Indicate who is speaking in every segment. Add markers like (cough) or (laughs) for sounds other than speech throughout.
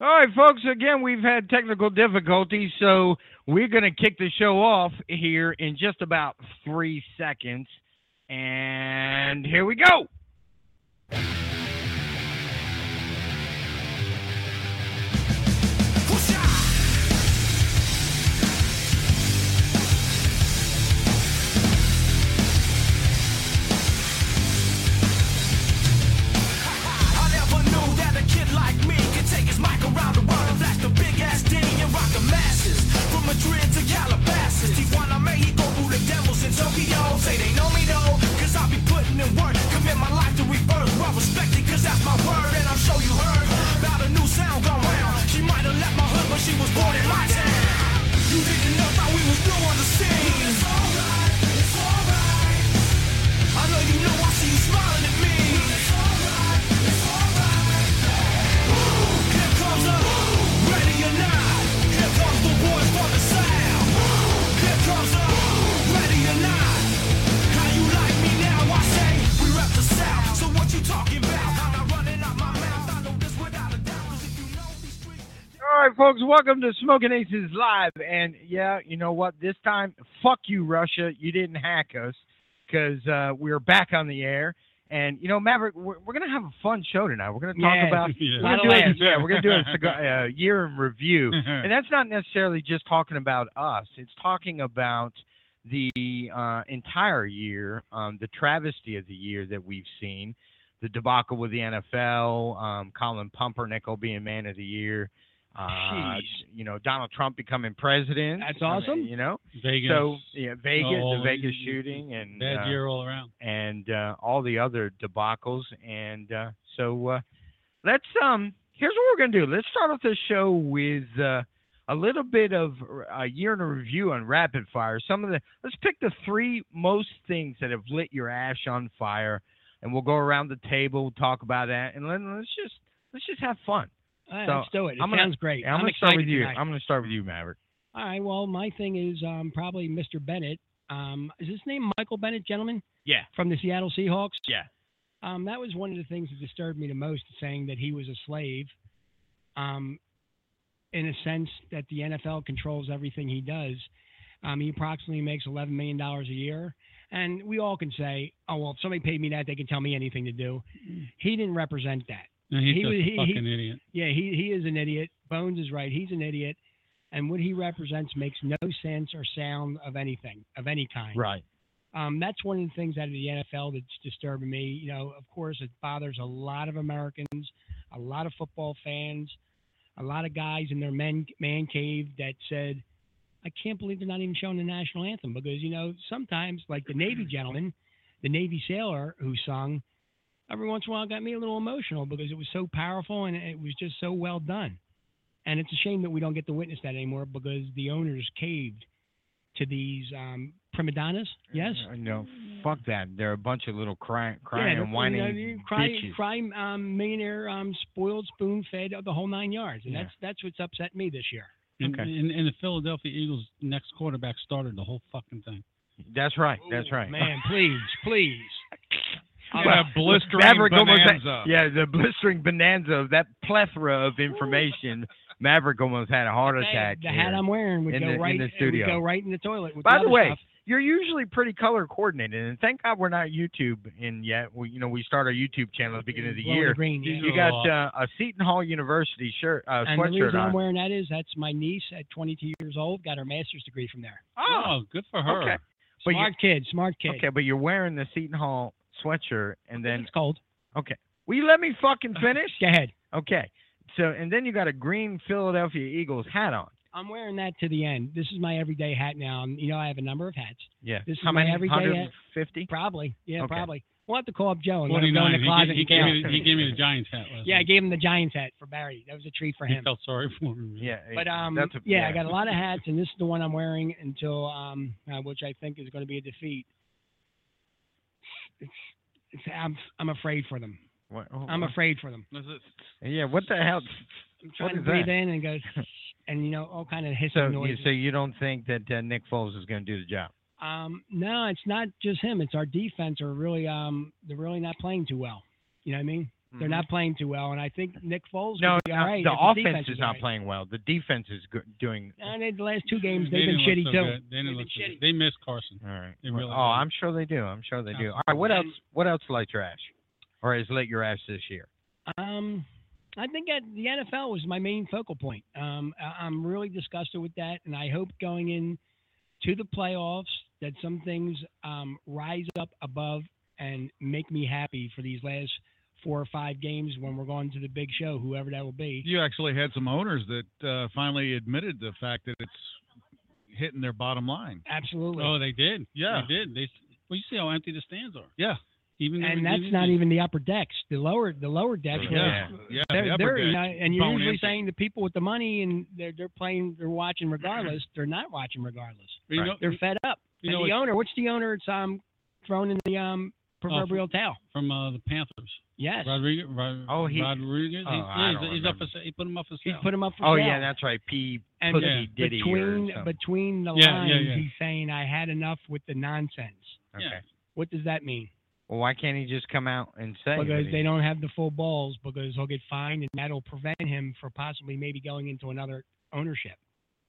Speaker 1: All right, folks. Again, we've had technical difficulties, so we're going to kick the show off here in just about three seconds. And here we go. All right, folks. Welcome to Smoking Aces Live. And yeah, you know what? This time, fuck you, Russia. You didn't hack us because uh, we're back on the air. And you know, Maverick, we're, we're going to have a fun show tonight. We're going to talk
Speaker 2: Yeah.
Speaker 3: (laughs)
Speaker 1: about
Speaker 2: (laughs) Yeah.
Speaker 1: we're gonna do a, (laughs) yeah, we're gonna do a cigar, uh, year
Speaker 2: (laughs)
Speaker 1: in review, and that's not necessarily just talking about us. It's talking about the uh, entire year, um, the travesty of the year that we've seen, the debacle with the NFL, um, Colin Pumpernickel being Man of the Year, uh,
Speaker 2: Jeez.
Speaker 1: you know, Donald Trump becoming president.
Speaker 2: That's
Speaker 1: I mean,
Speaker 2: awesome.
Speaker 1: you know,
Speaker 4: Vegas.
Speaker 1: so yeah, Vegas, the
Speaker 4: Oh,
Speaker 1: Vegas
Speaker 4: y- y-
Speaker 1: shooting, and
Speaker 4: bad
Speaker 1: uh,
Speaker 4: year all around.
Speaker 1: and uh, all the other debacles. And uh, so uh, let's um. Here's what we're gonna do. Let's start off the show with uh, a little bit of uh, a year in a review on rapid fire. Some of the let's pick the three most things that have lit your ash on fire, and we'll go around the table talk about that. And let, let's just let's just have fun.
Speaker 2: All right,
Speaker 1: So,
Speaker 2: let's do Ah, it. It
Speaker 1: I'm gonna-
Speaker 2: sounds great.
Speaker 1: And I'm, gonna start
Speaker 2: excited
Speaker 1: with you.
Speaker 2: tonight.
Speaker 1: I'm gonna start with you, Maverick.
Speaker 2: All right. Well, my thing is um, probably Mr. Bennett. Um, is his name Michael Bennett, gentlemen?
Speaker 1: Yeah.
Speaker 2: From the Seattle Seahawks.
Speaker 1: Yeah.
Speaker 2: Um, that was one of the things that disturbed me the most, saying that he was a slave. Um, in a sense that the NFL controls everything he does. Um, he approximately makes $11 million a year. And we all can say, oh, well, if somebody paid me that, they can tell me anything to do. He didn't represent that.
Speaker 4: No, he's
Speaker 2: he
Speaker 4: a
Speaker 2: was- he- he-
Speaker 4: fucking idiot.
Speaker 2: Yeah, he, he is an idiot. Bones is right. He's an idiot. And what he represents makes no sense or sound of anything, of any kind.
Speaker 1: Right.
Speaker 2: Um, that's one of the things out of the NFL that's disturbing me. You know, of course, it bothers a lot of Americans, a lot of football fans, a lot of guys in their men, man cave that said, I can't believe they're not even showing the national anthem because, you know, sometimes, like the Navy gentleman, the Navy sailor who sung, every once in a while got me a little emotional because it was so powerful and it was just so well done. And it's a shame that we don't get to witness that anymore because the owners caved to these um, prima donnas. Yes?
Speaker 1: No, fuck that. They're a bunch of little crying, crying,
Speaker 2: they're-
Speaker 1: and whining
Speaker 2: you know, cry,
Speaker 1: bitches.
Speaker 2: cry, um, millionaire, um, spoiled, spoon fed, the whole nine yards, and
Speaker 1: Yeah.
Speaker 2: that's that's what's upset me this year.
Speaker 4: And,
Speaker 1: Okay.
Speaker 4: and, and the Philadelphia Eagles' next quarterback started the whole fucking thing.
Speaker 1: That's right. That's right. (laughs)
Speaker 2: Man, please, please.
Speaker 5: On
Speaker 1: Well,
Speaker 5: a blistering
Speaker 1: Maverick almost had-
Speaker 5: bonanza.
Speaker 1: yeah, the blistering bonanza of that plethora of information. Maverick almost had a heart attack.
Speaker 2: The hat
Speaker 1: here.
Speaker 2: I'm wearing would
Speaker 1: in
Speaker 2: go
Speaker 1: the- in
Speaker 2: right
Speaker 1: the
Speaker 2: it would
Speaker 1: studio.
Speaker 2: go right in the toilet. with
Speaker 1: By the
Speaker 2: other
Speaker 1: way,
Speaker 2: stuff.
Speaker 1: You're usually pretty color coordinated, and thank God we're not YouTube in yet. We, you know, we start our YouTube channel at the beginning of the
Speaker 2: Blowing
Speaker 1: year.
Speaker 2: green, yeah.
Speaker 1: You got uh, a Seton Hall University shirt, uh,
Speaker 2: and the
Speaker 1: sweatshirt
Speaker 2: reason I'm
Speaker 1: on.
Speaker 2: wearing that is that's my niece at 22 years old got her master's degree from there.
Speaker 4: Oh, good for her.
Speaker 1: okay. But you-
Speaker 2: smart kid, smart kid.
Speaker 1: Okay, but you're wearing the Seton Hall sweatshirt, and then
Speaker 2: it's cold.
Speaker 1: will you let me fucking finish?
Speaker 2: Go ahead.
Speaker 1: Okay. So, and then you got a green Philadelphia Eagles hat on.
Speaker 2: I'm wearing that to the end. This is my everyday hat now. Um, You know, I have a number of hats.
Speaker 1: Yeah.
Speaker 2: This is
Speaker 1: How
Speaker 2: my
Speaker 1: many?
Speaker 2: everyday, uh,
Speaker 1: 150?
Speaker 2: Probably. Yeah,
Speaker 1: Okay.
Speaker 2: probably. We'll have to call up Joe and let him go in
Speaker 4: 49.
Speaker 2: the
Speaker 4: He,
Speaker 2: closet
Speaker 4: gave- he
Speaker 2: and
Speaker 4: gave
Speaker 2: count.
Speaker 4: me, the- he gave me the Giants hat last
Speaker 2: Yeah, I
Speaker 4: night.
Speaker 2: gave him the Giants hat for Barry. That was a treat for
Speaker 4: He
Speaker 2: him.
Speaker 4: felt sorry for me.
Speaker 1: Yeah.
Speaker 2: But um,
Speaker 1: that's a,
Speaker 2: yeah, I got a
Speaker 1: (laughs)
Speaker 2: lot of hats, and this is the one I'm wearing until um, uh, which I think is going to be a defeat. It's, it's, I'm I'm afraid for them.
Speaker 1: What- Oh,
Speaker 2: I'm
Speaker 1: what-
Speaker 2: afraid for them.
Speaker 1: Yeah. What the hell?
Speaker 2: I'm trying to
Speaker 1: is
Speaker 2: breathe
Speaker 1: that?
Speaker 2: in and
Speaker 1: (laughs)
Speaker 2: go, and you know all kind of
Speaker 1: So,
Speaker 2: hissing
Speaker 1: you,
Speaker 2: noises.
Speaker 1: so you don't think that uh, Nick Foles is going to do the job?
Speaker 2: Um, no, it's not just him. It's our defense are really um they're really not playing too well. You know what I mean? They're not playing too well, and I think Nick Foles
Speaker 1: Mm-hmm. No,
Speaker 2: would be
Speaker 1: no,
Speaker 2: all right.
Speaker 1: the
Speaker 2: if
Speaker 1: offense
Speaker 2: defense
Speaker 1: is
Speaker 2: was
Speaker 1: not
Speaker 2: all right.
Speaker 1: playing well. The defense is go- doing.
Speaker 2: And in Uh, the last two games,
Speaker 4: They
Speaker 2: they've been
Speaker 4: didn't
Speaker 2: shitty
Speaker 4: look so
Speaker 2: too.
Speaker 4: good. They, didn't
Speaker 2: They've
Speaker 4: look so
Speaker 2: been
Speaker 4: good. they missed Carson.
Speaker 1: All right.
Speaker 4: It really
Speaker 1: oh,
Speaker 4: is.
Speaker 1: I'm sure they do. I'm sure they do. All right. What else?
Speaker 2: Absolutely.
Speaker 1: What else light your ash, or has lit your ash this year?
Speaker 2: Um, I think that the NFL was my main focal point. Um, I- I'm really disgusted with that, and I hope going in to the playoffs that some things um, rise up above and make me happy for these last four or five games when we're going to the big show, whoever that will be.
Speaker 4: You actually had some owners that uh, finally admitted the fact that it's hitting their bottom line.
Speaker 2: Absolutely.
Speaker 4: Oh, they did.
Speaker 5: Yeah.
Speaker 4: they did. They well, you see how empty the stands are.
Speaker 5: Yeah.
Speaker 4: even
Speaker 2: and that's not even the upper decks. The lower, the lower deck.
Speaker 1: Yeah.
Speaker 2: was-
Speaker 4: Mm-hmm, Yeah, yeah.
Speaker 2: They're,
Speaker 4: the upper
Speaker 2: they're, you
Speaker 4: deck.
Speaker 2: know, and you're
Speaker 4: bone
Speaker 2: usually
Speaker 4: empty.
Speaker 2: saying the people with the money and they're they're playing, they're watching regardless. They're not watching regardless.
Speaker 4: You
Speaker 1: Right.
Speaker 4: know-
Speaker 2: They're fed up.
Speaker 4: you
Speaker 2: and
Speaker 4: know
Speaker 2: the
Speaker 4: what-
Speaker 2: owner, what's the owner? It's um thrown in the um
Speaker 4: Oh,
Speaker 2: proverbial tail.
Speaker 4: from uh, the Panthers.
Speaker 2: Yes,
Speaker 4: Rodriguez. Rod-
Speaker 1: Oh, he-
Speaker 4: Rodriguez.
Speaker 1: oh,
Speaker 4: he's,
Speaker 1: I
Speaker 4: he's-
Speaker 1: don't
Speaker 4: he's up.
Speaker 1: remember.
Speaker 4: For, sa- he put him up for
Speaker 2: he
Speaker 4: sale.
Speaker 2: put him up for
Speaker 1: Oh
Speaker 2: sale.
Speaker 1: yeah, that's right. P.
Speaker 2: and
Speaker 1: Pussy
Speaker 4: yeah,
Speaker 1: Diddy
Speaker 2: between
Speaker 1: or something.
Speaker 2: between the
Speaker 4: Yeah,
Speaker 2: lines,
Speaker 4: yeah, yeah.
Speaker 2: he's saying, "I had enough with the nonsense."
Speaker 1: okay.
Speaker 4: yeah.
Speaker 2: What does that mean?
Speaker 1: Well, why can't he just come out and say?
Speaker 2: Because
Speaker 1: that he-
Speaker 2: they don't have the full balls, because he'll get fined, and that'll prevent him from possibly maybe going into another ownership.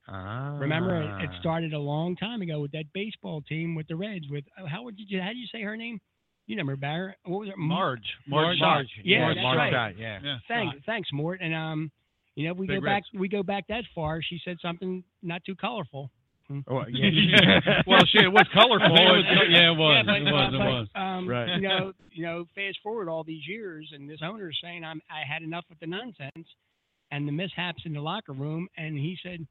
Speaker 1: Ah.
Speaker 2: Remember, it, it started a long time ago with that baseball team with the Reds. With oh, how would you how do you say her name? You remember Barrett? What was it?
Speaker 5: Marge.
Speaker 4: Marge.
Speaker 1: March.
Speaker 2: Yeah,
Speaker 1: March
Speaker 2: that's
Speaker 1: March
Speaker 2: right.
Speaker 1: shot, Yeah.
Speaker 4: Yeah.
Speaker 2: Thanks, thanks, Mort. And um, you know, if we
Speaker 5: Big
Speaker 2: go back, we go back that far. She said something not too colorful. Mm-hmm. uh,
Speaker 1: Oh,
Speaker 4: Yeah.
Speaker 5: well, shit,
Speaker 2: (laughs)
Speaker 5: it was
Speaker 4: It
Speaker 5: colorful.
Speaker 4: was- yeah, it
Speaker 2: Yeah,
Speaker 4: was.
Speaker 2: but-
Speaker 4: it was. It
Speaker 2: but,
Speaker 4: was.
Speaker 2: Um,
Speaker 5: Right.
Speaker 2: You know, you know, fast forward all these years, and this owner is saying, "I'm I had enough with the nonsense and the mishaps in the locker room," and he said,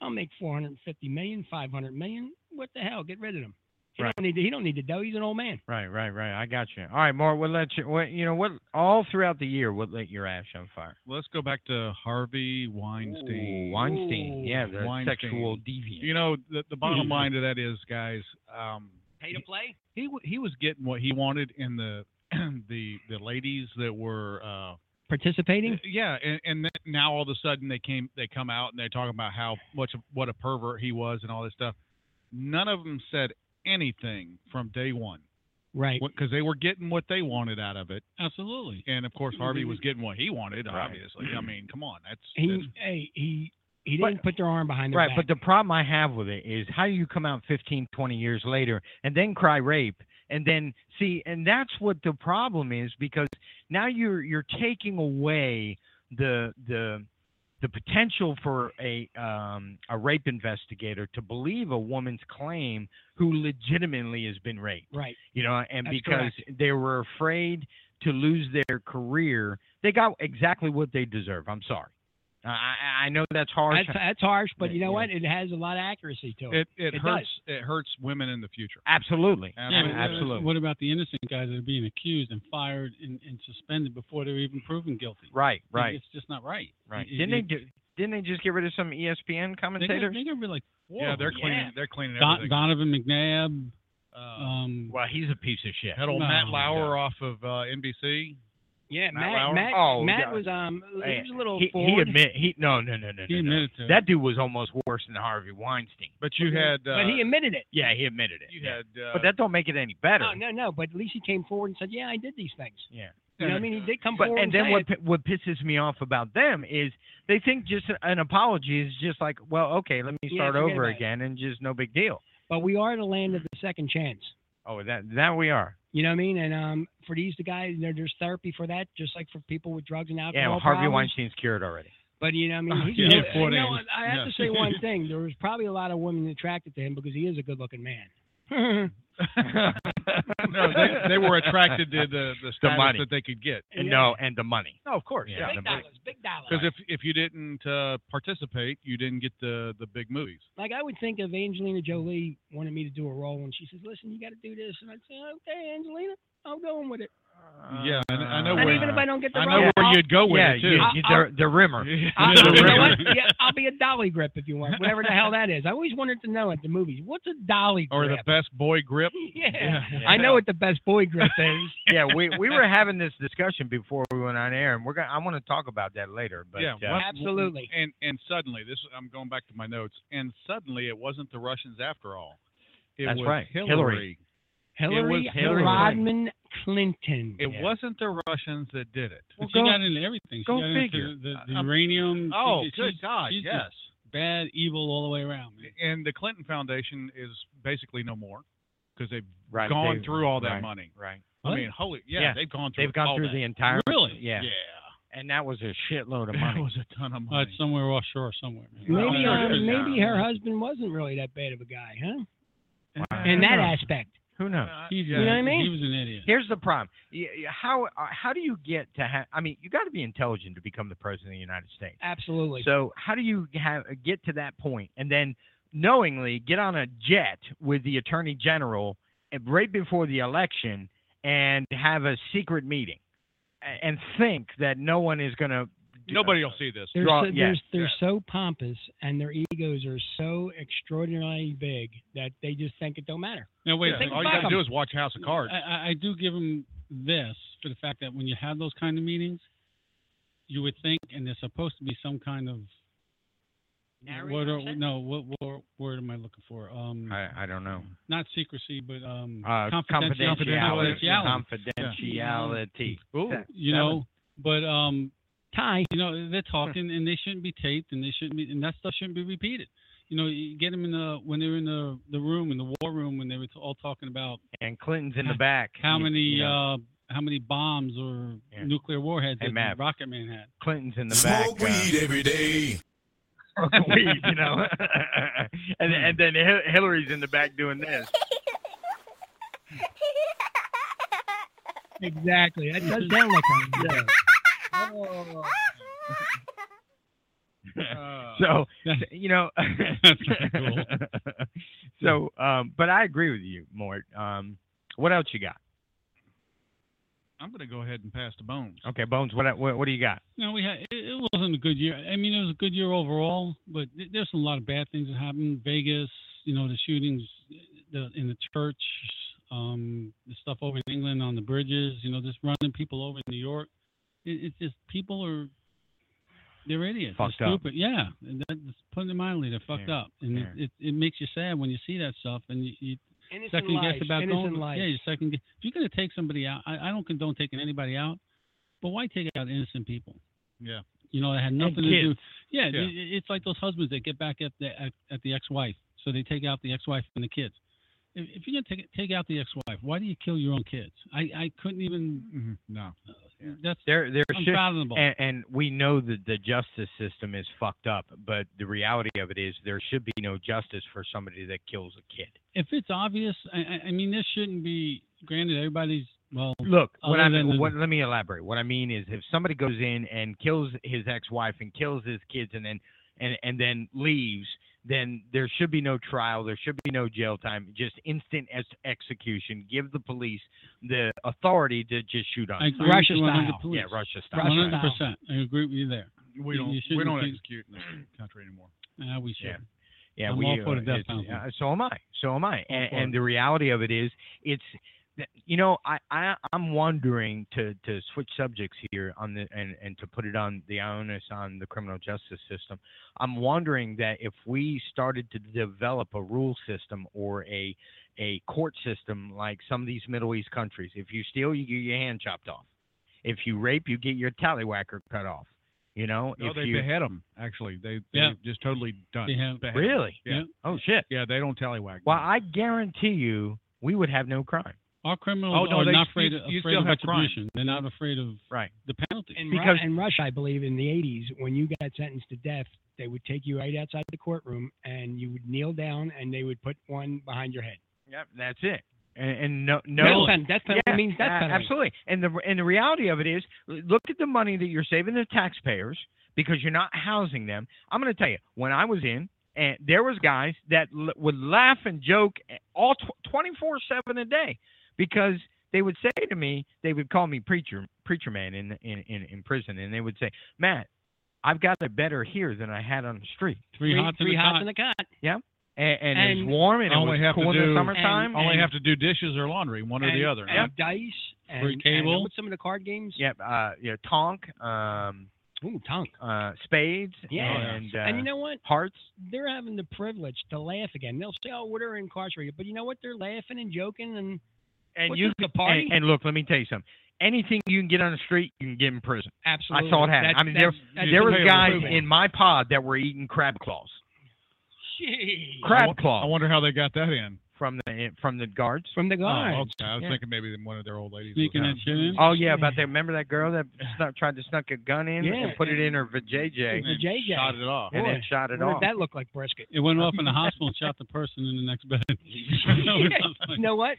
Speaker 2: "I'll make 450 million, 500 million. What the hell? Get rid of him. He
Speaker 1: Right.
Speaker 2: don't need to, he don't need to dough. He's an old man."
Speaker 1: Right, right, right. I got you. All right, Mark. What let you? What you know? What all throughout the year? What lit your ash on fire?
Speaker 4: Let's go back to Harvey Weinstein.
Speaker 1: Ooh, Weinstein.
Speaker 2: Ooh,
Speaker 1: yeah, the
Speaker 4: Weinstein.
Speaker 1: sexual deviant.
Speaker 4: You know, the, the bottom line to that is, guys, um,
Speaker 2: Pay to play.
Speaker 4: he w- he was getting what he wanted in the (clears throat) the the ladies that were uh,
Speaker 2: Participating.
Speaker 4: yeah, and, and then now all of a sudden they came they come out and they're talking about how much of- what a pervert he was and all this stuff. None of them said anything from day one
Speaker 2: Right.
Speaker 4: because they were getting what they wanted out of it,
Speaker 5: Absolutely.
Speaker 4: and of course Harvey was getting what he wanted.
Speaker 1: Right.
Speaker 4: Obviously, I mean, come on, that's, that's
Speaker 2: He hey he he
Speaker 1: But-
Speaker 2: didn't put their arm behind their
Speaker 1: right,
Speaker 2: back.
Speaker 1: but the problem I have with it is how do you come out 15, 20 years later and then cry rape and then see, and that's what the problem is because now you're you're taking away the the the potential for a um, a rape investigator to believe a woman's claim who legitimately has been raped.
Speaker 2: right.
Speaker 1: you know, and
Speaker 2: That's
Speaker 1: because they were afraid to lose their career, they got exactly what they deserve. I'm sorry. I- I, I know that's harsh.
Speaker 2: That's, that's harsh, but
Speaker 1: Yeah,
Speaker 2: you know
Speaker 1: yeah.
Speaker 2: what? It has a lot of accuracy to it.
Speaker 4: it it,
Speaker 2: It
Speaker 4: hurts it hurts women in the future.
Speaker 1: absolutely.
Speaker 4: Yeah,
Speaker 1: Absolutely.
Speaker 4: but, uh,
Speaker 1: absolutely.
Speaker 5: What about the innocent guys that are being accused and fired and, and suspended before they're even proven guilty?
Speaker 1: right,
Speaker 5: It-
Speaker 1: right,
Speaker 5: It's just not right.
Speaker 1: right.
Speaker 5: It-
Speaker 1: Didn't they
Speaker 5: it-
Speaker 1: do, didn't they just get rid of some E ESPN
Speaker 5: they got,
Speaker 1: commentators?
Speaker 5: they got rid of like four.
Speaker 4: yeah,
Speaker 5: of
Speaker 4: they're
Speaker 5: them.
Speaker 4: cleaning they're cleaning
Speaker 5: Don,
Speaker 4: everything.
Speaker 5: Donovan McNabb.
Speaker 4: Uh,
Speaker 5: Um,
Speaker 1: Well, he's a piece of shit.
Speaker 5: Oh,
Speaker 4: Had old
Speaker 5: No,
Speaker 4: Matt
Speaker 5: no.
Speaker 4: Lauer off of uh, NBC.
Speaker 2: Yeah,
Speaker 4: Matt
Speaker 2: Matt.
Speaker 4: Lauer?
Speaker 2: Matt,
Speaker 1: Oh,
Speaker 2: Matt
Speaker 1: God.
Speaker 2: was um. He
Speaker 1: Man,
Speaker 2: was a little.
Speaker 1: He, he
Speaker 2: forward,
Speaker 1: admit he no no no no
Speaker 5: He
Speaker 1: no, no.
Speaker 5: admitted to it.
Speaker 1: That dude was almost worse than Harvey Weinstein.
Speaker 4: But you had.
Speaker 2: but
Speaker 4: Uh,
Speaker 2: he admitted it.
Speaker 1: Yeah, he admitted it.
Speaker 4: You
Speaker 1: yeah.
Speaker 4: had. Uh,
Speaker 1: but that don't make it any better.
Speaker 2: No, no, no. But at least he came forward and said, "Yeah, I did these things."
Speaker 1: Yeah.
Speaker 2: You know what I mean? He did come
Speaker 1: But
Speaker 2: forward.
Speaker 1: and then
Speaker 2: say
Speaker 1: what
Speaker 2: it.
Speaker 1: pi- what pisses me off about them is they think just an- an apology is just like, well, okay, let me
Speaker 2: Yeah,
Speaker 1: start
Speaker 2: forget
Speaker 1: over
Speaker 2: about it.
Speaker 1: again and just no big deal.
Speaker 2: But we are the land of the second chance.
Speaker 1: Oh, that that we are.
Speaker 2: You know what I mean? And um, for these the guys, there- there's therapy for that, just like for people with drugs and
Speaker 1: Yeah,
Speaker 2: alcohol.
Speaker 1: well, Harvey
Speaker 2: problems.
Speaker 1: Weinstein's cured already.
Speaker 2: But you know, I mean,
Speaker 5: Oh,
Speaker 1: (laughs)
Speaker 2: he's
Speaker 5: yeah,
Speaker 2: you know,
Speaker 5: yeah, four
Speaker 2: you know,
Speaker 5: days.
Speaker 2: I have
Speaker 5: Yeah.
Speaker 2: to say one thing. There was probably a lot of women attracted to him because he is a good-looking man. (laughs)
Speaker 4: no, they, they were attracted to the the status
Speaker 1: money.
Speaker 4: that they could get.
Speaker 1: and (laughs) no, and the money.
Speaker 4: No, of course.
Speaker 1: Yeah,
Speaker 2: big
Speaker 1: the money.
Speaker 2: dollars, big dollars.
Speaker 4: Because if if you didn't uh, participate, you didn't get the the big movies.
Speaker 2: like I would think if Angelina Jolie wanted me to do a role and she says, "Listen, you got to do this," and I'd say, "Okay, Angelina, I'm going with it."
Speaker 4: Yeah, I- I know
Speaker 1: Uh,
Speaker 2: And
Speaker 4: where-
Speaker 2: even if I don't get the
Speaker 4: I
Speaker 2: role,
Speaker 4: know where
Speaker 2: I'll,
Speaker 4: you'd go with
Speaker 1: yeah,
Speaker 4: it too.
Speaker 1: you- you- the, the
Speaker 4: (laughs)
Speaker 1: rimmer.
Speaker 2: I'll,
Speaker 5: Yeah,
Speaker 2: you know
Speaker 5: right.
Speaker 2: what? (laughs) Yeah, I'll be a dolly grip if you want, whatever the hell that is. I always wanted to know at the movies, what's a dolly
Speaker 4: or (laughs) the
Speaker 2: grip?
Speaker 4: best boy grip.
Speaker 2: yeah. (laughs)
Speaker 1: Yeah.
Speaker 2: I know what the best boy grip is.
Speaker 1: (laughs) yeah, we, we were having this discussion before we went on air, and we're gonna I want to talk about that later. But
Speaker 4: Yeah,
Speaker 1: uh,
Speaker 4: what-
Speaker 2: Absolutely.
Speaker 4: And and suddenly this I'm going back to my notes. And suddenly it wasn't the Russians after all. It
Speaker 1: That's
Speaker 4: was
Speaker 1: right, Hillary.
Speaker 4: Hillary.
Speaker 2: Hillary,
Speaker 4: was Hillary
Speaker 2: Rodman Clinton.
Speaker 4: It
Speaker 1: Yeah.
Speaker 4: wasn't the Russians that did it.
Speaker 5: Well, she got into everything. She
Speaker 4: go
Speaker 5: got into
Speaker 4: figure.
Speaker 5: The, the, the
Speaker 4: Um,
Speaker 5: uranium.
Speaker 4: Oh,
Speaker 5: she-
Speaker 4: good
Speaker 5: she's-
Speaker 4: God,
Speaker 5: she's
Speaker 4: yes.
Speaker 5: just Bad, evil, all the way around. man.
Speaker 4: And the Clinton Foundation is basically no more because they've
Speaker 1: right,
Speaker 4: gone
Speaker 1: they-
Speaker 4: through all that
Speaker 1: right,
Speaker 4: money.
Speaker 1: Right,
Speaker 5: What?
Speaker 4: I mean, holy yeah,
Speaker 1: Yeah,
Speaker 4: they've gone through.
Speaker 1: they've gone
Speaker 4: all
Speaker 1: through
Speaker 4: that.
Speaker 1: the entire
Speaker 5: really?
Speaker 1: yeah, and that was a
Speaker 5: (laughs)
Speaker 1: shitload of
Speaker 4: That
Speaker 1: money.
Speaker 4: was a ton of
Speaker 5: Uh,
Speaker 4: money.
Speaker 5: it's somewhere offshore, somewhere. man.
Speaker 2: Maybe,
Speaker 4: Well,
Speaker 2: uh,
Speaker 4: sure,
Speaker 2: maybe
Speaker 4: yeah.
Speaker 2: her husband wasn't really that bad of a guy, huh?
Speaker 1: Wow.
Speaker 2: In that
Speaker 1: know.
Speaker 2: aspect.
Speaker 1: Who knows?
Speaker 5: He's,
Speaker 4: yeah.
Speaker 2: you know what I mean?
Speaker 5: He was an idiot.
Speaker 1: Here's the problem. Y- y- How uh, how do you get to have? I mean, you got to be intelligent to become the president of the United States.
Speaker 2: Absolutely.
Speaker 1: So how do you have, get to that point and then knowingly get on a jet with the attorney general and- right before the election and have a secret meeting a- and think that no one is going to
Speaker 4: Nobody will see this.
Speaker 2: they're
Speaker 1: Draw-
Speaker 2: so,
Speaker 1: yeah,
Speaker 2: they're, they're so pompous and their egos are so extraordinarily big that they just think it don't matter.
Speaker 5: Now wait,
Speaker 4: Yeah,
Speaker 5: a second.
Speaker 4: all you got to do is watch House of Cards.
Speaker 5: I, I- I do give him this for the fact that when you have those kind of meetings, you would think, and there's supposed to be some kind of
Speaker 2: Narrative
Speaker 5: what? Are,
Speaker 2: upset?
Speaker 5: no, what, what word am I looking for? Um,
Speaker 1: I, I don't know.
Speaker 5: not secrecy, but um,
Speaker 1: Uh,
Speaker 5: confidentiality.
Speaker 1: confidentiality.
Speaker 5: confidentiality,
Speaker 1: Confidentiality.
Speaker 4: Ooh.
Speaker 5: You know, but um,
Speaker 2: Ty,
Speaker 5: you know they're talking and they shouldn't be taped and they shouldn't be and that stuff shouldn't be repeated. You know, you get them in the when they're in the the room in the war room when they were t- all talking about
Speaker 1: And Clinton's in the back.
Speaker 5: how
Speaker 1: You-
Speaker 5: many
Speaker 1: you know,
Speaker 5: uh how many bombs or
Speaker 1: Yeah.
Speaker 5: nuclear warheads
Speaker 1: Hey,
Speaker 5: that
Speaker 1: Matt.
Speaker 5: Rocket Man had.
Speaker 1: Clinton's in the back. uh,
Speaker 6: every day.
Speaker 1: smoke weed, you know. (laughs) and and then Hil- Hillary's in the back doing this.
Speaker 2: exactly. That
Speaker 1: (laughs)
Speaker 2: does sound like him.
Speaker 5: Oh.
Speaker 4: Uh,
Speaker 2: Oh.
Speaker 5: (laughs)
Speaker 1: So (laughs) you know,
Speaker 5: That's not cool.
Speaker 1: (laughs) so um, but I agree with you, Mort. Um, what else you got?
Speaker 4: I'm going to go ahead and pass the bones.
Speaker 1: Okay, Bones. What what, what do you got?
Speaker 5: No, we had it, it wasn't a good year. I mean, it was a good year overall, but th- there's a lot of bad things that happened. Vegas, you know, the shootings the, in the church, um, the stuff over in England on the bridges, you know, just running people over in New York. It, it's just people are they're idiots. They're
Speaker 1: Fucked up.
Speaker 5: stupid. Yeah, and that, just putting it mildly, they're fucked
Speaker 1: Yeah,
Speaker 5: up, and
Speaker 1: yeah.
Speaker 5: it, it it makes you sad when you see that stuff, and you, you
Speaker 2: Innocent
Speaker 5: second guess
Speaker 2: life,
Speaker 5: about
Speaker 2: innocent
Speaker 5: going.
Speaker 2: life.
Speaker 5: Yeah, you second guess. If you're gonna take somebody out, I, I don't condone taking anybody out, but why take out innocent people?
Speaker 4: Yeah.
Speaker 5: You know, it had nothing to
Speaker 1: kids.
Speaker 5: do. Yeah,
Speaker 4: Yeah.
Speaker 5: it- it's like those husbands that get back at the at, at the ex-wife, so they take out the ex-wife and the kids. If, if you're gonna take take out the ex-wife, why do you kill your own kids? I I couldn't even.
Speaker 4: Mhm, No. Yeah.
Speaker 5: That's
Speaker 1: They're they're shit-
Speaker 5: unfathomable.
Speaker 1: and, and we know that the justice system is fucked up, but the reality of it is there should be no justice for somebody that kills a kid.
Speaker 5: if it's obvious, I, I- I mean, this shouldn't be. Granted, everybody's well.
Speaker 1: Look, what
Speaker 5: Other
Speaker 1: I
Speaker 5: than
Speaker 1: mean,
Speaker 5: the-
Speaker 1: what, let me elaborate. What I mean is, if somebody goes in and kills his ex-wife and kills his kids, and then and and then leaves, then there should be no trial. There should be no jail time. Just instant ex- execution. Give the police the authority to just shoot on.
Speaker 5: I
Speaker 1: sight.
Speaker 5: agree
Speaker 2: Russia
Speaker 5: with you
Speaker 2: style.
Speaker 5: 100%.
Speaker 1: Yeah, Russia style.
Speaker 2: Russia
Speaker 5: One
Speaker 1: right.
Speaker 5: hundred percent. I agree with you there.
Speaker 4: We
Speaker 5: You-
Speaker 4: don't,
Speaker 5: you
Speaker 4: we
Speaker 5: shouldn't
Speaker 4: don't
Speaker 5: accuse-
Speaker 4: execute in this country anymore.
Speaker 5: Yeah, we should.
Speaker 1: Yeah. Yeah,
Speaker 5: I'm
Speaker 1: we
Speaker 5: all for
Speaker 1: uh,
Speaker 5: the death
Speaker 1: it's-
Speaker 5: penalty.
Speaker 1: uh, so am I. So am I. And,
Speaker 5: for
Speaker 1: and
Speaker 5: it.
Speaker 1: the reality of it is, it's th- you know, I, I I'm wondering to to switch subjects here on the and and to put it on the onus on the criminal justice system. I'm wondering that if we started to develop a rule system or a a court system like some of these Middle East countries, if you steal, you get your hand chopped off. If you rape, you get your tallywhacker cut off. You know,
Speaker 4: No,
Speaker 1: if
Speaker 4: they
Speaker 1: you
Speaker 4: Oh, behead them. Actually, they they
Speaker 5: Yeah.
Speaker 4: just totally done.
Speaker 5: They have-
Speaker 4: behead 'em.
Speaker 1: really,
Speaker 4: Yeah.
Speaker 1: oh shit.
Speaker 4: Yeah, they don't tallywhack.
Speaker 1: Well,
Speaker 4: them.
Speaker 1: I guarantee you, we would have no crime.
Speaker 5: Our criminals
Speaker 4: Oh, no,
Speaker 5: are
Speaker 4: they-
Speaker 5: not afraid,
Speaker 4: you-
Speaker 5: of-
Speaker 4: you
Speaker 5: afraid
Speaker 4: still
Speaker 5: of
Speaker 4: have crime.
Speaker 5: retribution. They're not afraid of
Speaker 1: Right.
Speaker 5: the penalty.
Speaker 2: In,
Speaker 1: Because-
Speaker 2: because, in Russia, I believe in the 80s, when you got sentenced to death, they would take you right outside the courtroom and you would kneel down and they would put one behind your head.
Speaker 1: Yep, that's it. And, and no, no,
Speaker 2: Death pen- death penalty
Speaker 1: Yeah,
Speaker 2: means death
Speaker 1: a-
Speaker 2: penalty.
Speaker 1: absolutely. And the and the reality of it is, l- look at the money that you're saving the taxpayers because you're not housing them. I'm going to tell you, when I was in, and there was guys that l- would laugh and joke eh, all tw- 24/7 a day because they would say to me, they would call me preacher preacher man in in in, in prison, and they would say, Matt, I've got it better here than I had on the street,
Speaker 5: Three, hot to
Speaker 2: three
Speaker 5: the
Speaker 2: hots
Speaker 5: cot.
Speaker 2: in the cot.
Speaker 1: and, and, it
Speaker 2: And
Speaker 1: was warm and it
Speaker 4: only
Speaker 1: was
Speaker 4: have to
Speaker 1: cool in
Speaker 4: do-
Speaker 1: the summertime.
Speaker 4: only
Speaker 2: and-
Speaker 4: have to do dishes or laundry, one or
Speaker 2: and-
Speaker 4: the other.
Speaker 2: and dice and,
Speaker 5: Free
Speaker 2: and
Speaker 5: cable.
Speaker 2: what's some of the card games?
Speaker 1: Yep, uh, yeah, Tonk, um,
Speaker 2: Ooh, tongue.
Speaker 1: uh, Spades,
Speaker 2: Yeah.
Speaker 1: and, uh,
Speaker 2: and you know what?
Speaker 1: Hearts.
Speaker 2: They're having the privilege to laugh again. They'll say, "Oh, we're incarcerated," but you know what? They're laughing and joking and
Speaker 1: And
Speaker 2: what's
Speaker 1: you
Speaker 2: this, the party.
Speaker 1: And, and look, let me tell you something. Anything you can get on the street, you can get in prison.
Speaker 2: Absolutely.
Speaker 1: I saw it happen.
Speaker 2: That's-
Speaker 1: I mean, there-
Speaker 2: that's- that's
Speaker 1: there
Speaker 4: can
Speaker 1: was
Speaker 4: pay
Speaker 2: completely
Speaker 4: a
Speaker 1: guys
Speaker 4: little
Speaker 2: proven.
Speaker 4: bit.
Speaker 1: in my pod that were eating crab claws,
Speaker 2: Jeez.
Speaker 4: I
Speaker 1: crab
Speaker 4: wo- I
Speaker 1: claws
Speaker 4: wonder how they got that in.
Speaker 1: from the from the guards.
Speaker 2: from the guards.
Speaker 4: Oh, okay. I was
Speaker 1: Yeah.
Speaker 4: thinking maybe one of their old ladies. was
Speaker 5: Sneaking
Speaker 4: out.
Speaker 5: that shit in.
Speaker 1: Oh yeah, about that. Remember that girl that snuck, tried to snuck a gun in
Speaker 2: Yeah,
Speaker 1: and put it in her vajayjay
Speaker 4: And
Speaker 2: The JJ.
Speaker 4: Shot it off.
Speaker 1: and then
Speaker 2: boy,
Speaker 1: shot it
Speaker 2: What
Speaker 1: off.
Speaker 2: did that look like brisket?
Speaker 5: It went off in
Speaker 2: (laughs)
Speaker 4: (laughs)
Speaker 5: the hospital and shot the person in the next bed. (laughs)
Speaker 2: you know what?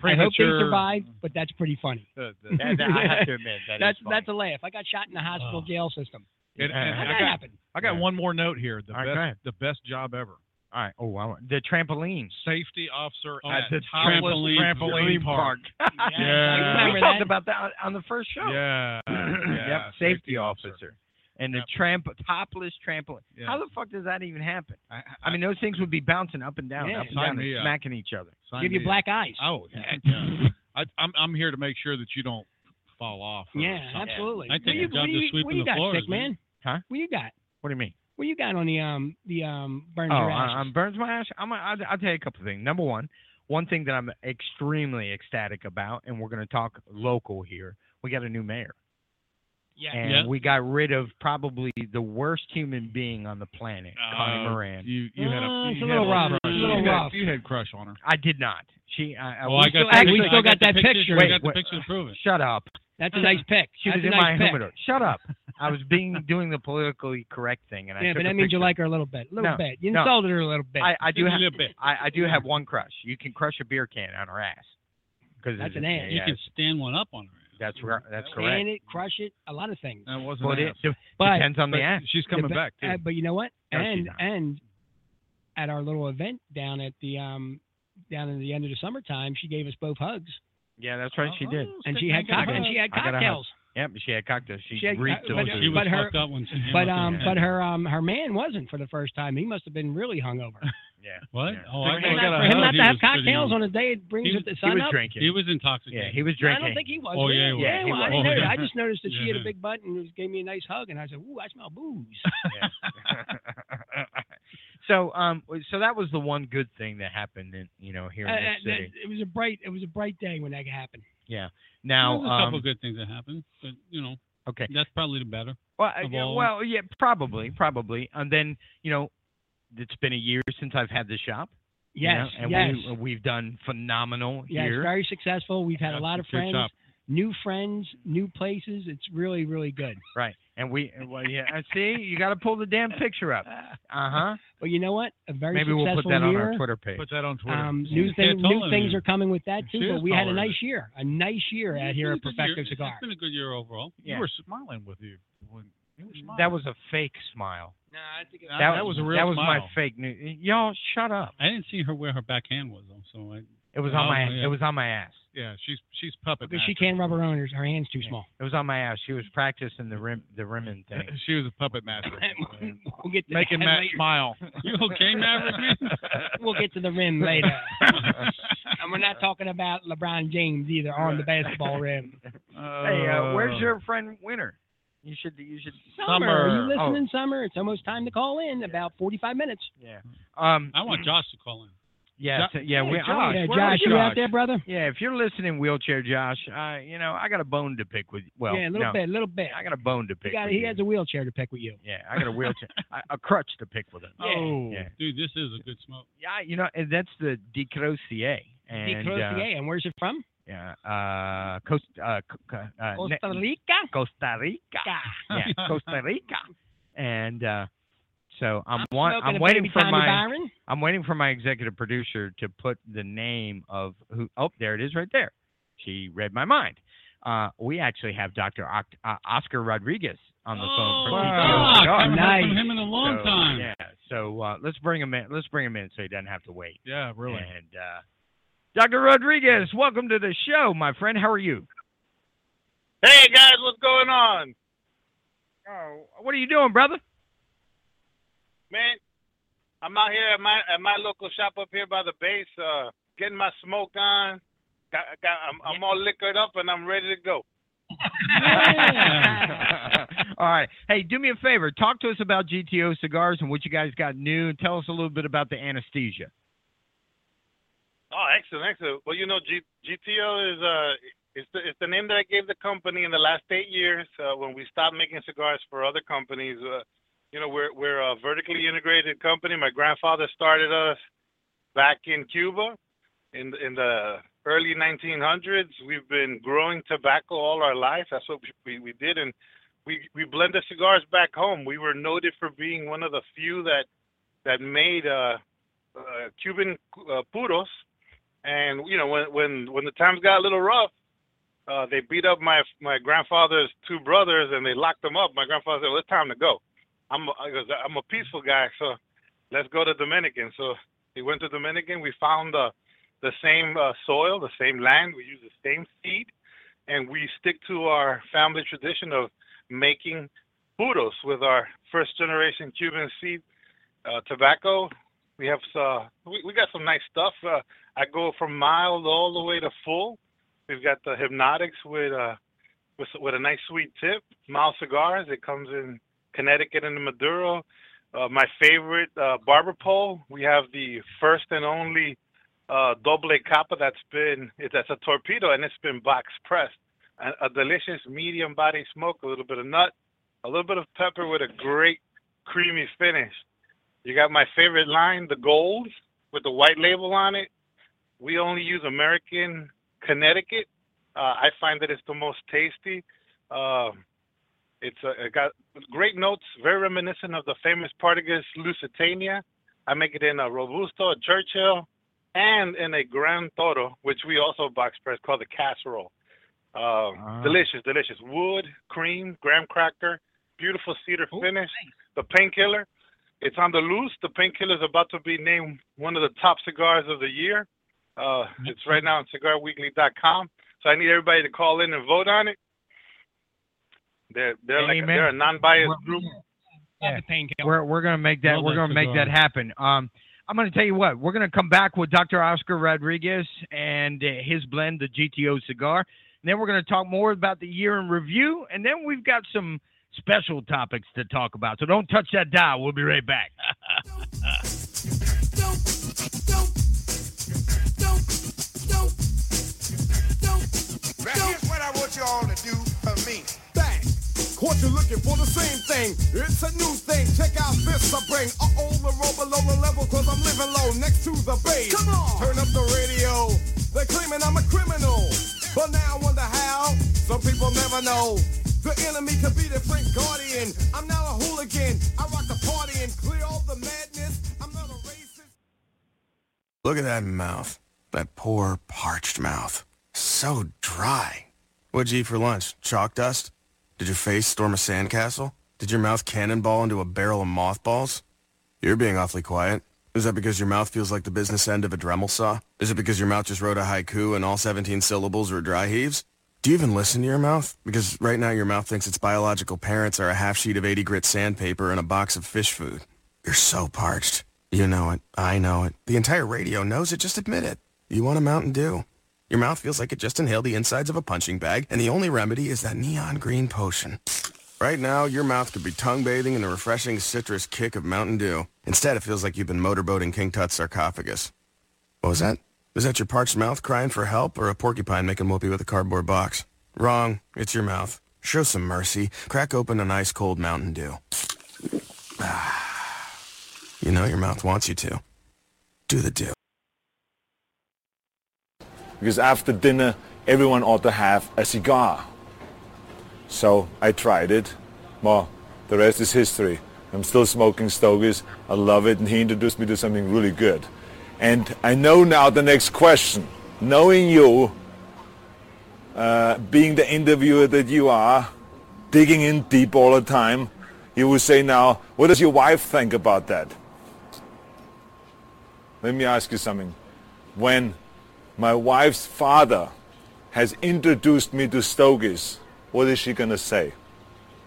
Speaker 4: Pretty
Speaker 2: I
Speaker 4: much
Speaker 2: hope they
Speaker 4: your-
Speaker 2: survive, but that's pretty funny.
Speaker 4: the- the-
Speaker 1: That- that- I have to admit that is
Speaker 2: that's
Speaker 1: funny.
Speaker 2: that's a laugh. I got shot in the hospital
Speaker 5: Oh.
Speaker 2: jail system.
Speaker 4: And- and
Speaker 2: How'd
Speaker 4: I
Speaker 2: that
Speaker 4: got-
Speaker 2: happen?
Speaker 4: I got
Speaker 1: Yeah.
Speaker 4: one more note here. The
Speaker 1: All right, go ahead.
Speaker 4: best, the best job ever.
Speaker 1: all right. Oh wow, the trampolines.
Speaker 4: Safety officer
Speaker 5: Oh,
Speaker 4: at
Speaker 5: the
Speaker 4: Topless
Speaker 5: trampoline-
Speaker 4: trampoline park.
Speaker 2: I
Speaker 4: Yeah.
Speaker 1: we
Speaker 2: remember
Speaker 1: talked
Speaker 2: that.
Speaker 1: about that on, on the first show.
Speaker 4: (clears throat) Yeah.
Speaker 1: yep,
Speaker 4: yeah,
Speaker 1: safety, officer. And the
Speaker 4: Yep.
Speaker 1: tramp topless trampoline.
Speaker 4: Yeah.
Speaker 1: How the fuck does that even happen?
Speaker 4: I,
Speaker 1: I mean, those things would be bouncing up and down,
Speaker 2: Yeah.
Speaker 1: up and
Speaker 4: Sign
Speaker 1: down,
Speaker 4: me
Speaker 1: and
Speaker 4: up.
Speaker 1: smacking each other.
Speaker 4: sign
Speaker 2: Give you
Speaker 4: me up.
Speaker 2: black eyes.
Speaker 4: Oh, yeah. I, I'm I'm here to make sure that you don't fall off. or
Speaker 2: Yeah,
Speaker 4: something.
Speaker 2: absolutely.
Speaker 5: I
Speaker 2: What
Speaker 5: take
Speaker 2: you-
Speaker 5: a job
Speaker 2: what
Speaker 5: just
Speaker 2: you-
Speaker 5: sweeping
Speaker 2: what you
Speaker 5: the
Speaker 2: got,
Speaker 5: floors,
Speaker 2: sick
Speaker 5: man.
Speaker 2: man?
Speaker 1: Huh?
Speaker 2: What you got?
Speaker 1: What do you mean?
Speaker 2: What you got on the um the um burn
Speaker 1: Oh,
Speaker 2: your
Speaker 1: I-
Speaker 2: ashes?
Speaker 1: I'm burns my ash. I'm. I'll, I'll tell you a couple of things. Number one, one thing that I'm extremely ecstatic about, and we're going to talk local here. We got a new mayor,
Speaker 2: yeah.
Speaker 1: and
Speaker 5: Yeah.
Speaker 1: we got rid of probably the worst human being on the planet, Connie
Speaker 4: Oh,
Speaker 1: Moran.
Speaker 4: You you had
Speaker 2: Uh,
Speaker 4: a
Speaker 2: it's
Speaker 4: you
Speaker 2: a
Speaker 4: had
Speaker 2: little rough.
Speaker 4: crush.
Speaker 5: It's a
Speaker 4: You
Speaker 5: little
Speaker 4: had-
Speaker 2: rough.
Speaker 4: You had crush on her.
Speaker 1: I did not. She. I, I-
Speaker 5: Oh,
Speaker 1: we
Speaker 5: I
Speaker 1: still,
Speaker 5: got the
Speaker 1: actually,
Speaker 2: we
Speaker 5: picture-
Speaker 2: still
Speaker 5: I
Speaker 2: got that
Speaker 5: the
Speaker 2: picture.
Speaker 5: I
Speaker 1: Wait,
Speaker 5: got the
Speaker 1: what-
Speaker 5: picture to prove it.
Speaker 1: shut up.
Speaker 2: That's
Speaker 5: Uh-huh.
Speaker 2: a nice pick.
Speaker 1: She
Speaker 2: That's
Speaker 1: was
Speaker 2: a
Speaker 1: in
Speaker 2: nice
Speaker 1: my
Speaker 2: pick.
Speaker 1: humidor. Shut up. I was
Speaker 2: (laughs)
Speaker 1: being doing the politically correct thing, and I
Speaker 2: Yeah,
Speaker 1: took
Speaker 2: but
Speaker 1: a
Speaker 2: that means you
Speaker 1: picture.
Speaker 2: like her a little bit. A little
Speaker 1: No,
Speaker 2: bit. You
Speaker 1: no.
Speaker 2: insulted her a little bit.
Speaker 1: I, I do
Speaker 5: Just a
Speaker 1: have.
Speaker 5: little bit.
Speaker 1: I, I do have one crush. You can crush a beer can on her ass. Cause
Speaker 2: That's
Speaker 1: it's-
Speaker 2: an ass.
Speaker 5: You
Speaker 1: yeah,
Speaker 5: can stand one up on her.
Speaker 1: that's right. That's correct.
Speaker 2: Stand it, crush it, a lot of things.
Speaker 4: That wasn't.
Speaker 1: But it
Speaker 4: ass.
Speaker 1: de-
Speaker 2: But
Speaker 1: depends on the
Speaker 4: But
Speaker 1: ass.
Speaker 4: She's coming
Speaker 2: The ba-
Speaker 4: back too.
Speaker 2: uh, but you know what?
Speaker 1: No, she's
Speaker 2: and
Speaker 1: not.
Speaker 2: and at our little event down at the um down at the end of the summertime, she gave us both hugs,
Speaker 1: Yeah, that's right. She did.
Speaker 2: and Oh, she had cock-
Speaker 1: got a
Speaker 2: and
Speaker 1: hug.
Speaker 2: she had
Speaker 1: I got a hug.
Speaker 2: cocktails.
Speaker 1: Yep, she had cocktails. She,
Speaker 2: She had- uh,
Speaker 1: reeked
Speaker 2: but-
Speaker 1: of
Speaker 5: She
Speaker 1: booze.
Speaker 5: was
Speaker 2: but her-
Speaker 5: fucked up when she came
Speaker 2: But
Speaker 5: up
Speaker 2: um,
Speaker 5: there.
Speaker 2: but her um, her man wasn't for the first time. He must have been really hungover.
Speaker 1: Yeah.
Speaker 5: What?
Speaker 1: Yeah.
Speaker 5: Oh,
Speaker 2: for
Speaker 5: I
Speaker 2: him
Speaker 5: I got
Speaker 2: not, for
Speaker 5: a
Speaker 2: him
Speaker 5: hug,
Speaker 2: not
Speaker 5: he
Speaker 2: to have
Speaker 5: was pretty
Speaker 2: cocktails
Speaker 5: young.
Speaker 2: on a day it brings
Speaker 5: He
Speaker 2: up the
Speaker 1: He
Speaker 2: sun
Speaker 1: was
Speaker 2: up.
Speaker 1: drinking.
Speaker 5: He was intoxicated.
Speaker 1: yeah, he was
Speaker 2: I
Speaker 1: drinking.
Speaker 2: don't think he was.
Speaker 5: Oh, yeah, he
Speaker 2: really.
Speaker 5: was.
Speaker 1: Yeah,
Speaker 2: well, I,
Speaker 1: he was.
Speaker 2: didn't
Speaker 1: Oh,
Speaker 2: know that.
Speaker 5: yeah.
Speaker 2: I just noticed that she had
Speaker 5: Yeah.
Speaker 2: a big butt and was- gave me a nice hug, and I said, "Ooh, I smell
Speaker 1: (laughs)
Speaker 2: booze." (laughs)
Speaker 1: Yeah. (laughs) so, um, so that was the one good thing that happened in you know here
Speaker 2: Uh,
Speaker 1: in
Speaker 2: uh,
Speaker 1: this city.
Speaker 2: that- it was a bright it was a bright day when that happened.
Speaker 5: Now,
Speaker 1: Now,
Speaker 5: There's a couple
Speaker 1: um,
Speaker 5: good things that happened, but you know,
Speaker 1: okay.
Speaker 5: that's probably the better.
Speaker 1: Well, I-
Speaker 5: of
Speaker 1: yeah,
Speaker 5: all-
Speaker 1: well, yeah, probably, probably. And then, you know, it's been a year since I've had the shop. you
Speaker 2: Yes,
Speaker 1: know, and
Speaker 2: yes.
Speaker 1: we, we've done phenomenal
Speaker 2: Yeah, it's
Speaker 1: here.
Speaker 2: very successful. We've had a
Speaker 4: Yeah,
Speaker 2: lot of
Speaker 4: it's a good
Speaker 2: friends,
Speaker 4: job.
Speaker 2: new friends, new places. It's really, really good.
Speaker 1: Right. And we, and well, yeah, I see, you got to pull the damn picture up. Uh huh.
Speaker 2: But you know what? A very
Speaker 1: Maybe we'll
Speaker 2: successful
Speaker 1: put that on
Speaker 2: year.
Speaker 1: our Twitter page.
Speaker 4: Put that on Twitter.
Speaker 2: Um,
Speaker 5: Yeah.
Speaker 2: new, thing,
Speaker 5: Yeah,
Speaker 2: new
Speaker 5: totally.
Speaker 2: things are coming with that too.
Speaker 4: She is
Speaker 2: But we had a
Speaker 4: taller than
Speaker 2: nice year, a nice year out
Speaker 5: It's
Speaker 2: here
Speaker 5: been
Speaker 2: at
Speaker 5: a good year.
Speaker 2: Perfecto Cigar.
Speaker 5: It's been a good year overall.
Speaker 1: yeah.
Speaker 4: You were smiling with you. When, you were smiling.
Speaker 1: That was a fake smile.
Speaker 2: No, I think
Speaker 4: That-
Speaker 1: That,
Speaker 4: that was a real
Speaker 1: That was my
Speaker 4: smile.
Speaker 1: fake news. Y'all shut up.
Speaker 5: I didn't see her where her backhand was though, so I,
Speaker 1: It was on
Speaker 5: Oh,
Speaker 1: my.
Speaker 5: yeah.
Speaker 1: It was on my ass.
Speaker 4: Yeah, she's she's puppet.
Speaker 2: because she
Speaker 4: master.
Speaker 2: can't rub her own. Her hand's too small.
Speaker 1: It was on my ass. She was practicing the rim, the rimming
Speaker 2: (laughs)
Speaker 1: thing.
Speaker 4: she was a puppet master.
Speaker 2: we'll get to
Speaker 4: Making
Speaker 2: that
Speaker 4: Matt
Speaker 2: (laughs) later.
Speaker 4: smile.
Speaker 2: (laughs)
Speaker 5: you okay, Maverick? Man?
Speaker 2: We'll get to the rim later. I'm not talking about LeBron James either on the
Speaker 1: Right.
Speaker 2: basketball rim.
Speaker 1: Hey, uh, where's your friend Winter? You should. You should.
Speaker 2: Summer, are you
Speaker 1: Oh.
Speaker 4: Summer.
Speaker 2: listening, Summer? It's almost time to call in. About forty-five minutes.
Speaker 1: Yeah. Um.
Speaker 5: I want Josh to call in.
Speaker 1: Yeah. so- yeah. we,
Speaker 2: Josh, yeah,
Speaker 1: Josh, where
Speaker 2: Josh,
Speaker 1: is
Speaker 2: you out
Speaker 1: Josh?
Speaker 2: there, brother?
Speaker 1: Yeah. If you're listening, wheelchair Josh, uh, you know I got a bone to pick with. Well,
Speaker 2: yeah, a little
Speaker 1: no,
Speaker 2: bit, a little bit.
Speaker 1: I got a bone to
Speaker 2: He,
Speaker 1: pick.
Speaker 2: got,
Speaker 1: with
Speaker 2: he
Speaker 1: you.
Speaker 2: has a wheelchair to pick with you.
Speaker 1: Yeah, I got
Speaker 2: (laughs)
Speaker 1: a wheelchair, a, a crutch to pick with him.
Speaker 5: Oh,
Speaker 1: Yeah.
Speaker 5: dude, this is a good smoke.
Speaker 1: Yeah, you know, and that's the Decrocier. And,
Speaker 2: Decrozier,
Speaker 1: uh,
Speaker 2: and where's
Speaker 1: (laughs)
Speaker 2: it from?
Speaker 1: yeah, uh, Coast, uh, c- c- uh, ne-
Speaker 2: Costa Rica.
Speaker 1: Costa Rica. Yeah, Costa Rica. And uh, so I'm one,
Speaker 2: Smoking
Speaker 1: I'm
Speaker 2: a
Speaker 1: waiting
Speaker 2: baby
Speaker 1: for
Speaker 2: Tommy
Speaker 1: my
Speaker 2: Byron.
Speaker 1: I'm waiting for my executive producer to put the name of who. Oh, there it is, right there. She read my mind. Uh, we actually have Dr. Oct- uh, Oscar Rodriguez on the phone.
Speaker 5: Oh,
Speaker 1: from
Speaker 5: fuck, I
Speaker 1: TKOTR.
Speaker 5: haven't heard
Speaker 2: Nice.
Speaker 5: from him in a long
Speaker 1: So,
Speaker 5: time.
Speaker 1: Yeah. So uh, let's bring him in. Let's bring him in so he doesn't have to wait.
Speaker 4: Yeah, really.
Speaker 1: And uh, Dr. Rodriguez, welcome to the show, my friend. How are you?
Speaker 6: Hey guys, what's going on?
Speaker 1: Oh, what are you doing, brother?
Speaker 6: Man, I'm out here at my at my local shop up here by the base, uh, getting my smoke on. Got, got, I'm, I'm all liquored up and I'm ready
Speaker 2: (laughs)
Speaker 6: to go.
Speaker 5: Yeah.
Speaker 1: (laughs) All right. Hey, do me a favor. Talk to us about GTO cigars and what you guys got new, and tell us a little bit about the anesthesia.
Speaker 6: Oh, excellent, excellent. Well, you know, G, GTO is uh, it's the, it's the name that I gave the company in the last eight years uh, when we stopped making cigars for other companies. Uh, you know, we're we're a vertically integrated company. My grandfather started us back in Cuba in the- in the early 1900s. We've been growing tobacco all our life. That's what we we did, and we we blended cigars back home. We were noted for being one of the few that that made uh, uh, Cuban uh, puros. And you know, when when when the times got a little rough, uh, they beat up my my grandfather's two brothers and they locked them up. My grandfather said, "Well, it's time to go." I'm a, I goes, I'm a peaceful guy, so let's go to Dominican. So we went to Dominican. We found the the same uh, soil, the same land. We use the same seed, and we stick to our family tradition of making puros with our first generation Cuban seed uh, tobacco. We have uh, we, we got some nice stuff. Uh, I go from mild all the way to full. We've got the hypnotics with uh with with a nice sweet tip. Mild cigars. It comes in Connecticut and Maduro. Uh, my favorite uh, barber pole. We have the first and only uh, doble capa that's been it, that's a torpedo and it's been box pressed. A, a delicious medium body smoke. A little bit of nut. A little bit of pepper with a great creamy finish. You got my favorite line, the gold with the white label on it we only use American Connecticut. Uh, I find that it's the most tasty. Um, it's uh, it got great notes, very reminiscent of the famous Partagas Lusitania. I make it in a Robusto, a Churchill, and in a Grand Toro, which we also box press called the casserole. Um,
Speaker 1: Ah.
Speaker 6: Delicious, delicious. Wood, cream, graham cracker, beautiful cedar
Speaker 5: Ooh,
Speaker 6: finish. The painkiller, it's on the loose. The painkiller is about to be named one of the top cigars of the year. Uh, it's right now on cigarweekly.com. So I need everybody to call in and vote on it. They're they're like
Speaker 1: Amen.
Speaker 6: they're a non-biased.
Speaker 1: We're-
Speaker 2: Not
Speaker 1: Yeah.
Speaker 2: the painkiller.
Speaker 1: We're we're gonna make that
Speaker 5: Love
Speaker 1: we're
Speaker 5: that
Speaker 1: gonna make
Speaker 5: cigar.
Speaker 1: that happen. Um, I'm gonna tell you what. We're gonna come back with Dr. Oscar Rodriguez and uh, his blend, the GTO cigar. And then we're gonna talk more about the year in review. And then we've got some special topics to talk about. So don't touch that dial. We'll be right back. (laughs)
Speaker 7: Now here's what I want you all to do for me. Bang! Caught you looking for the same thing. It's a new thing. Check out this I bring. Uh-oh, the roll below the level, cause I'm living low next to the base. Come on! Turn up the radio. They're claiming I'm a criminal. But now I wonder how. Some people never know. The enemy could be the Frank Guardian. I'm not a hooligan. I rock the party and clear all the madness. I'm not a racist. Look at that mouth. That poor, parched mouth. So dry. What'd you eat for lunch? Chalk dust? Did your face storm a sandcastle? Did your mouth cannonball into a barrel of mothballs? You're being awfully quiet. Is that because your mouth feels like the business end of a Dremel saw? Is it because your mouth just wrote a haiku and all 17 syllables were dry heaves? Do you even listen to your mouth? Because right now your mouth thinks its biological parents are a half sheet of 80 grit sandpaper and a box of fish food. You're so parched. You know it. I know it. The entire radio knows it. Just admit it.
Speaker 3: You want a Mountain Dew? Your mouth feels like it just inhaled the insides of a punching bag, and the only remedy is that neon green potion. Right now, your mouth could be tongue bathing in the refreshing citrus kick of Mountain Dew. Instead, it feels like you've been motorboating King Tut's sarcophagus. What was that? Was that your parched mouth crying for help or a porcupine making whoopee with a cardboard box? Wrong. It's your mouth. Show some mercy. Crack open an ice cold Mountain Dew. Ah. you know your mouth wants you to. Do the dew.
Speaker 8: because after dinner everyone ought to have a cigar. So I tried it. Well, the rest is history. I'm still smoking Stogies. I love it, and he introduced me to something really good. And I know now the next question. Knowing you, uh, being the interviewer that you are, digging in deep all the time, you will say now, what does your wife think about that? Let me ask you something. When my wife's father has introduced me to Stogies, what is she going to say?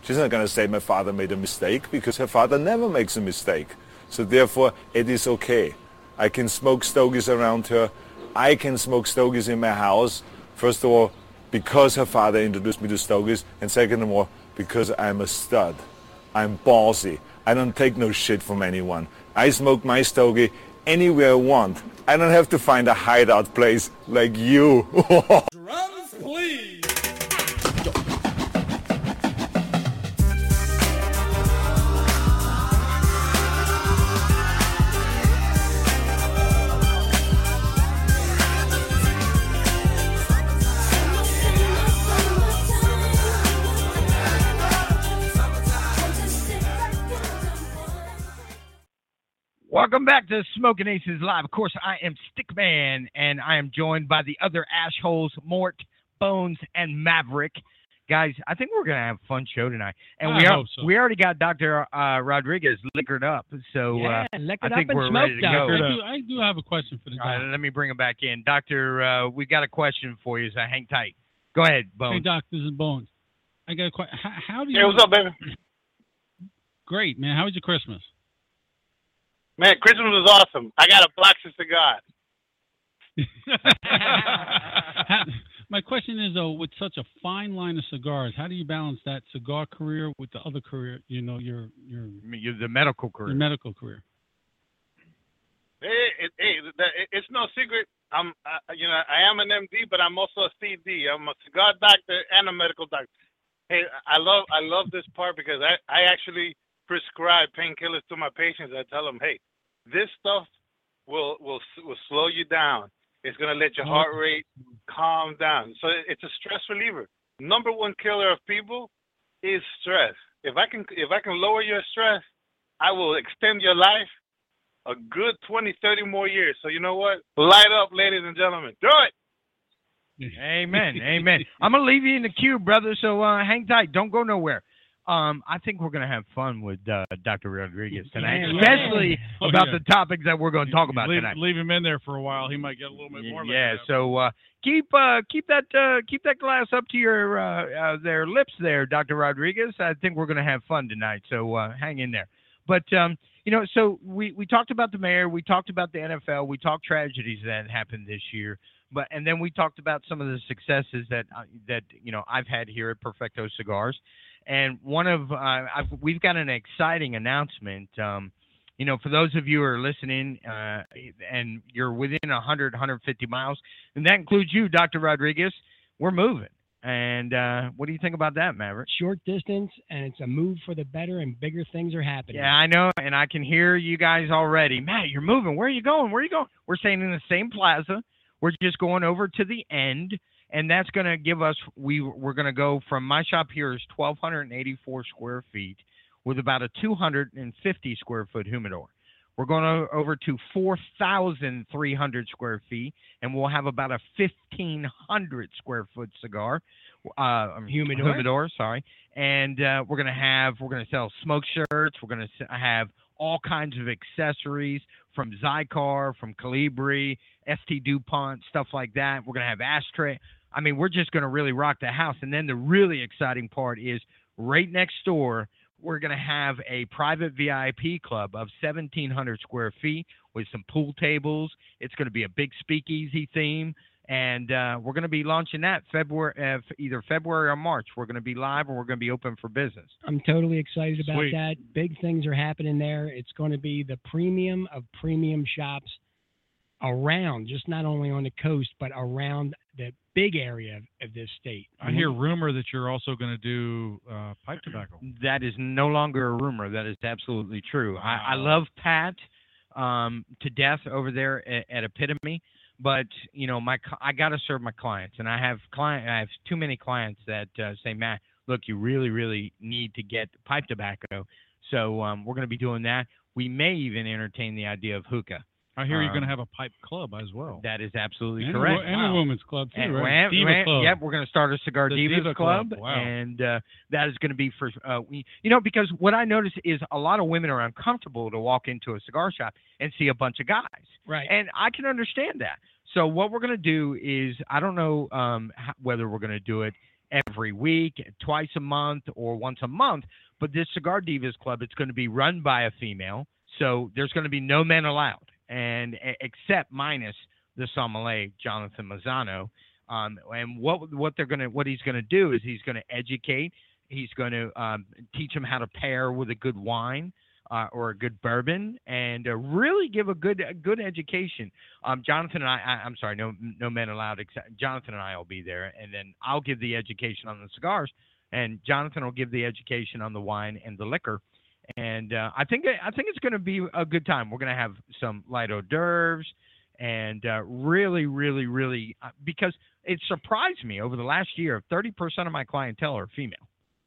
Speaker 8: She's not going to say my father made a mistake because her father never makes a mistake. So therefore, it is okay. I can smoke Stogies around her. I can smoke Stogies in my house. First of all, because her father introduced me to Stogies. And second of all, because I'm a stud. I'm ballsy. I don't take no shit from anyone. I smoke my stogie anywhere I want. I don't have to find a hideout place like you. (laughs)
Speaker 7: Drums, please.
Speaker 1: Welcome back to Smoking Aces Live. Of course, I am Stickman, and I am joined by the other assholes, Mort, Bones, and Maverick. Guys, I think we're gonna have a fun show tonight, and
Speaker 5: I
Speaker 1: we al-
Speaker 5: hope so.
Speaker 1: we already got Doctor uh, Rodriguez liquored up. So uh,
Speaker 2: yeah, lick
Speaker 1: I
Speaker 2: it up
Speaker 1: think
Speaker 2: and
Speaker 1: we're
Speaker 2: smoke
Speaker 1: ready to
Speaker 2: that.
Speaker 1: go.
Speaker 5: I do, I do have a question for the
Speaker 1: uh,
Speaker 5: doctor.
Speaker 1: uh, let me bring him back in, Doctor. Uh, we got a question for you, so hang tight. Go ahead,
Speaker 5: hey,
Speaker 1: Bones.
Speaker 5: doc, this is Bones. I got a question. How, how do you?
Speaker 6: Hey, what's up, baby?
Speaker 5: Great, man. How was your Christmas?
Speaker 1: (laughs)
Speaker 5: (laughs)
Speaker 6: Man, Christmas was awesome. I got a box of cigars.
Speaker 5: How- my question is though, with such a fine line of cigars, how do you balance that cigar career with the other career? You know, your your,
Speaker 1: You're the medical
Speaker 5: your
Speaker 1: career.
Speaker 5: medical career.
Speaker 6: Hey, it, hey, th- that- it, it's no secret. I'm, uh, you know, I am an MD, but I'm also a CD. I'm a cigar doctor and a medical doctor. Hey, I love, I love this part because I, I actually prescribe painkillers to my patients. I tell them, hey, this stuff will, will, s- will slow you down. It's gonna let your heart rate calm down. So it- it's a stress reliever. Number one killer of people is stress. If I can, if I can lower your stress, I will extend your life a good 20, 30 more years. So you know what? Light up, ladies and gentlemen. Do it.
Speaker 1: Amen. Amen. I'm gonna leave you in the queue, brother. So uh, hang tight. Don't go nowhere. Um, I think we're gonna have fun with uh, Dr. Rodriguez tonight,
Speaker 5: Yeah.
Speaker 1: especially
Speaker 5: Oh,
Speaker 1: about
Speaker 5: yeah.
Speaker 1: the topics that we're gonna talk about
Speaker 4: leave,
Speaker 1: tonight.
Speaker 4: Leave him in there for a while. He might get a little bit more.
Speaker 1: yeah.
Speaker 4: liquored up.
Speaker 1: So uh, keep uh, keep that uh, keep that glass up to your uh, uh, their lips, there, Dr. Rodriguez. I think we're gonna have fun tonight. So uh, hang in there. But um, you know, so we we talked about the mayor, we talked about the NFL, we talked tragedies that happened this year, but and then we talked about some of the successes that I that you know I've had here at Perfecto Cigars, and one of uh, I've, we've got an exciting announcement. Um, you know, for those of you who are listening uh, and you're within 100, 150 miles, and that includes you, Dr. Rodriguez, we're moving. And uh, what do you think about that, Maverick?
Speaker 2: Short distance, and it's a move for the better, and bigger things are happening.
Speaker 1: Yeah, I know, and I can hear you guys already. Matt, you're moving. Where are you going? Where are you going? We're staying in the same plaza. We're just going over to the end, and that's going to give us. We we're going to go from my shop here is 1,284 square feet with about a 250 square foot humidor. We're going o- over to 4,300 square feet, and we'll have about a 1,500 square foot cigar. Uh,
Speaker 2: Humidor?
Speaker 1: Humidor, sorry and uh, we're gonna have we're gonna sell smoke shirts. We're gonna s- have all kinds of accessories from Zycar, from Calibri, ST Dupont, stuff like that. We're gonna have ashtray. I mean, we're just gonna really rock the house. And then the really exciting part is right next door. We're gonna have a private VIP club of 1,700 square feet with some pool tables. It's going to be a big speakeasy theme, and uh, we're going to be launching that February, uh, f- either February or March. We're going to be live, and we're going to be open for business.
Speaker 2: I'm totally excited about
Speaker 1: Sweet.
Speaker 2: that. Big things are happening there. It's going to be the premium of premium shops around, just not only on the coast, but around the big area of, of this state. Mm-hmm.
Speaker 4: I hear rumor that you're also going to do uh, pipe tobacco.
Speaker 1: That is no longer a rumor. That is absolutely true.
Speaker 4: Uh-huh.
Speaker 1: I, I love Pat um, to death over there at, at Epitome, but you know, my cl- I gotta serve my clients, and I have client I have too many clients that uh, say, Matt, look, you really, really need to get pipe tobacco. So um, we're gonna be doing that. We may even entertain the idea of hookah.
Speaker 4: I hear you're going to
Speaker 1: Um,
Speaker 4: have a pipe club as well.
Speaker 1: That is absolutely
Speaker 4: And a wo-
Speaker 1: correct.
Speaker 4: and a Wow. women's club too,
Speaker 1: And
Speaker 4: right?
Speaker 1: we're-
Speaker 4: Diva
Speaker 1: we're-
Speaker 4: club.
Speaker 1: Yep, we're going to start a cigar
Speaker 4: The
Speaker 1: divas
Speaker 4: Diva
Speaker 1: club,
Speaker 4: club, wow.
Speaker 1: and uh, that is going to be for uh, we, you know because what I notice is a lot of women are uncomfortable to walk into a cigar shop and see a bunch of guys,
Speaker 2: right?
Speaker 1: And I can understand that. So what we're going to do is I don't know um, h- whether we're going to do it every week, twice a month, or once a month, but this cigar divas club it's going to be run by a female, so there's going to be no men allowed, and e- except minus the sommelier Jonathan Mazzano. Um, and what what they're gonna what he's gonna do is he's gonna educate. He's gonna um, teach them how to pair with a good wine uh, or a good bourbon, and uh, really give a good a good education. Um, Jonathan and I, I I'm sorry, no no men allowed. Except Jonathan and I will be there, and then I'll give the education on the cigars, and Jonathan will give the education on the wine and the liquor. And uh, I think I think it's going to be a good time. We're going to have some light hors d'oeuvres and uh, really, really, really, uh, because it surprised me over the last year, 30% of my clientele are female.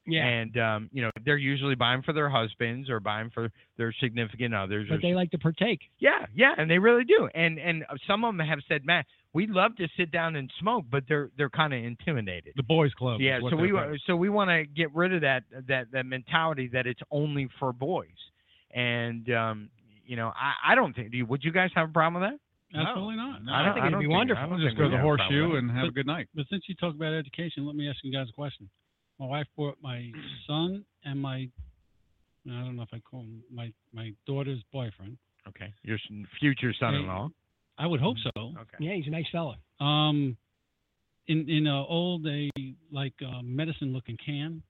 Speaker 2: Yeah.
Speaker 1: And, um, you know, they're usually buying for their husbands or buying for their significant others.
Speaker 2: But
Speaker 1: or
Speaker 2: they like to partake.
Speaker 1: yeah, yeah, and they really do. And and uh, some of them have said, Matt, we love to sit down and smoke, but they're they're kind of intimidated.
Speaker 4: The boys club. is
Speaker 1: Yeah,
Speaker 4: what
Speaker 1: so
Speaker 4: they're
Speaker 1: we
Speaker 4: about.
Speaker 1: wa- so we want to get rid of that that that mentality that it's only for boys. And um, you know, I I don't think. Do you, would you guys have a problem with that?
Speaker 5: Absolutely not.
Speaker 1: No, I don't- I don't think- I don't
Speaker 4: Just
Speaker 1: think
Speaker 4: go
Speaker 1: we
Speaker 4: to
Speaker 1: have
Speaker 4: the
Speaker 1: a problem with
Speaker 4: horseshoe
Speaker 1: that.
Speaker 4: and have a
Speaker 5: But-
Speaker 4: good night.
Speaker 5: But since you talk about education, let me ask you guys a question. My wife bought my son and my I don't know if I call him my my daughter's boyfriend.
Speaker 1: Okay, your s- future son-in-law.
Speaker 5: I would hope so.
Speaker 4: Mm-hmm.
Speaker 1: Okay.
Speaker 2: Yeah, he's a nice fella.
Speaker 5: Um, in in a old a like uh, medicine looking can,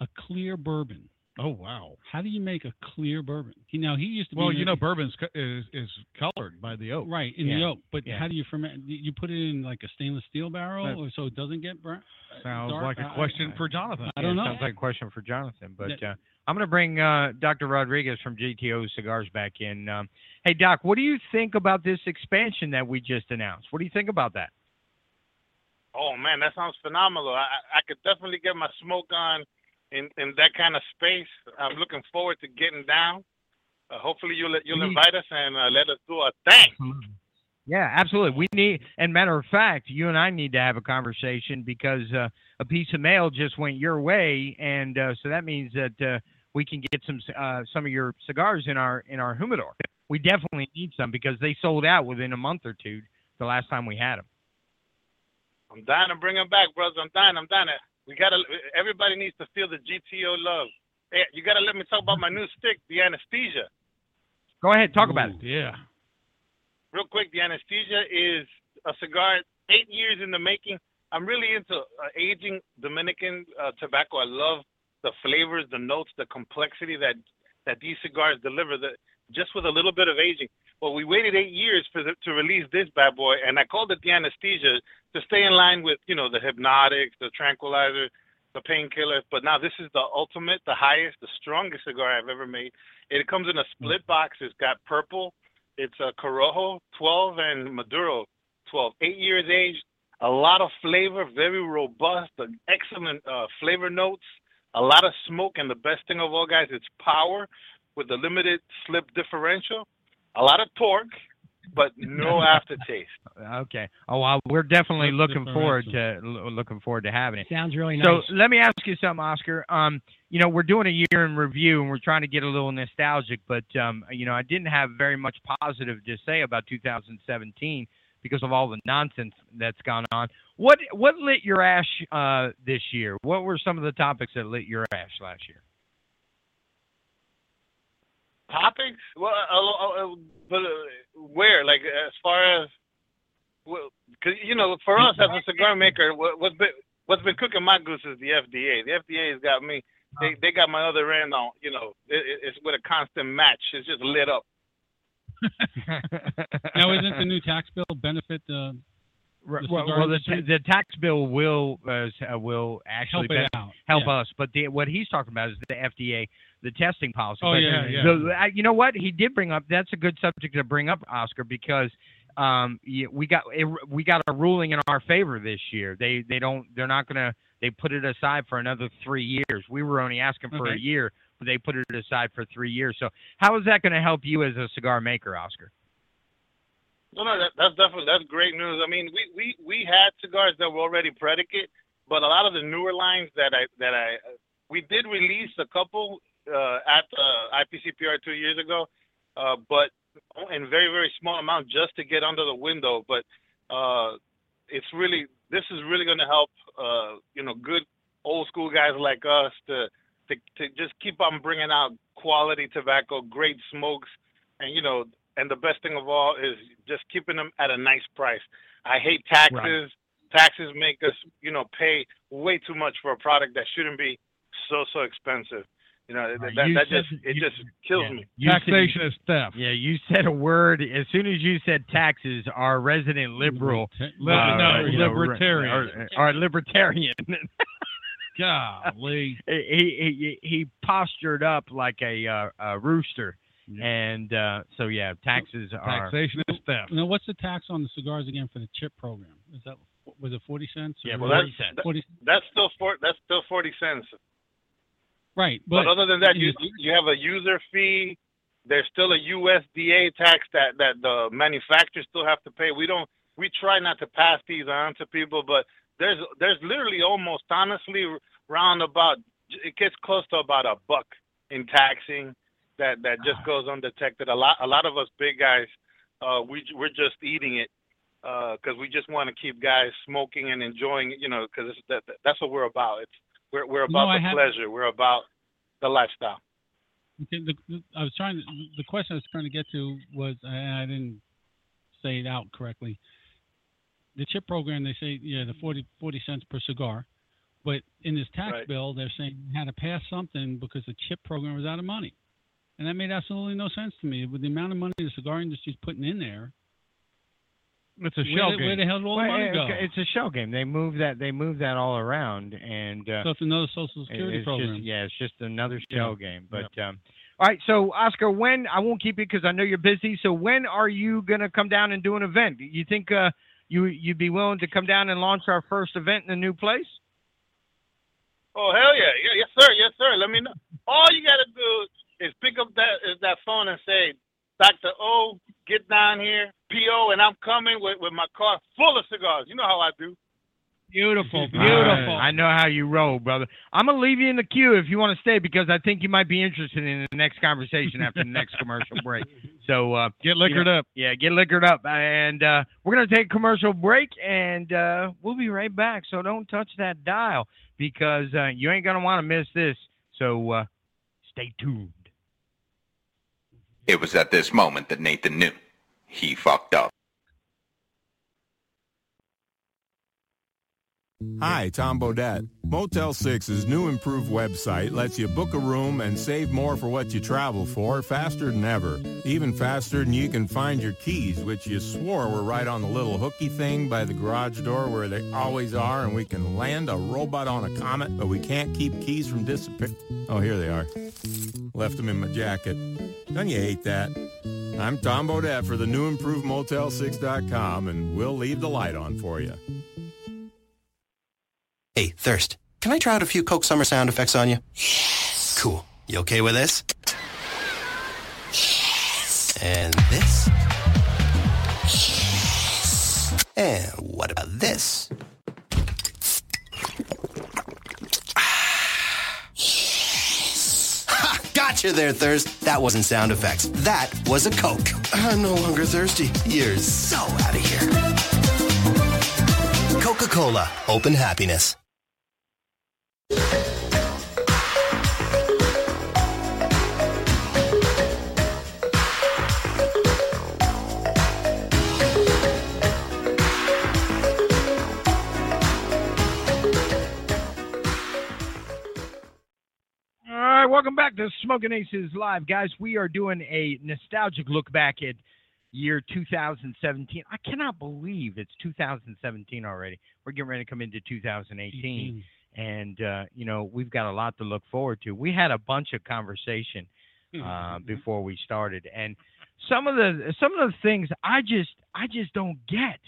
Speaker 5: a clear bourbon.
Speaker 4: Oh wow.
Speaker 5: How do you make a clear bourbon? He, now he used to be
Speaker 4: Well,
Speaker 5: in
Speaker 4: you
Speaker 5: the-
Speaker 4: know, bourbon's co- is is colored by the oak.
Speaker 5: right in the
Speaker 4: Yeah.
Speaker 5: oak, but
Speaker 4: Yeah.
Speaker 5: how do you ferment? You you put it in like a stainless steel barrel,
Speaker 4: That-
Speaker 5: or so it doesn't get burnt.
Speaker 4: Sounds
Speaker 5: dark?
Speaker 4: like a
Speaker 5: I-
Speaker 4: question
Speaker 5: I-
Speaker 4: for Jonathan.
Speaker 5: I don't
Speaker 1: Yeah,
Speaker 5: know.
Speaker 1: Sounds like a question for Jonathan, but
Speaker 5: That-
Speaker 1: uh, I'm going to bring uh, Dr. Rodriguez from GTO Cigars back in. Um, hey, Doc, what do you think about this expansion that we just announced? What do you think about that?
Speaker 6: Oh man, that sounds phenomenal. I I- I could definitely get my smoke on in in that kind of space. I'm looking forward to getting down. Uh, hopefully you'll you'll invite us and uh, let us do our thing.
Speaker 1: Yeah, absolutely. We need, and matter of fact, you and I need to have a conversation because uh, a piece of mail just went your way, and uh, so that means that uh, we can get some uh, some of your cigars in our in our humidor. We definitely need some because they sold out within a month or two the last time we had them.
Speaker 6: I'm dying to bring them back, brothers. I'm dying. I'm dying. to- We gotta. Everybody needs to feel the GTO love. Hey, you gotta let me talk about my new stick, the anesthesia.
Speaker 1: Go ahead, talk about it.
Speaker 4: Yeah.
Speaker 6: real quick, the anesthesia is a cigar eight years in the making. I'm really into uh, aging Dominican uh, tobacco. I love the flavors, the notes, the complexity that that these cigars deliver. That just with a little bit of aging. Well, we waited eight years for the, to release this bad boy, and I called it the anesthesia to stay in line with you know the hypnotics, the tranquilizer, the painkillers. But now this is the ultimate, the highest, the strongest cigar I've ever made. It comes in a split box. It's got purple, it's a Corojo 12 and Maduro 12. Eight years age, a lot of flavor, very robust, uh, excellent uh, flavor notes, a lot of smoke, and the best thing of all, guys, it's power with the limited slip differential, a lot of torque, but no aftertaste.
Speaker 1: Okay. Oh, well, we're definitely
Speaker 5: That's
Speaker 1: looking forward to lo- looking forward to having it.
Speaker 2: Sounds really nice.
Speaker 1: So let me ask you something, Oscar. Um, you know, we're doing a year in review and we're trying to get a little nostalgic, but um, you know, I didn't have very much positive to say about 2017 because of all the nonsense that's gone on. What what lit your ash uh, this year? What were some of the topics that lit your ash last year?
Speaker 6: topics? Well, uh, uh, uh, but uh, where? Like as far as, well, 'cause, you know, for us as a cigar maker, what, what's been what's been cooking my goose is the FDA. The FDA has got me. They they got my other end on. You know, it, it, it's with a constant match. It's just lit up.
Speaker 5: Now, isn't the new tax bill benefit the?
Speaker 1: Right,
Speaker 5: the
Speaker 1: well,
Speaker 5: cigar
Speaker 1: well, the,
Speaker 5: industry?
Speaker 1: the tax bill will uh, s- uh, will actually
Speaker 5: Help it
Speaker 1: ben-
Speaker 5: out,
Speaker 1: help
Speaker 5: yeah.
Speaker 1: us, but the, what he's talking about is the FDA, the testing policy.
Speaker 5: Oh,
Speaker 1: But
Speaker 5: yeah, yeah.
Speaker 1: the- I- you know what? He did bring up. That's a good subject to bring up, Oscar, because um, y- we got it, we got a ruling in our favor this year. They they don't they're not gonna they put it aside for another three years. We were only asking for a
Speaker 5: Okay.
Speaker 1: year, but they put it aside for three years. So how is that going to help you as a cigar maker, Oscar?
Speaker 6: No, no, that, that's definitely that's great news. I mean, we, we we had cigars that were already predicate, but a lot of the newer lines that I that I we did release a couple uh, at uh, IPCPR two years ago, uh, but in very very small amount just to get under the window. But uh, it's really this is really going to help uh, you know good old school guys like us to, to to just keep on bringing out quality tobacco, great smokes, and you know and the best thing of all is just keeping them at a nice price. I hate taxes. Taxes make us, you know, pay way too much for a product that shouldn't be so so expensive. You know, that,
Speaker 1: Right,
Speaker 6: that,
Speaker 1: you
Speaker 6: that
Speaker 1: said-
Speaker 6: just it
Speaker 1: you-
Speaker 6: just kills
Speaker 1: yeah.
Speaker 6: me.
Speaker 1: You said-
Speaker 4: Taxation is theft.
Speaker 1: Yeah, you said a word. As soon as you said taxes, our resident liberal,
Speaker 5: Liberta-
Speaker 1: uh,
Speaker 4: no,
Speaker 1: you know,
Speaker 4: libertarian.
Speaker 1: or, or libertarian, (laughs)
Speaker 4: Golly.
Speaker 1: he, he he postured up like a, uh, a rooster,
Speaker 4: Yeah.
Speaker 1: and uh, so yeah, taxes are
Speaker 4: Taxation is theft.
Speaker 5: Now, what's the tax on the cigars again for the chip program? Is that was it forty cents? or-
Speaker 1: yeah,
Speaker 6: well,
Speaker 1: forty
Speaker 6: that's-
Speaker 1: cents.
Speaker 5: Forty.
Speaker 6: That's still for that's still forty cents.
Speaker 5: Right,
Speaker 6: But,
Speaker 5: but
Speaker 6: other than that, you
Speaker 5: in
Speaker 6: you have a user fee. There's still a USDA tax that that the manufacturers still have to pay. We don't. We try not to pass these on to people, but there's there's literally almost honestly round about it gets close to about a buck in taxing that that just goes undetected. A lot a lot of us big guys, uh, we we're just eating it because we just want to keep guys smoking and enjoying. it, You know, because that, that- that's what we're about. It's we're we're about
Speaker 5: I
Speaker 6: the
Speaker 5: have-
Speaker 6: pleasure. We're about the lifestyle.
Speaker 5: Okay, the, the, I was trying to, the question I was trying to get to was, and I didn't say it out correctly. The chip program, they say, yeah, the 40, 40 cents per cigar. But in this tax
Speaker 6: Right.
Speaker 5: bill, they're saying you had to pass something because the chip program was out of money. And that made absolutely no sense to me. With the amount of money the cigar industry's putting in there,
Speaker 4: It's a
Speaker 5: where,
Speaker 4: shell
Speaker 5: the, where
Speaker 4: game.
Speaker 5: the hell did all the
Speaker 1: Well,
Speaker 5: money
Speaker 1: it-
Speaker 5: go?
Speaker 1: it's a shell game. They move that they move that all around, and uh,
Speaker 5: so it's another social
Speaker 1: It-
Speaker 5: security
Speaker 1: it's
Speaker 5: program.
Speaker 1: (laughs) Just, yeah, it's just another shell game. But um, all right, so Oscar, when I won't keep you because I know you're busy. So when are you gonna come down and do an event? You think uh, you you'd be willing to come down and launch our first event in a new place?
Speaker 6: Oh hell yeah, yeah, yes sir, yes sir. Let me know. All you gotta do is pick up that is that phone and say, Doctor O, get down here, PO, and I'm coming with with my car full of cigars. You know how I do.
Speaker 5: Beautiful,
Speaker 1: All
Speaker 5: beautiful.
Speaker 1: right, I know how you roll, brother. I'm gonna leave you in the queue if you want to stay because I think you might be interested in the next conversation after the next (laughs) commercial break. So uh,
Speaker 4: Get liquored up.
Speaker 1: Yeah, get liquored up. And uh, we're going to take a commercial break and uh, we'll be right back. So don't touch that dial because uh, you ain't going to want to miss this. So uh, stay tuned.
Speaker 9: It was at this moment that Nathan knew. He fucked up.
Speaker 7: Hi, Tom Bodette. Motel 6's new improved website lets you book a room and save more for what you travel for faster than ever. Even faster than you can find your keys, which you swore were right on the little hooky thing by the garage door where they always are, and we can land a robot on a comet, but we can't keep keys from disappearing. Oh, here they are. Left them in my jacket. Don't you hate that? I'm Tom Bodette for the new improved Motel6.com, and we'll leave the light on for you.
Speaker 10: Hey, Thirst, can I try out a few Coke Summer sound effects on you? Yes. Cool. You okay with this? Yes. And this? Yes. And what about this? Ah. Yes. Ha! Gotcha there, Thirst. That wasn't sound effects. That was a Coke. I'm no longer thirsty. You're so out of here. Coca Cola, open happiness.
Speaker 1: Welcome back to Smoking Aces Live, guys. We are doing a nostalgic look back at year 2017. I cannot believe it's 2017 already. We're getting ready to come into 2018, and uh, you know we've got a lot to look forward to. We had a bunch of conversation
Speaker 2: Mm-hmm,
Speaker 1: uh, before we started, and some of the some of the things I just I just don't get.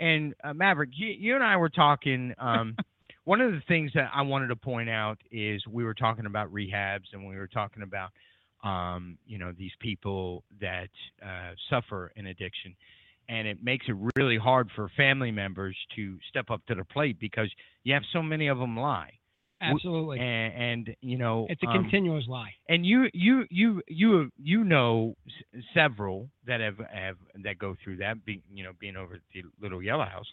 Speaker 1: And uh, Maverick, you, you and I were talking.
Speaker 2: (laughs)
Speaker 1: Um, one of the things that I wanted to point out is we were talking about rehabs and we were talking about um, you know these people that uh, suffer an addiction, and it makes it really hard for family members to step up to the plate because you have so many of them lie. W-
Speaker 2: Absolutely.
Speaker 1: And, and you know
Speaker 2: It's a
Speaker 1: um,
Speaker 2: continuous lie.
Speaker 1: and you you you you you know s- several that have have that go through that be, you know being over at the little yellow house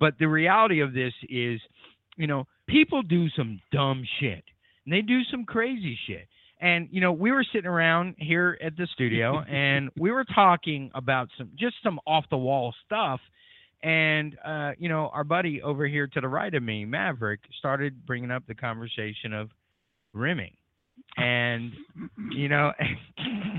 Speaker 1: but the reality of this is you know people do some dumb shit and they do some crazy shit and you know we were sitting around here at the studio and we were talking about some just some off the wall stuff and uh, you know our buddy over here to the right of me maverick started bringing up the conversation of rimming and you know (laughs)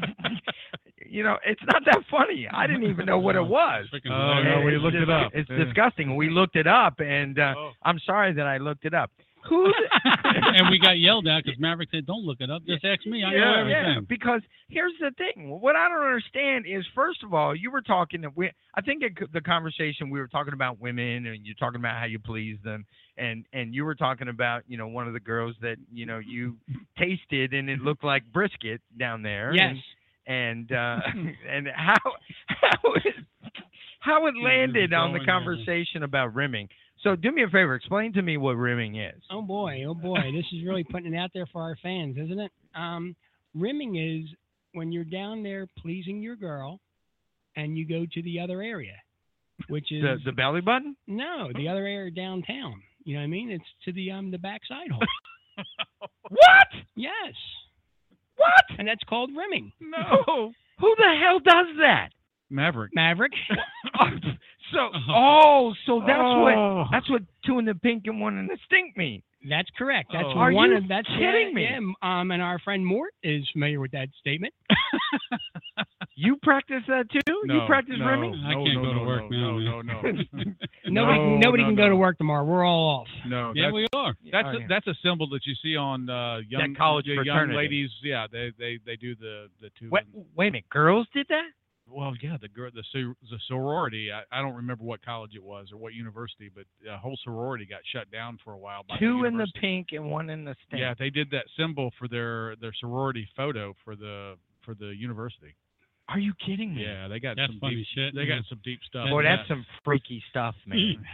Speaker 1: you know it's not that funny (laughs) i didn't even know what it was
Speaker 5: Freaking Oh, no,
Speaker 1: And
Speaker 5: we
Speaker 1: it's
Speaker 5: looked it up.
Speaker 1: it's
Speaker 5: Yeah.
Speaker 1: disgusting we looked it up and uh, i'm sorry that i looked it up who's
Speaker 5: and we got yelled at because Maverick said, "Don't look it up. Just ask me. I know
Speaker 1: yeah,
Speaker 5: everything."
Speaker 1: because here's the thing. What I don't understand is, first of all, you were talking. that We, I think it, the conversation we were talking about women, and you're talking about how you please them, and and you were talking about you know one of the girls that you know you tasted, and it looked like brisket down there.
Speaker 2: Yes.
Speaker 1: And and, uh, (laughs) and how how it, how it landed on the
Speaker 2: going there.
Speaker 1: conversation about rimming. So do me a favor, explain to me what rimming is.
Speaker 2: Oh boy, oh boy, this is really putting it out there for our fans, isn't it? Um, rimming is when you're down there pleasing your girl, and you go to the other area, which is
Speaker 1: The, the belly button?
Speaker 2: no, the other area downtown. You know what I mean? It's to the um the backside hole.
Speaker 1: (laughs) what?
Speaker 2: Yes.
Speaker 1: What?
Speaker 2: And that's called rimming.
Speaker 1: No. (laughs) Who the hell does that?
Speaker 4: Maverick. Uh-huh.
Speaker 2: Maverick.
Speaker 1: (laughs) so oh, so that's
Speaker 2: Oh.
Speaker 1: what that's what two in the pink and one in the stink mean.
Speaker 2: That's correct. That's
Speaker 1: Oh. Are
Speaker 2: one
Speaker 1: you
Speaker 2: of that's
Speaker 1: kidding
Speaker 2: yeah,
Speaker 1: me?
Speaker 2: yeah, m- um, and our friend Mort is familiar with that (laughs) statement.
Speaker 1: You practice that too? you
Speaker 2: No,
Speaker 1: practice
Speaker 2: no,
Speaker 1: rimming?
Speaker 5: I can't go to work now. man. (laughs)
Speaker 2: (laughs) Nobody,
Speaker 4: No,
Speaker 2: nobody
Speaker 4: no,
Speaker 2: can go to work tomorrow. We're all off.
Speaker 4: No,
Speaker 5: Yeah,
Speaker 4: that's-
Speaker 5: we are.
Speaker 4: That's
Speaker 5: Oh,
Speaker 4: a,
Speaker 5: yeah.
Speaker 4: that's a symbol that you see on uh, young
Speaker 1: That college
Speaker 4: y- young
Speaker 1: fraternity.
Speaker 4: ladies. Yeah, they, they, they do the the two.
Speaker 1: Wait, wait a minute, girls did that?
Speaker 4: Well, yeah, the girl, the, sor- the sorority. I, I don't remember what college it was or what university, but a whole sorority got shut down for a while. By
Speaker 1: Two
Speaker 4: the
Speaker 1: in the
Speaker 4: university.
Speaker 1: pink and one in the stink.
Speaker 4: Yeah, they did that symbol for their their sorority photo for the for the university.
Speaker 1: Are you kidding me?
Speaker 4: Yeah, they got
Speaker 5: That's
Speaker 4: some
Speaker 5: funny
Speaker 4: deep,
Speaker 5: shit,
Speaker 4: They got
Speaker 5: man.
Speaker 4: some deep stuff.
Speaker 1: Boy,
Speaker 4: in
Speaker 1: that's
Speaker 4: that.
Speaker 1: some freaky stuff,
Speaker 4: (laughs)
Speaker 1: man.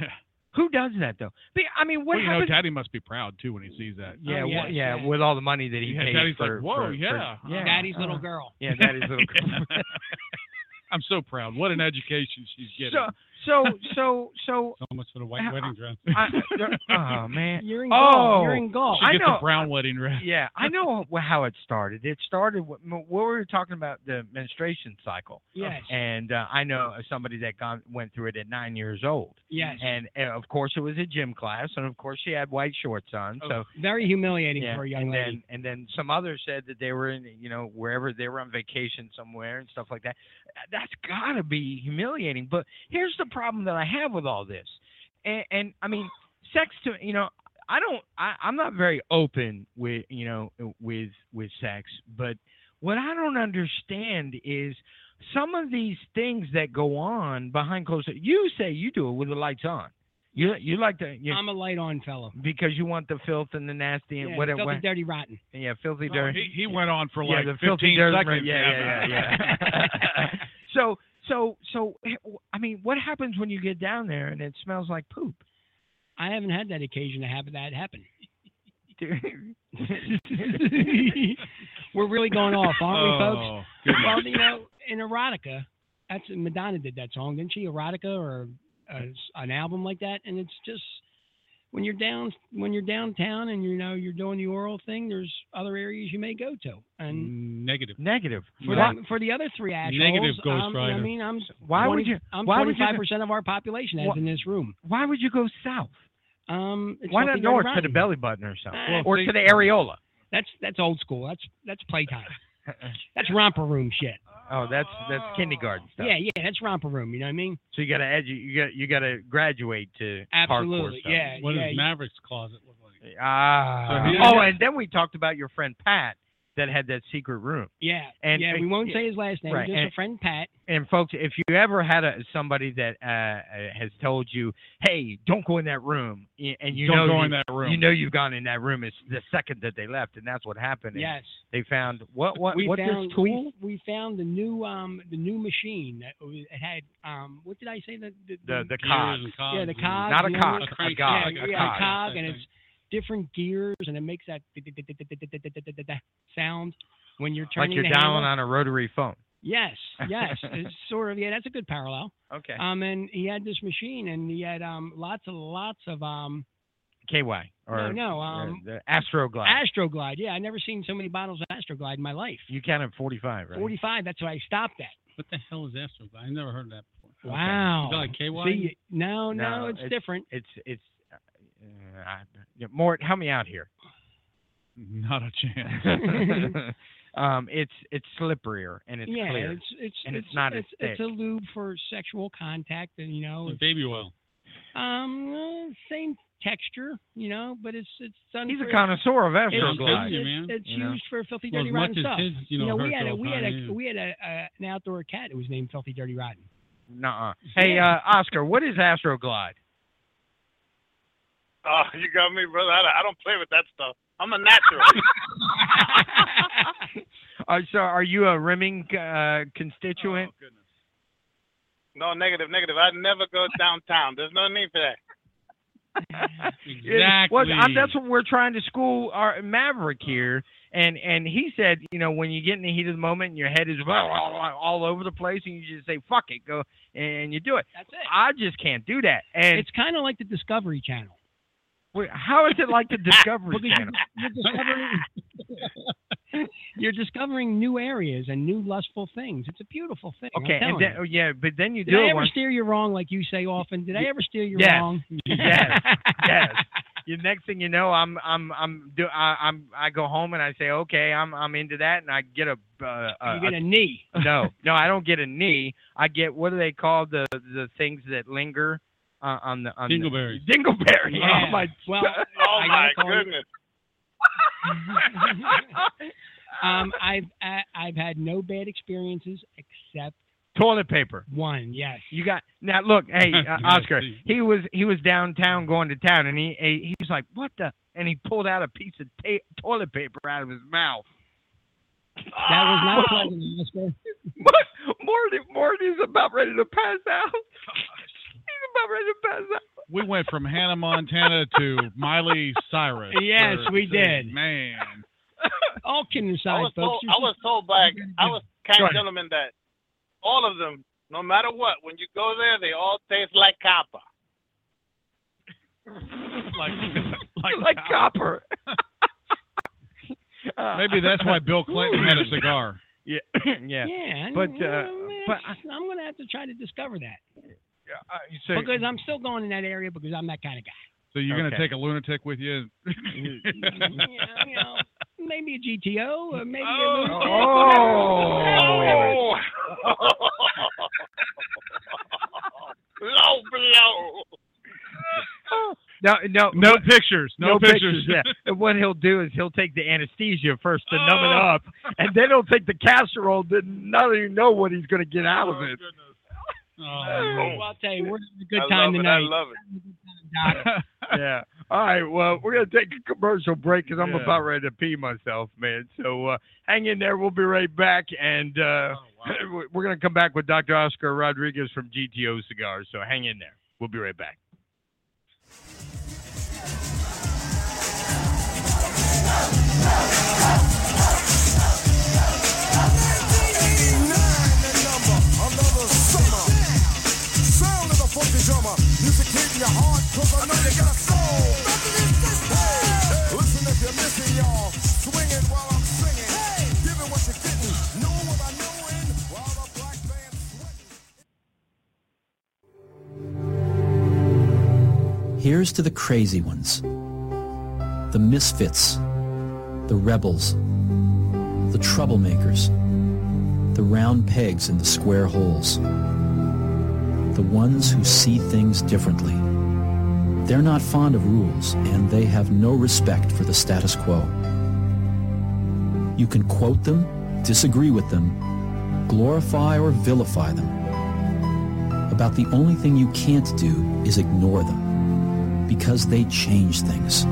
Speaker 1: Who does that though? But, I mean, what
Speaker 4: Well, you know,
Speaker 1: happens?
Speaker 4: Daddy must be proud too when he sees that. Oh,
Speaker 1: yeah, wha- yeah, with all the money that he
Speaker 4: Yeah,
Speaker 1: paid
Speaker 4: Daddy's
Speaker 1: for.
Speaker 4: like, whoa,
Speaker 1: for- for-
Speaker 4: yeah,
Speaker 1: yeah,
Speaker 2: Daddy's
Speaker 1: uh,
Speaker 2: little girl.
Speaker 1: Yeah, daddy's
Speaker 4: (laughs)
Speaker 1: little girl. (laughs)
Speaker 4: I'm so proud. What an education she's getting.
Speaker 1: so, so,
Speaker 5: (laughs)
Speaker 1: so, so.
Speaker 5: So much for the white
Speaker 1: Uh,
Speaker 5: wedding dress.
Speaker 1: I, oh man,
Speaker 2: You're in golf.
Speaker 1: oh,
Speaker 2: You're in golf.
Speaker 4: she
Speaker 1: I
Speaker 4: gets
Speaker 1: know-
Speaker 4: a brown wedding dress.
Speaker 1: Yeah, I know wh- how it started. It started wh- m- what we were talking about the menstruation cycle,
Speaker 2: Yes.
Speaker 1: and uh, I know somebody that gone, went through it at nine years old.
Speaker 2: Yes.
Speaker 1: And uh, of course, it was a gym class, and of course, she had white shorts on. So
Speaker 2: Oh, Very humiliating
Speaker 1: yeah,
Speaker 2: for a young
Speaker 1: and
Speaker 2: lady.
Speaker 1: then and then some others said that they were in you know wherever they were on vacation somewhere and stuff like that. That's got to be humiliating. But here's the problem that I have with all this, and, and I mean, sex to you know I don't I, I'm not very open with you know with with sex, but what I don't understand is some of these things that go on behind closed. You say you do it with the lights on. You you like to you,
Speaker 2: I'm a light on fellow.
Speaker 1: because you want the filth and the nasty and
Speaker 2: Yeah,
Speaker 1: what,
Speaker 2: filthy,
Speaker 1: what
Speaker 2: dirty, rotten.
Speaker 1: yeah, filthy
Speaker 4: Oh,
Speaker 1: dirty.
Speaker 4: he, he went on for
Speaker 1: yeah,
Speaker 4: like
Speaker 1: the
Speaker 4: 15
Speaker 1: filthy dirty.
Speaker 4: seconds.
Speaker 1: right, Yeah, yeah, yeah. yeah. (laughs) so, so, so, I mean, what happens when you get down there and it smells like poop?
Speaker 2: (laughs) I haven't had that occasion to have that
Speaker 1: (laughs)
Speaker 2: happen. (laughs) We're really going off, aren't
Speaker 4: Oh,
Speaker 2: we, folks?
Speaker 4: goodness.
Speaker 2: Well, you know, in erotica, that's Madonna did that song, didn't she? Erotica or uh, an album like that, and it's just when you're down when you're downtown and you know you're doing the oral thing. There's other areas you may go to, and
Speaker 5: Negative.
Speaker 1: Negative.
Speaker 2: for,
Speaker 1: Why,
Speaker 2: the, for the other three assholes,
Speaker 5: Negative Ghost
Speaker 2: um, you know what I
Speaker 5: Rider.
Speaker 2: mean, I'm
Speaker 1: why would you?
Speaker 2: I'm
Speaker 1: why would you?
Speaker 2: 25 percent of our population that's
Speaker 1: Wha-
Speaker 2: in this room.
Speaker 1: Why would you go south?
Speaker 2: Um, it's
Speaker 1: why not
Speaker 2: filthy, dirty,
Speaker 1: north to the
Speaker 2: rotten.
Speaker 1: belly button or something,
Speaker 2: Well,
Speaker 1: or
Speaker 4: see-
Speaker 1: to the areola?
Speaker 2: That's that's old school. That's that's playtime. That's romper room shit.
Speaker 1: Oh, that's that's kindergarten stuff.
Speaker 2: Yeah, yeah, that's romper room. You know what I mean?
Speaker 1: So you gotta edu- you got you gotta graduate to
Speaker 2: Absolutely,
Speaker 1: Hardcore stuff.
Speaker 2: yeah, What does yeah, you-
Speaker 5: Maverick's closet look
Speaker 1: like? Ah.
Speaker 5: So he-
Speaker 1: oh, and then we talked about your friend Pat that had that secret room.
Speaker 2: Yeah,
Speaker 1: And-
Speaker 2: yeah. we
Speaker 1: and-
Speaker 2: won't say his last name.
Speaker 1: Right,
Speaker 2: Just
Speaker 1: and-
Speaker 2: a friend, Pat.
Speaker 1: And folks, if you ever had a, somebody that uh, uh, has told you, "Hey, don't go in that room," y- and you
Speaker 4: Don't
Speaker 1: know
Speaker 4: go
Speaker 1: you,
Speaker 4: in that room.
Speaker 1: you know you've gone in that room. It's the second that they left, and that's what happened. and
Speaker 2: Yes.
Speaker 1: they found what what
Speaker 2: we
Speaker 1: what
Speaker 2: found,
Speaker 1: this tool?
Speaker 2: We, we found the new um the new machine that was- it had um what did I say the the
Speaker 1: The- the
Speaker 2: gears
Speaker 1: cog.
Speaker 2: and cogs. Yeah, the
Speaker 1: Mm.
Speaker 2: cog.
Speaker 1: Not a
Speaker 2: you
Speaker 1: cock,
Speaker 2: know,
Speaker 1: a cog,
Speaker 2: Yeah,
Speaker 1: a
Speaker 2: yeah,
Speaker 1: cog.
Speaker 2: cog, and it's different gears and it makes that sound when you're
Speaker 1: like
Speaker 2: turning.
Speaker 1: you're
Speaker 2: the
Speaker 1: dialing
Speaker 2: handle.
Speaker 1: on a rotary phone.
Speaker 2: Yes,
Speaker 1: (laughs)
Speaker 2: yes, it's sort of. Yeah, that's a good parallel.
Speaker 1: Okay.
Speaker 2: Um, and he had this machine, and he had um lots and lots of um
Speaker 1: KY or
Speaker 2: no,
Speaker 1: uh,
Speaker 2: um,
Speaker 1: the Astroglide.
Speaker 2: Astroglide. Yeah, I never seen so many bottles of Astroglide in my life.
Speaker 1: you counted 45, right?
Speaker 2: 45. That's what I stopped at.
Speaker 5: What the hell is Astroglide? I never heard that before.
Speaker 2: Wow.
Speaker 5: Is that like KY?
Speaker 2: See, no, no, it's, different.
Speaker 1: It's it's uh, I- yeah, Mort, help me out here.
Speaker 4: Not a
Speaker 1: chance. (laughs) um, it's it's slipperier and it's
Speaker 2: yeah,
Speaker 1: clear
Speaker 2: it's it's
Speaker 1: and it's, not
Speaker 2: it's,
Speaker 1: as
Speaker 2: it's
Speaker 1: thick.
Speaker 2: a lube for sexual contact, and you know,
Speaker 5: Like baby oil.
Speaker 2: um, uh, same texture, you know, but it's it's done.
Speaker 1: He's a
Speaker 2: for-
Speaker 1: connoisseur of
Speaker 2: it's-
Speaker 1: Astroglide.
Speaker 2: It's,
Speaker 5: Yeah, man.
Speaker 2: it's
Speaker 1: You
Speaker 2: used
Speaker 1: know?
Speaker 2: for filthy,
Speaker 1: Well,
Speaker 2: dirty,
Speaker 1: as much
Speaker 2: rotten
Speaker 1: as
Speaker 2: stuff.
Speaker 1: his, you know,
Speaker 2: we
Speaker 1: hurts
Speaker 2: had a
Speaker 1: all the
Speaker 2: we had
Speaker 1: time,
Speaker 2: a
Speaker 1: yeah.
Speaker 2: we had a uh, an outdoor cat that was named Filthy, Dirty, Rotten.
Speaker 1: Nuh-uh. Hey, uh, Oscar, what is
Speaker 2: (laughs)
Speaker 1: (laughs) Astroglide?
Speaker 6: Oh, you got me, brother. I, I don't play with that stuff. I'm a
Speaker 2: (laughs)
Speaker 6: natural.
Speaker 1: Are, Uh, so, are you a rimming uh, constituent?
Speaker 6: no, negative, negative. I never go downtown. There's no need for that.
Speaker 1: It- well, I- that's what we're trying to school our Maverick here, and and he said, you know, when you get in the heat of the moment and your head is (laughs) all over the place, and you just say, "Fuck it," go and you do it.
Speaker 2: That's it.
Speaker 1: I just can't do that. And
Speaker 2: It's kind of like the Discovery Channel.
Speaker 1: wait, how is it
Speaker 2: (laughs)
Speaker 1: like the Discovery
Speaker 2: Because
Speaker 1: Channel?
Speaker 2: You're discovering, (laughs) you're discovering new areas and new lustful things. It's a beautiful thing. I'm
Speaker 1: Okay, and
Speaker 2: telling
Speaker 1: then,
Speaker 2: you.
Speaker 1: oh, yeah, but then you
Speaker 2: Did
Speaker 1: do
Speaker 2: I
Speaker 1: it
Speaker 2: ever
Speaker 1: once.
Speaker 2: steer you wrong, like you say often? Did I ever steer you
Speaker 1: Yes.
Speaker 2: wrong?
Speaker 1: (laughs) yes,
Speaker 2: (laughs)
Speaker 1: yes. The next thing you know, I'm I'm I'm do I, I'm I go home and I say, okay, I'm I'm into that, and I get a uh,
Speaker 2: you get a knee.
Speaker 1: (laughs) no, no, I don't get a knee. I get what do they call the the things that linger uh, on the on
Speaker 5: Dingleberries.
Speaker 1: The, dingleberry. (laughs)
Speaker 5: Yeah.
Speaker 1: Oh my.
Speaker 2: Well,
Speaker 6: (laughs) Oh
Speaker 2: I
Speaker 6: my
Speaker 2: gotta call you-
Speaker 6: goodness.
Speaker 2: um, I've I, I've had no bad experiences except
Speaker 1: Toilet paper.
Speaker 2: one. Yes.
Speaker 1: You got now. Look,
Speaker 2: (laughs)
Speaker 1: hey uh,
Speaker 5: Yes,
Speaker 1: Oscar.
Speaker 5: please.
Speaker 1: He was he was downtown going to town, and he he he was like, what the? And he pulled out a piece of ta- toilet paper out of his mouth.
Speaker 2: That was not
Speaker 1: (laughs) Wow.
Speaker 2: pleasant, Oscar.
Speaker 1: Morty, Morty's about ready to pass out. (laughs) He's about ready to pass out.
Speaker 4: We went from Hannah Montana to Miley Cyrus.
Speaker 2: Yes,
Speaker 4: for-
Speaker 2: we did.
Speaker 4: Man,
Speaker 2: All kidding
Speaker 6: I
Speaker 2: aside,
Speaker 6: was told,
Speaker 2: folks.
Speaker 6: I was told by I was
Speaker 1: Go
Speaker 6: kind
Speaker 1: ahead.
Speaker 6: gentleman that all of them, no matter what, when you go there, they all taste like copper.
Speaker 4: like, like,
Speaker 1: (laughs) Like copper. Uh,
Speaker 4: Maybe that's why Bill Clinton had a cigar.
Speaker 1: (laughs) Yeah, (clears throat) yeah.
Speaker 2: yeah,
Speaker 1: But,
Speaker 2: you know,
Speaker 1: uh,
Speaker 2: man,
Speaker 1: but
Speaker 2: I'm gonna have to try to discover that
Speaker 1: Uh, so,
Speaker 2: because I'm still going in that area because I'm that kind of guy.
Speaker 4: So you're
Speaker 1: Okay.
Speaker 4: gonna take a lunatic with you?
Speaker 1: (laughs)
Speaker 4: (laughs)
Speaker 2: Yeah, you know, maybe a GTO, or maybe a little-
Speaker 1: (laughs) oh,
Speaker 6: Low blow.
Speaker 1: no, no,
Speaker 4: no pictures. No, pictures. (laughs)
Speaker 1: yeah. And what he'll do is he'll take the anesthesia first to numb it
Speaker 4: Oh.
Speaker 1: up, and then he'll take the casserole to not even know what he's going to get out of it.
Speaker 5: Oh,
Speaker 2: Well, I'll tell you, we're having a good
Speaker 6: I
Speaker 2: time
Speaker 6: love it. I
Speaker 2: tonight.
Speaker 6: love it. (laughs)
Speaker 1: yeah. All right. Well, we're going to take a commercial break because I'm
Speaker 4: Yeah.
Speaker 1: about ready to pee myself, man. So uh, hang in there. We'll be right back. And uh,
Speaker 4: Oh,
Speaker 1: we- (laughs) we're going to come back with Dr. Oscar Rodriguez from GTO Cigars. So hang in there. We'll be right back.
Speaker 7: Another summer. Sound of the funky drummer. Music hitting your heart, cause I know you got soul. Hey, listen if you're missing, y'all. Swing it while I'm singing. Give it what you're getting. Know what I know in while the black band's sweating.
Speaker 11: Here's to the crazy ones, the misfits, the rebels, the troublemakers, the round pegs in the square holes, the ones who see things differently. They're not fond of rules, and they have no respect for the status quo. You can quote them, disagree with them, glorify or vilify them. About the only thing you can't do is ignore them, because they change things.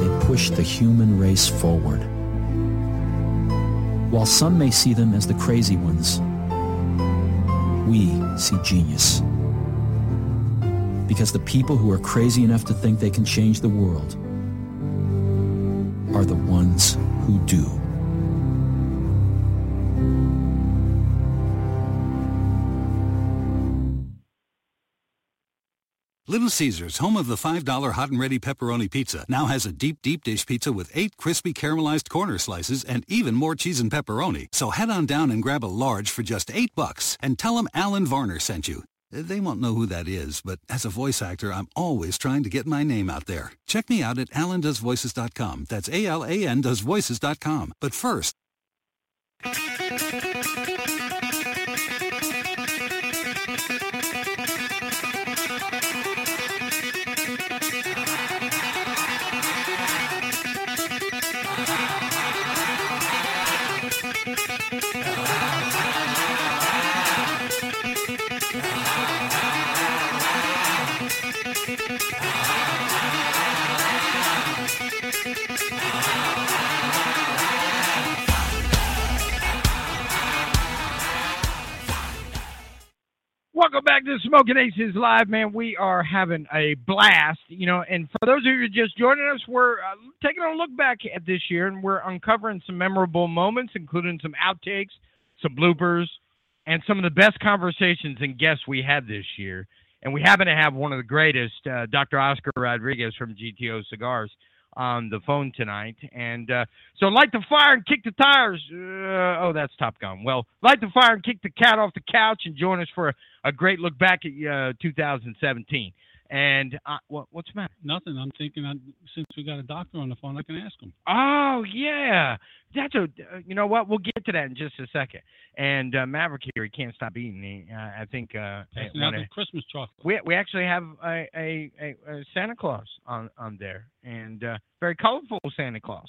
Speaker 11: They push the human race forward. While some may see them as the crazy ones, we see genius. Because the people who are crazy enough to think they can change the world are the ones who do.
Speaker 12: Little Caesars, home of the $5 hot and ready pepperoni pizza, now has a deep, deep dish pizza with eight crispy caramelized corner slices and even more cheese and pepperoni. So head on down and grab a large for just eight bucks and tell them Alan Varner sent you. They won't know who that is, but as a voice actor, I'm always trying to get my name out there. Check me out at alandoesvoices.com. That's A-L-A-N does voices.com. But first,
Speaker 1: Welcome back to Smoking Aces Live, man. We are having a blast, you know. And for those of you just joining us, we're uh, taking a look back at this year, and we're uncovering some memorable moments, including some outtakes, some bloopers, and some of the best conversations and guests we had this year. And we happen to have one of the greatest, uh, Dr. Oscar Rodriguez from GTO Cigars, on the phone tonight. And uh, so, light the fire and kick the tires. Uh, oh, that's Top Gun. Well, light the fire and kick the cat off the couch and join us for a, a great look back at uh, 2017. And uh, what, what's the matter?
Speaker 5: Nothing. I'm thinking I, since we got a doctor on the phone, I can ask him.
Speaker 1: Oh yeah, that's a. uh, You know what? We'll get to that in just a second. And uh, Maverick here, he can't stop eating. He, uh, I think uh,
Speaker 5: That's
Speaker 1: one
Speaker 5: not the
Speaker 1: of-
Speaker 5: Christmas chocolate.
Speaker 1: we we actually have a a, a, a Santa Claus on on there, and uh, very colorful Santa Claus,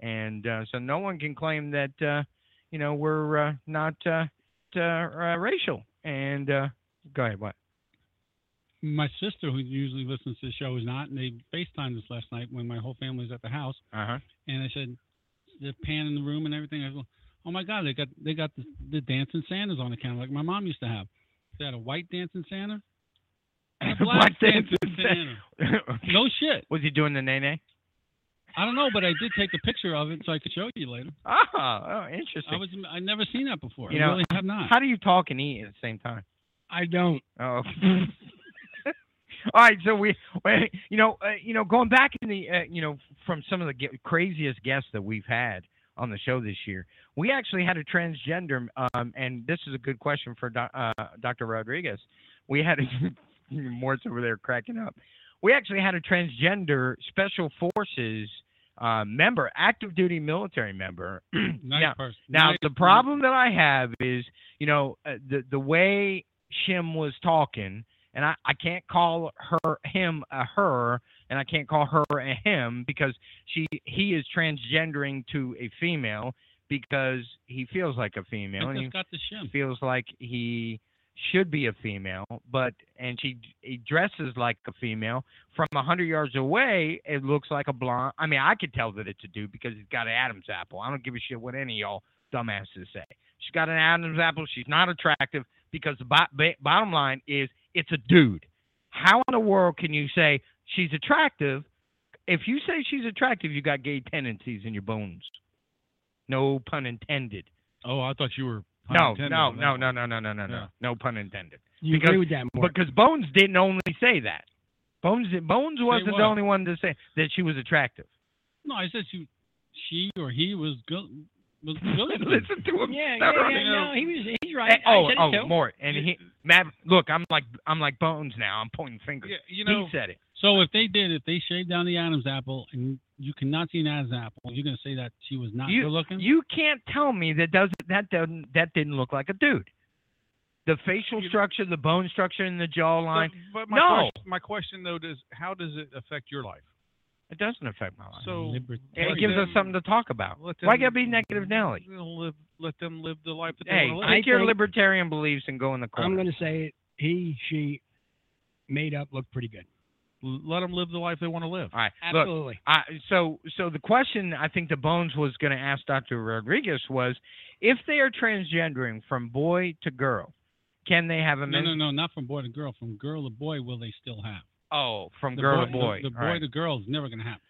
Speaker 1: and uh, so no one can claim that uh, you know we're uh, not uh, uh, uh, racial. And uh, go ahead, what?
Speaker 5: My sister, who usually listens to the show, is not, and they FaceTimed us last night when my whole family's at the house.
Speaker 1: Uh (laughs) huh.
Speaker 5: And I said, the pan in the room and everything. I go, oh my God, they got they got the, the dancing Santas on the counter like my mom used to have. They had a white dancing Santa, and
Speaker 6: (laughs)
Speaker 5: a black, dancing Santa.
Speaker 1: (laughs)
Speaker 5: no shit.
Speaker 1: Was he doing the nay nay?
Speaker 5: I don't know, but I did take a picture of it so I could show you later.
Speaker 1: Ah, oh, interesting.
Speaker 5: I was I never seen that before. I
Speaker 1: You know,
Speaker 5: really have not.
Speaker 1: How (clears throat) do you talk and eat at the same time?
Speaker 5: I don't.
Speaker 1: Oh. (laughs) All right, so we, we- you know, uh, you know, going back in the, uh, you know, from some of the ge- craziest guests that we've had on the show this year, we actually had a transgender, um, and this is a good question for doc, uh, Dr. Rodriguez. We had a, (laughs) Mort's over there cracking up. We actually had a transgender special forces uh, member, active duty military member. (clears throat)
Speaker 5: Nice
Speaker 1: now,
Speaker 5: person.
Speaker 1: now
Speaker 5: Nice
Speaker 1: the problem that I have is, you know, uh, the the way Shim was talking, and I, I can't call her him a her, and I can't call her a him because she he is transgendering to a female because he feels like a female and
Speaker 5: It's
Speaker 1: he
Speaker 5: got the shim.
Speaker 1: feels like he should be a female, but and she he dresses like a female. From a hundred yards away, it looks like a blonde. I mean, I could tell that it's a dude because he's got an Adam's apple. I don't give a shit what any of y'all dumbasses say. She's got an Adam's apple. She's not attractive because the bo- ba- bottom line is it's a dude. How in the world can you say she's attractive? If you say she's attractive, you got gay tendencies in your bones. No pun intended.
Speaker 4: Oh, I thought you were. pun
Speaker 1: No,
Speaker 4: intended
Speaker 1: no,
Speaker 4: on that
Speaker 1: no,
Speaker 4: one.
Speaker 1: no, no, no, no, no,
Speaker 4: Yeah.
Speaker 1: no, no pun intended.
Speaker 2: You agree with that, Mort?
Speaker 1: Because Bones didn't only say that. Bones Bones wasn't
Speaker 5: what?
Speaker 1: the only one to say that she was attractive.
Speaker 5: No, I said she, she or he was good.
Speaker 1: (laughs)
Speaker 5: Was good.
Speaker 1: Listen to him.
Speaker 2: Yeah, yeah,
Speaker 1: thoroughly.
Speaker 2: yeah, no, he was, he's right.
Speaker 1: Eh, oh,
Speaker 2: I said
Speaker 1: oh,
Speaker 2: it too.
Speaker 1: Mort, and he, Mav, look, I'm like, I'm like Bones now. I'm pointing fingers.
Speaker 4: Yeah, you know,
Speaker 1: he said it.
Speaker 5: So if they did, if they shaved down the Adam's apple and You cannot see that as an apple. You're gonna say that she was not good
Speaker 1: you,
Speaker 5: looking.
Speaker 1: you can't tell me that doesn't that doesn't that didn't look like a dude. The facial structure, the bone structure in the jawline.
Speaker 4: But my,
Speaker 1: no,
Speaker 4: question, my question though is, how does it affect your life?
Speaker 1: it doesn't affect my life.
Speaker 4: So
Speaker 1: it gives us something to talk about.
Speaker 4: Let
Speaker 1: Why
Speaker 4: them-
Speaker 1: gotta be negative Nelly?
Speaker 4: live, let them live the life that they
Speaker 1: Hey,
Speaker 4: want to live.
Speaker 1: take your libertarian beliefs and go in the
Speaker 2: I'm
Speaker 1: corner.
Speaker 2: going to say it. He, she made up look pretty good.
Speaker 4: Let them live the life they want to live.
Speaker 1: All right, look,
Speaker 2: Absolutely.
Speaker 1: I, so, so the question I think the Bones was going to ask Dr. Rodriguez was, if they are transgendering from boy to girl, can they have a
Speaker 5: No,
Speaker 1: men?
Speaker 5: no, no, not from boy to girl. From girl to boy, will they still have?
Speaker 1: Oh, from
Speaker 5: The
Speaker 1: girl
Speaker 5: boy-
Speaker 1: to boy.
Speaker 5: The, the boy
Speaker 1: All right.
Speaker 5: to girl is never gonna happen.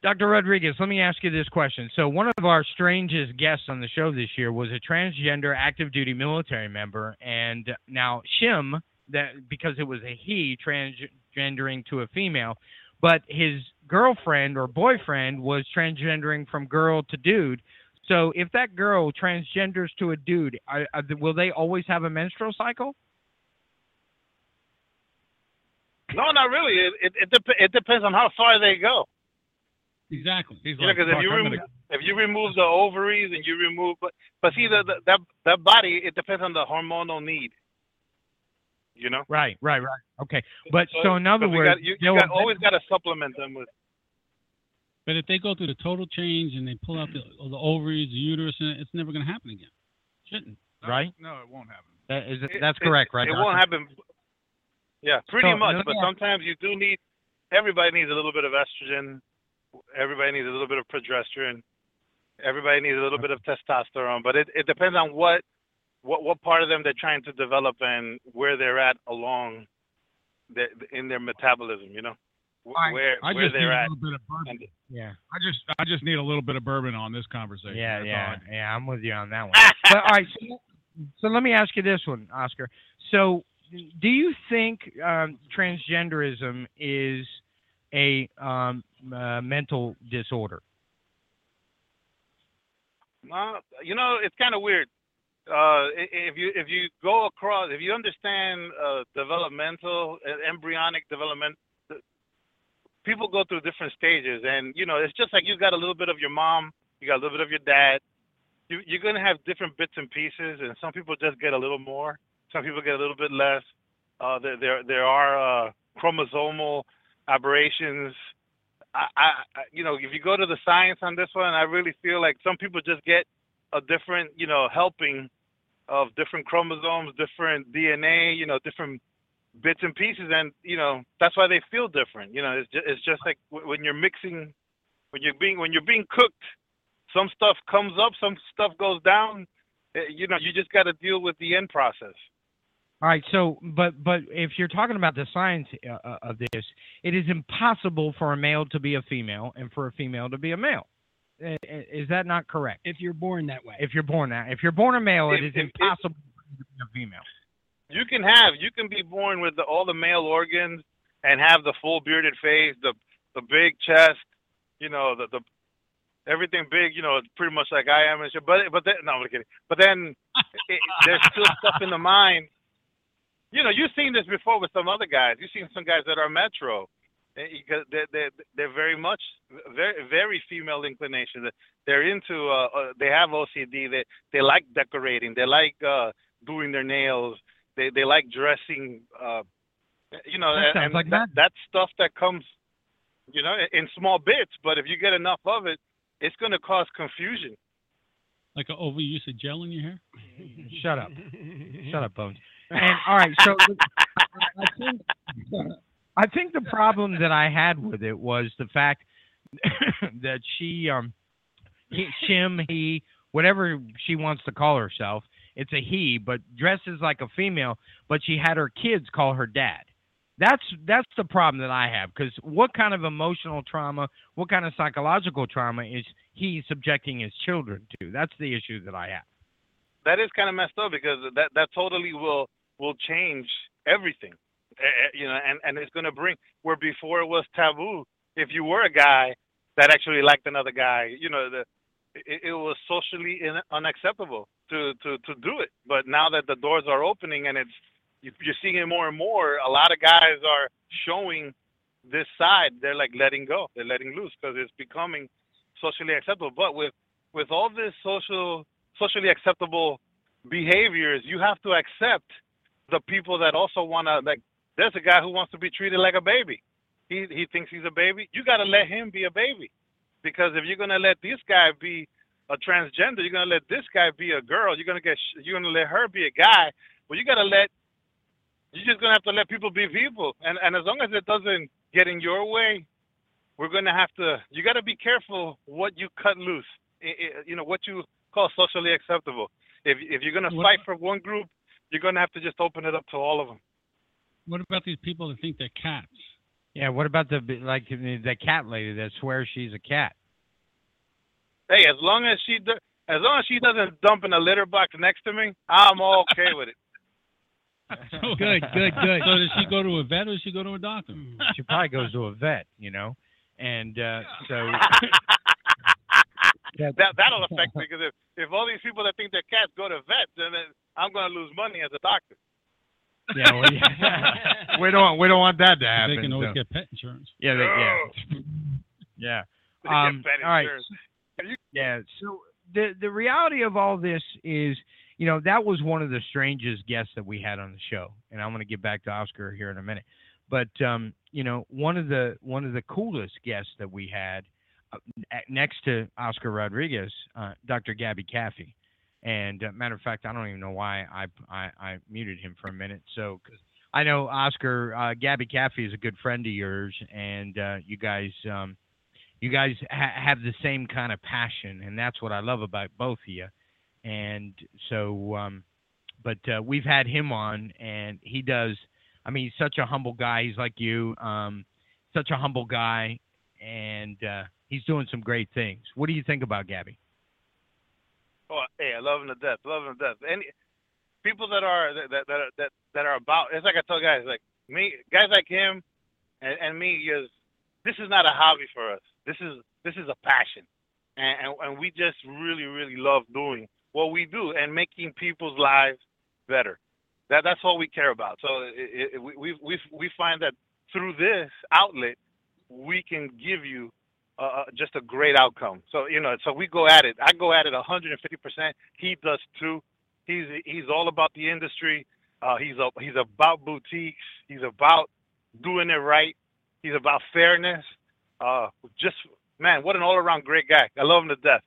Speaker 1: Dr. Rodriguez, let me ask you this question. So, one of our strangest guests on the show this year was a transgender active duty military member, and now Shim, that because it was a he transgendering to a female, but his girlfriend or boyfriend was transgendering from girl to dude. So, if that girl transgenders to a dude, are, are, will they always have a menstrual cycle?
Speaker 6: No, not really. It it it, dep- it depends on how far they go.
Speaker 5: Exactly.
Speaker 6: You know, 'cause if you remove if you remove the ovaries and you remove, but but see the, the that that body, it depends on the hormonal need. You know.
Speaker 1: Right, right, right. Okay, but so, in other
Speaker 6: but we
Speaker 1: words,
Speaker 6: got, you,
Speaker 1: they'll-
Speaker 6: you got, always got to supplement them with.
Speaker 5: But if they go through the total change and they pull out the, the ovaries, the uterus, and it's never gonna happen again. Shouldn't.
Speaker 1: right?
Speaker 4: No, it won't happen.
Speaker 1: That is,
Speaker 6: It-
Speaker 1: that's
Speaker 6: it-
Speaker 1: correct, right?
Speaker 6: It
Speaker 1: Doctor?
Speaker 6: won't happen. Yeah, pretty
Speaker 1: So,
Speaker 6: much.
Speaker 1: let
Speaker 6: But
Speaker 1: me ask-
Speaker 6: sometimes you do need. Everybody needs a little bit of estrogen. Everybody needs a little bit of progesterone. Everybody needs a little bit of testosterone. But it, it depends on what, what what part of them they're trying to develop and where they're at along, the, in their metabolism. You know, Wh- where
Speaker 4: I
Speaker 6: where
Speaker 4: just need
Speaker 6: they're
Speaker 4: a
Speaker 6: at.
Speaker 4: little bit of bourbon.
Speaker 1: Yeah.
Speaker 4: I just I just need a little bit of bourbon on this conversation.
Speaker 1: Yeah,
Speaker 4: That's
Speaker 1: yeah,
Speaker 4: all I-
Speaker 1: yeah. I'm with you on
Speaker 6: (laughs)
Speaker 1: that one. but all right, so, so let me ask you this one, Oscar. So, do you think um, transgenderism is a um, uh, mental disorder?
Speaker 6: No, you know it's kind of weird. Uh, i- if you if you go across, if you understand uh, developmental, uh, embryonic development, th- people go through different stages, and you know it's just like you got a little bit of your mom, you got a little bit of your dad. You, you're gonna have different bits and pieces, and some people just get a little more, some people get a little bit less. Uh, there there there are uh, chromosomal aberrations I, I, I- you know, if you go to the science on this one, I really feel like some people just get a different, you know, helping of different chromosomes, different DNA, you know, different bits and pieces, and you know, that's why they feel different. You know, it's just, it's just like w- when you're mixing, when you're being when you're being cooked, some stuff comes up, some stuff goes down. Eh, You know, you just got to deal with the end process.
Speaker 1: All right, so but but if you're talking about the science uh, uh, of this, it is impossible for a male to be a female and for a female to be a male. I- i- Is that not correct?
Speaker 2: If you're born that way.
Speaker 1: If you're born that, if you're born a male,
Speaker 6: If-
Speaker 1: it is
Speaker 6: if- if-
Speaker 1: impossible for you to be a female.
Speaker 6: You can have, you can be born with the, all the male organs and have the full bearded face, the the big chest, you know, the the everything big, you know, pretty much like I am and shit. But but then, no, I'm kidding. But then it, (laughs) there's still stuff in the mind. You know, you've seen this before with some other guys. You've seen some guys that are metro. They- They're, they're, they're very much very very female inclination. They're into uh, uh, they have OCD. They they like decorating. They like uh, doing their nails. They they like dressing. Uh, you know,
Speaker 1: That
Speaker 6: and,
Speaker 1: sounds
Speaker 6: and
Speaker 1: like
Speaker 6: that, that's stuff that comes, you know, in small bits. But if you get enough of it, it's going to cause confusion.
Speaker 5: Like an overuse of gel in your hair.
Speaker 1: (laughs) Shut up. Shut up, Bones. And all right, so I, I think I think the problem that I had with it was the fact (coughs) that she, um, he, shim, he, whatever she wants to call herself, it's a he, but dresses like a female. But she had her kids call her dad. That's that's the problem that I have because what kind of emotional trauma, what kind of psychological trauma is he subjecting his children to? That's the issue that I have.
Speaker 6: That is kind of messed up because that that totally will will change everything. Eh, eh, You know, and and it's going to bring where before it was taboo if you were a guy that actually liked another guy. You know, the it, it was socially in, unacceptable to to to do it. But now that the doors are opening and it's you- you're seeing it more and more, a lot of guys are showing this side, they're like letting go, they're letting loose because it's becoming socially acceptable. But with with all this social socially acceptable behaviors, you have to accept the people that also want to like. There's a guy who wants to be treated like a baby. He he thinks he's a baby. You got to let him be a baby, because if you're gonna let this guy be a transgender, you're gonna let this guy be a girl. You're gonna get sh- you're gonna let her be a guy. But you gotta let you're just gonna have to let people be people. And and as long as it doesn't get in your way, we're gonna have to. You gotta be careful what you cut loose. I i you know what you call socially acceptable. If if you're gonna
Speaker 5: What-
Speaker 6: fight for one group, you're gonna have to just open it up to all of them.
Speaker 5: What about these people that think they're cats?
Speaker 1: Yeah. What about the like the cat
Speaker 5: (laughs)
Speaker 1: lady that swears she's a cat?
Speaker 6: Hey, as long as she do, as long as she doesn't dump in a litter box next to me, I'm okay (laughs) with it.
Speaker 5: Oh, good,
Speaker 1: good, (laughs) good.
Speaker 5: So does she go to a vet or does she go to a doctor?
Speaker 1: Mm. She probably goes to a vet, you know, and uh, so (laughs)
Speaker 6: That that'll affect me because if, if all these people that think they're cats go to vets, then then I'm gonna lose money as a doctor.
Speaker 1: yeah, well, yeah. we (laughs) don't we don't want that to happen.
Speaker 5: They can always
Speaker 1: so-
Speaker 5: get pet insurance.
Speaker 1: Yeah, they, yeah, yeah. Um, all right. (laughs) Yeah. So the the reality of all this is, you know, that was one of the strangest guests that we had on the show, and I'm going to get back to Oscar here in a minute. But um, you know, one of the one of the coolest guests that we had uh, n- next to Oscar Rodriguez, uh, Dr. Gabby Caffey. And uh, matter of fact, I don't even know why I I, I muted him for a minute. So 'cause I know Oscar, uh, Gabby Caffey is a good friend of yours, and uh, you guys um, you guys ha- have the same kind of passion, and that's what I love about both of you. And so, um, but uh, we've had him on, and he does. I mean, he's such a humble guy. He's like you, um, such a humble guy, and uh, he's doing some great things. What do you think about Gabby?
Speaker 6: Oh, hey, I love him to death. Love him to death. Any people that are that that that that, that are about. It's like I tell guys, like me, guys like him, and, and me is. This is not a hobby for us. This is this is a passion, and, and and we just really really love doing what we do and making people's lives better. That that's all we care about. So it, it, we we we we find that through
Speaker 2: (laughs)
Speaker 6: this outlet, we can give you uh, uh, just a great outcome. So you know, so we go at it. I go at it 150 percent. He does too. He's he's all about the industry. Uh, he's a, he's about boutiques. He's about doing it right. He's about fairness. Uh, just man, what an all around great guy. I love him to death.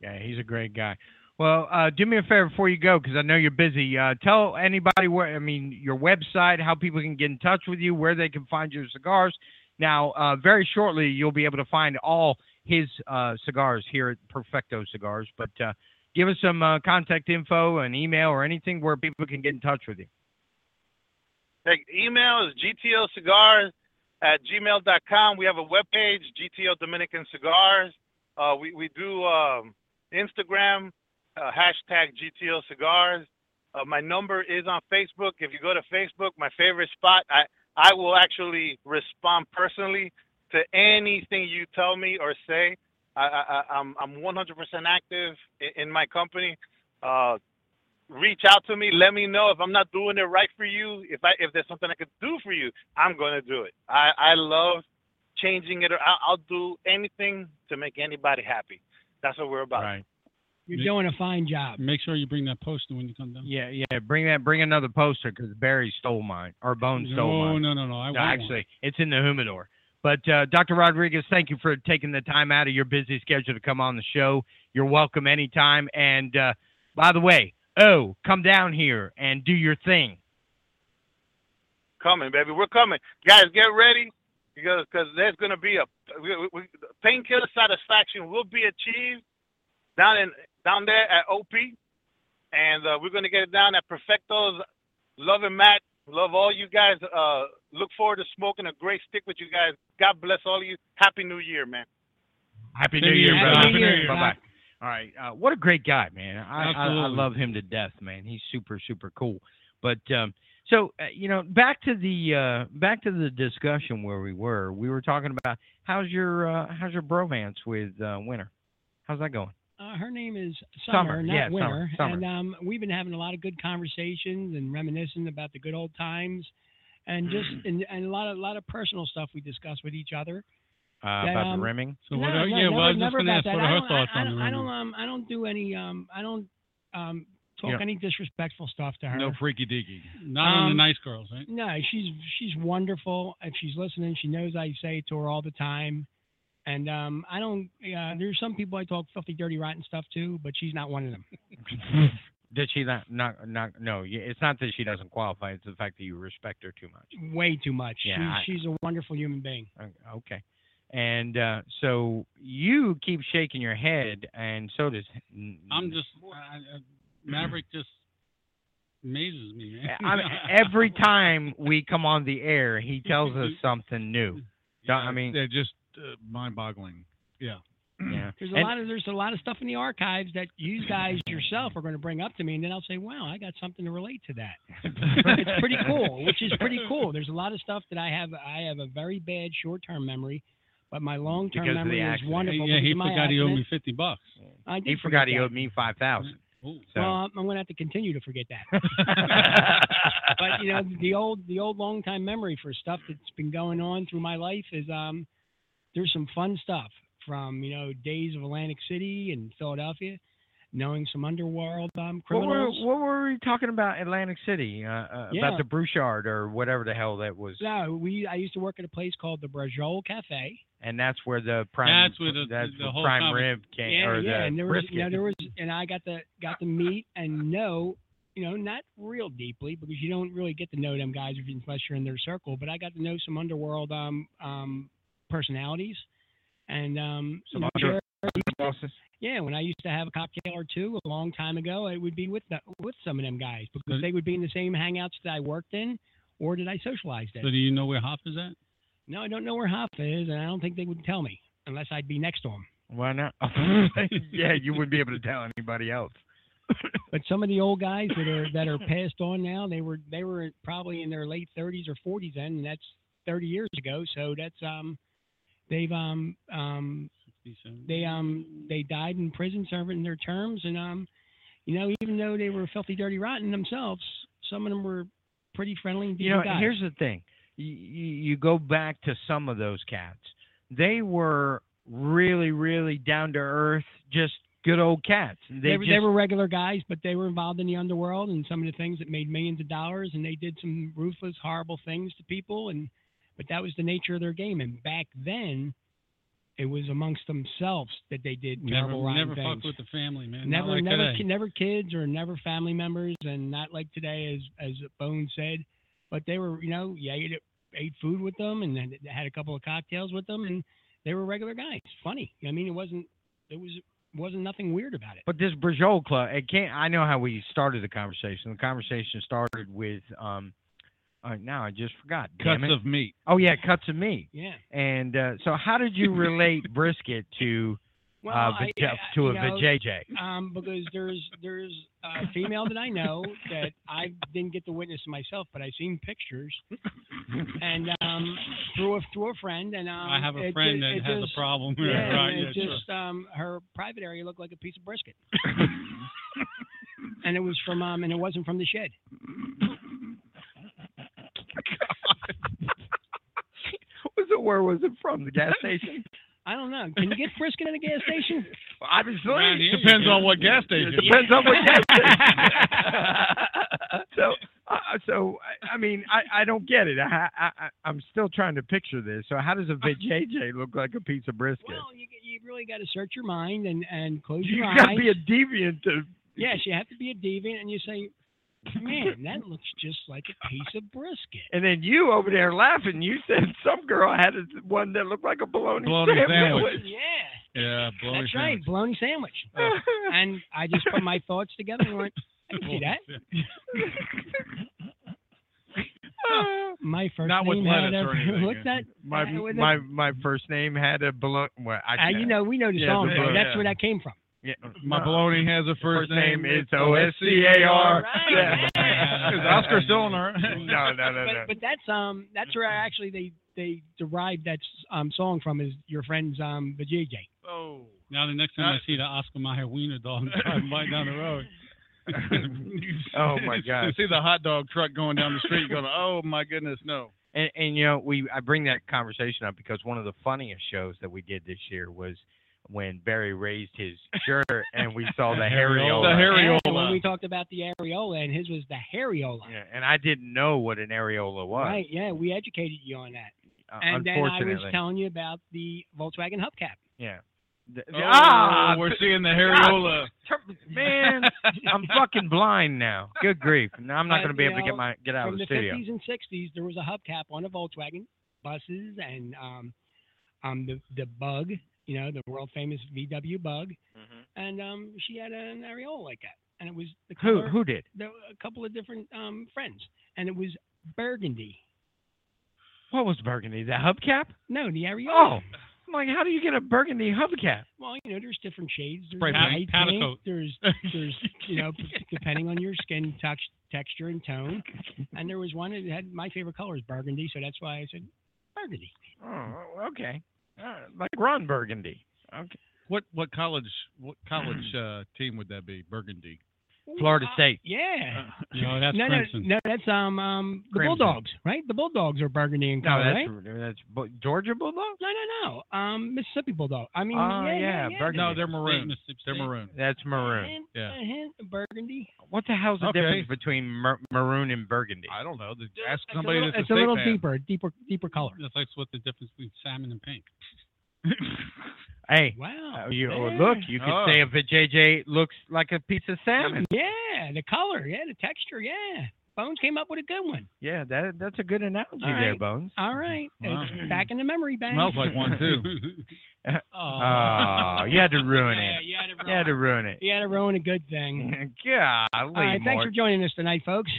Speaker 1: Yeah, he's a great guy. Well, uh, do me a favor before you go, because I know you're busy. Uh, tell anybody where, I mean, your website, how people can get in touch with you, where they can find your cigars. Now, uh, very shortly, you'll be able to find all his uh, cigars here at Perfecto Cigars. But uh, give us some uh, contact info, an email, or anything where people can get in touch with you.
Speaker 6: Hey, email is GTO Cigars at gmail.com. We have a webpage, GTO Dominican Cigars. Uh, we, we do um, Instagram, uh, hashtag GTO Cigars. Uh, my number is on Facebook. If you go to Facebook, my favorite spot, I, I will actually respond personally to anything you tell me or say. I, I, I- I'm, I'm 100% active in, in my company. Uh, reach out to me. Let me know if I'm not doing it right for you. If I if there's something I could do for you, I'm gonna do it. I I love changing it. Or I'll, I'll do anything to make anybody happy. That's what we're about.
Speaker 1: Right.
Speaker 2: (laughs) You're doing a fine job.
Speaker 5: Make sure you bring that poster when you come down.
Speaker 1: Yeah, yeah. Bring that. Bring another poster because Barry stole mine or Bone stole
Speaker 5: No,
Speaker 1: mine.
Speaker 5: no, no, no. I
Speaker 1: No,
Speaker 5: want
Speaker 1: actually, it's in the humidor. But uh, Dr. Rodriguez, thank you for taking the time out of your busy schedule to come on the show. You're welcome anytime. And uh, by the way, oh, come down here and do your thing.
Speaker 6: Coming, baby. We're coming, guys. Get ready because because there's gonna be a we, we, we- painkiller satisfaction will be achieved down in down there at OP, and uh, we're gonna get it down at Perfecto's. Love and Matt. Love all you guys. Uh, look forward to smoking a great stick with you guys. God bless all of you. Happy New Year, man.
Speaker 1: Happy
Speaker 6: Happy
Speaker 1: New Year,
Speaker 6: New Year,
Speaker 1: brother.
Speaker 6: Happy New Year,
Speaker 1: Bye bye.
Speaker 6: Doc.
Speaker 1: All right. Uh, what a great guy, man. I, I, I
Speaker 5: Absolutely.
Speaker 1: love him to death, man. He's super, super cool. But um, so uh, you know, back to the uh, back to the discussion where we were. We were talking about how's your uh, how's your bromance with uh, Winter? How's that going?
Speaker 2: Uh, her name is Summer,
Speaker 1: Summer,
Speaker 2: not
Speaker 1: yeah, Summer,
Speaker 2: Winter.
Speaker 1: Summer.
Speaker 2: And um, we've been having a lot of good conversations and reminiscing about the good old times. and
Speaker 1: (clears throat)
Speaker 2: just and, and a lot of lot of personal stuff we discuss with each other.
Speaker 1: Uh,
Speaker 2: that,
Speaker 1: about
Speaker 2: um,
Speaker 1: the rimming.
Speaker 5: So
Speaker 2: no,
Speaker 5: what?
Speaker 2: no,
Speaker 5: are, yeah,
Speaker 2: never,
Speaker 5: well, I was just
Speaker 2: never
Speaker 5: going to
Speaker 2: about
Speaker 5: ask
Speaker 2: that.
Speaker 5: what
Speaker 2: I
Speaker 5: are her
Speaker 2: don't- I-
Speaker 5: thoughts on
Speaker 2: I,
Speaker 5: the
Speaker 2: I
Speaker 5: Ring
Speaker 2: don't
Speaker 5: Room?
Speaker 2: um I don't do any um I don't um talk
Speaker 5: Yeah.
Speaker 2: any disrespectful stuff to her.
Speaker 5: No freaky deaky. Not on the
Speaker 2: Um,
Speaker 5: nice girls, right?
Speaker 2: No, she's she's wonderful. If she's listening, she knows I say it to her all the time. And um, I don't. Uh, there's some people I talk filthy, dirty, rotten stuff to, but she's not one of them.
Speaker 1: Did she not? Not? Not? No. y- It's not that she doesn't qualify. It's the fact that you respect her too much.
Speaker 2: Way too much.
Speaker 1: Yeah, I-
Speaker 2: she's, she's a wonderful human being.
Speaker 1: O- Okay. And uh, so you keep shaking your head, and so does.
Speaker 5: I'm just I, I, Maverick. Just amazes me. Man. (laughs)
Speaker 1: I mean, every time we come on the air, he tells us
Speaker 5: (laughs)
Speaker 1: something new. Don't- I mean,
Speaker 4: they're just uh, mind-boggling. Yeah.
Speaker 5: (clears throat)
Speaker 1: Yeah.
Speaker 2: There's a lot of there's a lot of stuff in the archives that you guys yourself are going to bring up to me, and then I'll say, "Wow, I got something to relate to
Speaker 1: (laughs)
Speaker 2: that." it's pretty cool, which is pretty cool. There's a lot of stuff that I have. I have a very bad short-term memory, but my long-term
Speaker 1: Because of the
Speaker 2: memory is
Speaker 1: accident.
Speaker 2: wonderful.
Speaker 5: yeah,
Speaker 2: because
Speaker 5: he
Speaker 2: of my
Speaker 5: forgot he owed
Speaker 2: accident.
Speaker 5: me fifty bucks.
Speaker 2: I did
Speaker 1: he
Speaker 2: forget
Speaker 1: forgot he
Speaker 2: that.
Speaker 1: owed me five thousand. So
Speaker 2: Well,
Speaker 1: (laughs)
Speaker 2: I'm going to have to continue to forget that. but you
Speaker 1: (laughs)
Speaker 2: know, the old the old long time memory for stuff that's been going on through my life is um, there's some fun stuff from you know days of Atlantic City and Philadelphia, knowing some underworld um
Speaker 1: what were,
Speaker 2: criminals.
Speaker 1: what were we talking about? Atlantic City, uh, uh,
Speaker 2: Yeah.
Speaker 1: about the Brouchard or whatever the hell that was,
Speaker 2: no, we I used to work at a place called the Brajol Cafe.
Speaker 1: and that's where the prime.
Speaker 5: That's where the-
Speaker 1: that's
Speaker 5: the
Speaker 1: where
Speaker 5: whole
Speaker 1: prime
Speaker 5: comic-
Speaker 1: rib came,
Speaker 2: yeah,
Speaker 1: or
Speaker 2: yeah,
Speaker 1: the
Speaker 2: and there was,
Speaker 1: brisket.
Speaker 2: you know, there was, and I got to got to meet and know, you know, not real deeply because you don't really get to know them guys if you- unless you're in their circle. But I got to know some underworld um um personalities, and um, you
Speaker 1: Some
Speaker 2: know,
Speaker 1: under-
Speaker 2: Jerry-
Speaker 1: bosses?
Speaker 2: yeah, when I used to have a cocktail or two a long time ago, it would be with the, with some of them guys because they would be in the same hangouts that I worked in or that I socialized in.
Speaker 5: So do you know where Hop is at?
Speaker 2: no, I don't know where Hoffa is, and I don't think they would tell me unless I'd be next to him.
Speaker 1: Why not? (laughs) yeah, you wouldn't be able to tell
Speaker 2: (laughs)
Speaker 1: anybody else.
Speaker 2: But some of the old guys that are that are passed on now, they were they were probably in their late 30s or 40s then, and that's 30 years ago. So that's um, they've um um they um they died in prison serving their terms, and um, you know even though they were filthy, dirty, rotten themselves, some of them were pretty friendly. and
Speaker 1: You know,
Speaker 2: decent guys.
Speaker 1: here's the thing. You, you go back to some of those cats. They were really, really down to earth, just good old cats. They,
Speaker 2: they, were, they
Speaker 1: just-
Speaker 2: were regular guys, but they were involved in the underworld and some of the things that made millions of dollars, and they did some ruthless, horrible things to people, and but that was the nature of their game. And back then, it was amongst themselves that they did
Speaker 5: Never,
Speaker 2: terrible, rotten
Speaker 5: never
Speaker 2: things.
Speaker 5: fuck with the family, man. Not
Speaker 2: never,
Speaker 5: like
Speaker 2: never,
Speaker 5: today.
Speaker 2: ki- never kids or never family members, and not like today, as as Bone said. But they were, you know, yeah, ate, ate food with them and had- had a couple of cocktails with them, and they were regular guys. Funny, I mean, it wasn't, it was wasn't nothing weird about it.
Speaker 1: But this Brajol club, it can't. I know how we started the conversation. The conversation started with, um, uh, now I just forgot. damn
Speaker 4: Cuts
Speaker 1: it.
Speaker 4: of meat.
Speaker 1: Oh yeah, cuts of meat.
Speaker 4: (laughs)
Speaker 2: Yeah.
Speaker 1: And uh, so, how did you
Speaker 2: (laughs)
Speaker 1: relate brisket to
Speaker 2: Well,
Speaker 1: uh,
Speaker 2: I-
Speaker 1: vajay-
Speaker 2: I-
Speaker 1: to a
Speaker 2: you know,
Speaker 1: vajayjay?
Speaker 2: Um, because there's there's a female that I know that I didn't get to witness myself, but I seen pictures, and um, through a through a friend, and um,
Speaker 5: I have
Speaker 2: it
Speaker 5: a friend
Speaker 2: ju- it
Speaker 5: that has
Speaker 2: just-
Speaker 5: a problem. (laughs)
Speaker 2: Yeah, and
Speaker 5: right?
Speaker 2: it
Speaker 5: yeah, sure. Oh
Speaker 2: just um, her private area looked like a piece
Speaker 5: (laughs)
Speaker 2: of brisket, and it was from um, and it wasn't from the shed.
Speaker 1: So where (laughs) was it from? The gas station?
Speaker 2: I don't know. Can you get brisket in a gas
Speaker 1: (laughs)
Speaker 2: station?
Speaker 1: Obviously,
Speaker 4: Depends on what gas station.
Speaker 1: Depends on
Speaker 2: (laughs)
Speaker 1: what gas
Speaker 4: (laughs)
Speaker 1: station. (laughs) so, uh, so I- I mean, I, I don't get it. I, I, I I'm still trying to picture this. So, how does
Speaker 2: (laughs)
Speaker 1: a vajayjay look like a piece of brisket?
Speaker 2: Well, you, you really got to search your mind and and close
Speaker 1: you
Speaker 2: your eyes.
Speaker 1: got to be a deviant to.
Speaker 2: Yes, you have to be a deviant, and you say, "Man, that looks
Speaker 1: (laughs)
Speaker 2: just like a piece of brisket."
Speaker 1: And then you over there laughing. You said some girl had a, one that looked like a bologna,
Speaker 4: Bologna sandwich.
Speaker 2: Yeah,
Speaker 4: Yeah, blow
Speaker 2: that's right, bologna sandwich.
Speaker 1: (laughs)
Speaker 2: and I just put my thoughts together and went, "I can see
Speaker 1: (laughs)
Speaker 2: that." my first
Speaker 1: Not with
Speaker 2: name had
Speaker 1: lettuce
Speaker 2: a- (laughs)
Speaker 1: or anything.
Speaker 2: Looked at
Speaker 1: My
Speaker 2: uh, with a-
Speaker 1: my my first name had a bologna. Well,
Speaker 2: uh,
Speaker 1: I,
Speaker 2: you know, we know the
Speaker 1: Yeah,
Speaker 2: song.
Speaker 1: the
Speaker 2: right?
Speaker 1: book,
Speaker 2: That's
Speaker 1: yeah.
Speaker 2: where that came from.
Speaker 1: Yeah,
Speaker 4: My
Speaker 1: no.
Speaker 4: baloney has a
Speaker 1: First
Speaker 4: first,
Speaker 1: name is O S
Speaker 4: O-S-C-A-R.
Speaker 1: C A R.
Speaker 4: Yeah. Is Oscar still in our?
Speaker 1: (laughs) No, no, no, no.
Speaker 2: But, but that's um, that's where I actually they they derived that um song from is your friend's um the JJ.
Speaker 4: Oh.
Speaker 5: (laughs) Now the next time I see the Oscar Mayer wiener dog driving by down the road,
Speaker 1: Oh, my
Speaker 4: You
Speaker 1: gosh.
Speaker 4: see the hot dog truck going down the street, going, "Oh my goodness, no!"
Speaker 1: And, and you know, we I bring that conversation up because one of the funniest shows that we did this year was when Barry raised his shirt and we saw the areola.
Speaker 2: And When we talked about the areola, and his was the hariola.
Speaker 1: Yeah, and I didn't know what an areola was.
Speaker 2: Right? Yeah, we educated you on that.
Speaker 1: Uh,
Speaker 2: and then I was
Speaker 1: unfortunately.
Speaker 2: telling you about the Volkswagen hubcap.
Speaker 1: Yeah. Th-
Speaker 2: Oh,
Speaker 1: ah, (laughs)
Speaker 4: we're
Speaker 1: p-
Speaker 4: seeing the
Speaker 1: God,
Speaker 4: areola.
Speaker 1: tur-
Speaker 2: (laughs)
Speaker 1: man, I'm fucking blind now. Good grief! Now I'm not
Speaker 2: But,
Speaker 1: going to be
Speaker 2: you
Speaker 1: able to
Speaker 2: know,
Speaker 1: get my get out
Speaker 2: from
Speaker 1: of the studio.
Speaker 2: 50s and 60s, there was a hubcap on a Volkswagen buses and um, um, the the bug, you know, the world famous VW bug,
Speaker 4: Mm-hmm.
Speaker 2: and um, she had an areola like that, and it was the
Speaker 1: Who-
Speaker 2: color,
Speaker 1: who did?
Speaker 2: The, a couple of different um, friends, and it was burgundy.
Speaker 1: What was burgundy? The hubcap?
Speaker 2: No, the areola.
Speaker 1: Oh, I'm like, how do you get a burgundy hubcap?
Speaker 2: Well, you know, there's different shades. There's
Speaker 1: Spray paint.
Speaker 2: light
Speaker 1: Powder
Speaker 2: pink,
Speaker 1: coat. (laughs)
Speaker 2: There's, there's, you know, (laughs) depending on your skin touch, texture, and tone. And there was one that had my favorite color is burgundy, so that's why I said burgundy.
Speaker 1: Oh, okay. Uh, like Ron Burgundy. Okay.
Speaker 4: What what college what college uh, team would that be? Burgundy. uh,
Speaker 1: Florida State.
Speaker 2: Yeah.
Speaker 4: No,
Speaker 5: that's
Speaker 2: ah. no,
Speaker 5: Crimson.
Speaker 2: No, no, that's um, um the
Speaker 1: Crimson.
Speaker 2: Bulldogs, right? The Bulldogs are burgundy in
Speaker 1: No,
Speaker 2: color,
Speaker 1: that's
Speaker 2: right?
Speaker 1: that's Bu- Georgia Bulldog.
Speaker 2: eh? Oh, No, no, no. Um, Mississippi Bulldog. I mean,
Speaker 1: Oh,
Speaker 2: yeah,
Speaker 1: yeah,
Speaker 2: yeah,
Speaker 1: burgundy. No, they're maroon.
Speaker 4: They're maroon.
Speaker 1: That's maroon.
Speaker 2: Hint, a hint of burgundy.
Speaker 1: What the hell's the
Speaker 4: Okay.
Speaker 1: difference between mar- maroon and burgundy?
Speaker 4: I don't know. Ask
Speaker 2: It's a little, it's a little deeper, deeper, deeper color.
Speaker 5: That's like what the difference between salmon and pink.
Speaker 1: Hey,
Speaker 2: Wow.
Speaker 1: uh, you or
Speaker 2: Yeah.
Speaker 1: look, you could
Speaker 2: Oh.
Speaker 1: say if a JJ looks like a piece of salmon.
Speaker 2: Yeah, the color. Yeah, the texture. Yeah. Bones came up with a good one.
Speaker 1: Yeah, that that's a good analogy
Speaker 2: All
Speaker 1: there,
Speaker 2: right.
Speaker 1: Bones.
Speaker 2: All right.
Speaker 1: Wow.
Speaker 2: It's back in the memory bank.
Speaker 1: Smells like one, too. oh,
Speaker 2: Aw.
Speaker 1: you had to
Speaker 2: (laughs)
Speaker 1: ruin
Speaker 2: Oh. Yeah,
Speaker 1: it.
Speaker 2: you had to
Speaker 1: (laughs) You had to ruin it.
Speaker 2: You had to ruin a good thing.
Speaker 1: (laughs) Golly,
Speaker 2: All right, thanks
Speaker 1: Mark.
Speaker 2: for joining us tonight,
Speaker 1: (laughs)
Speaker 2: folks.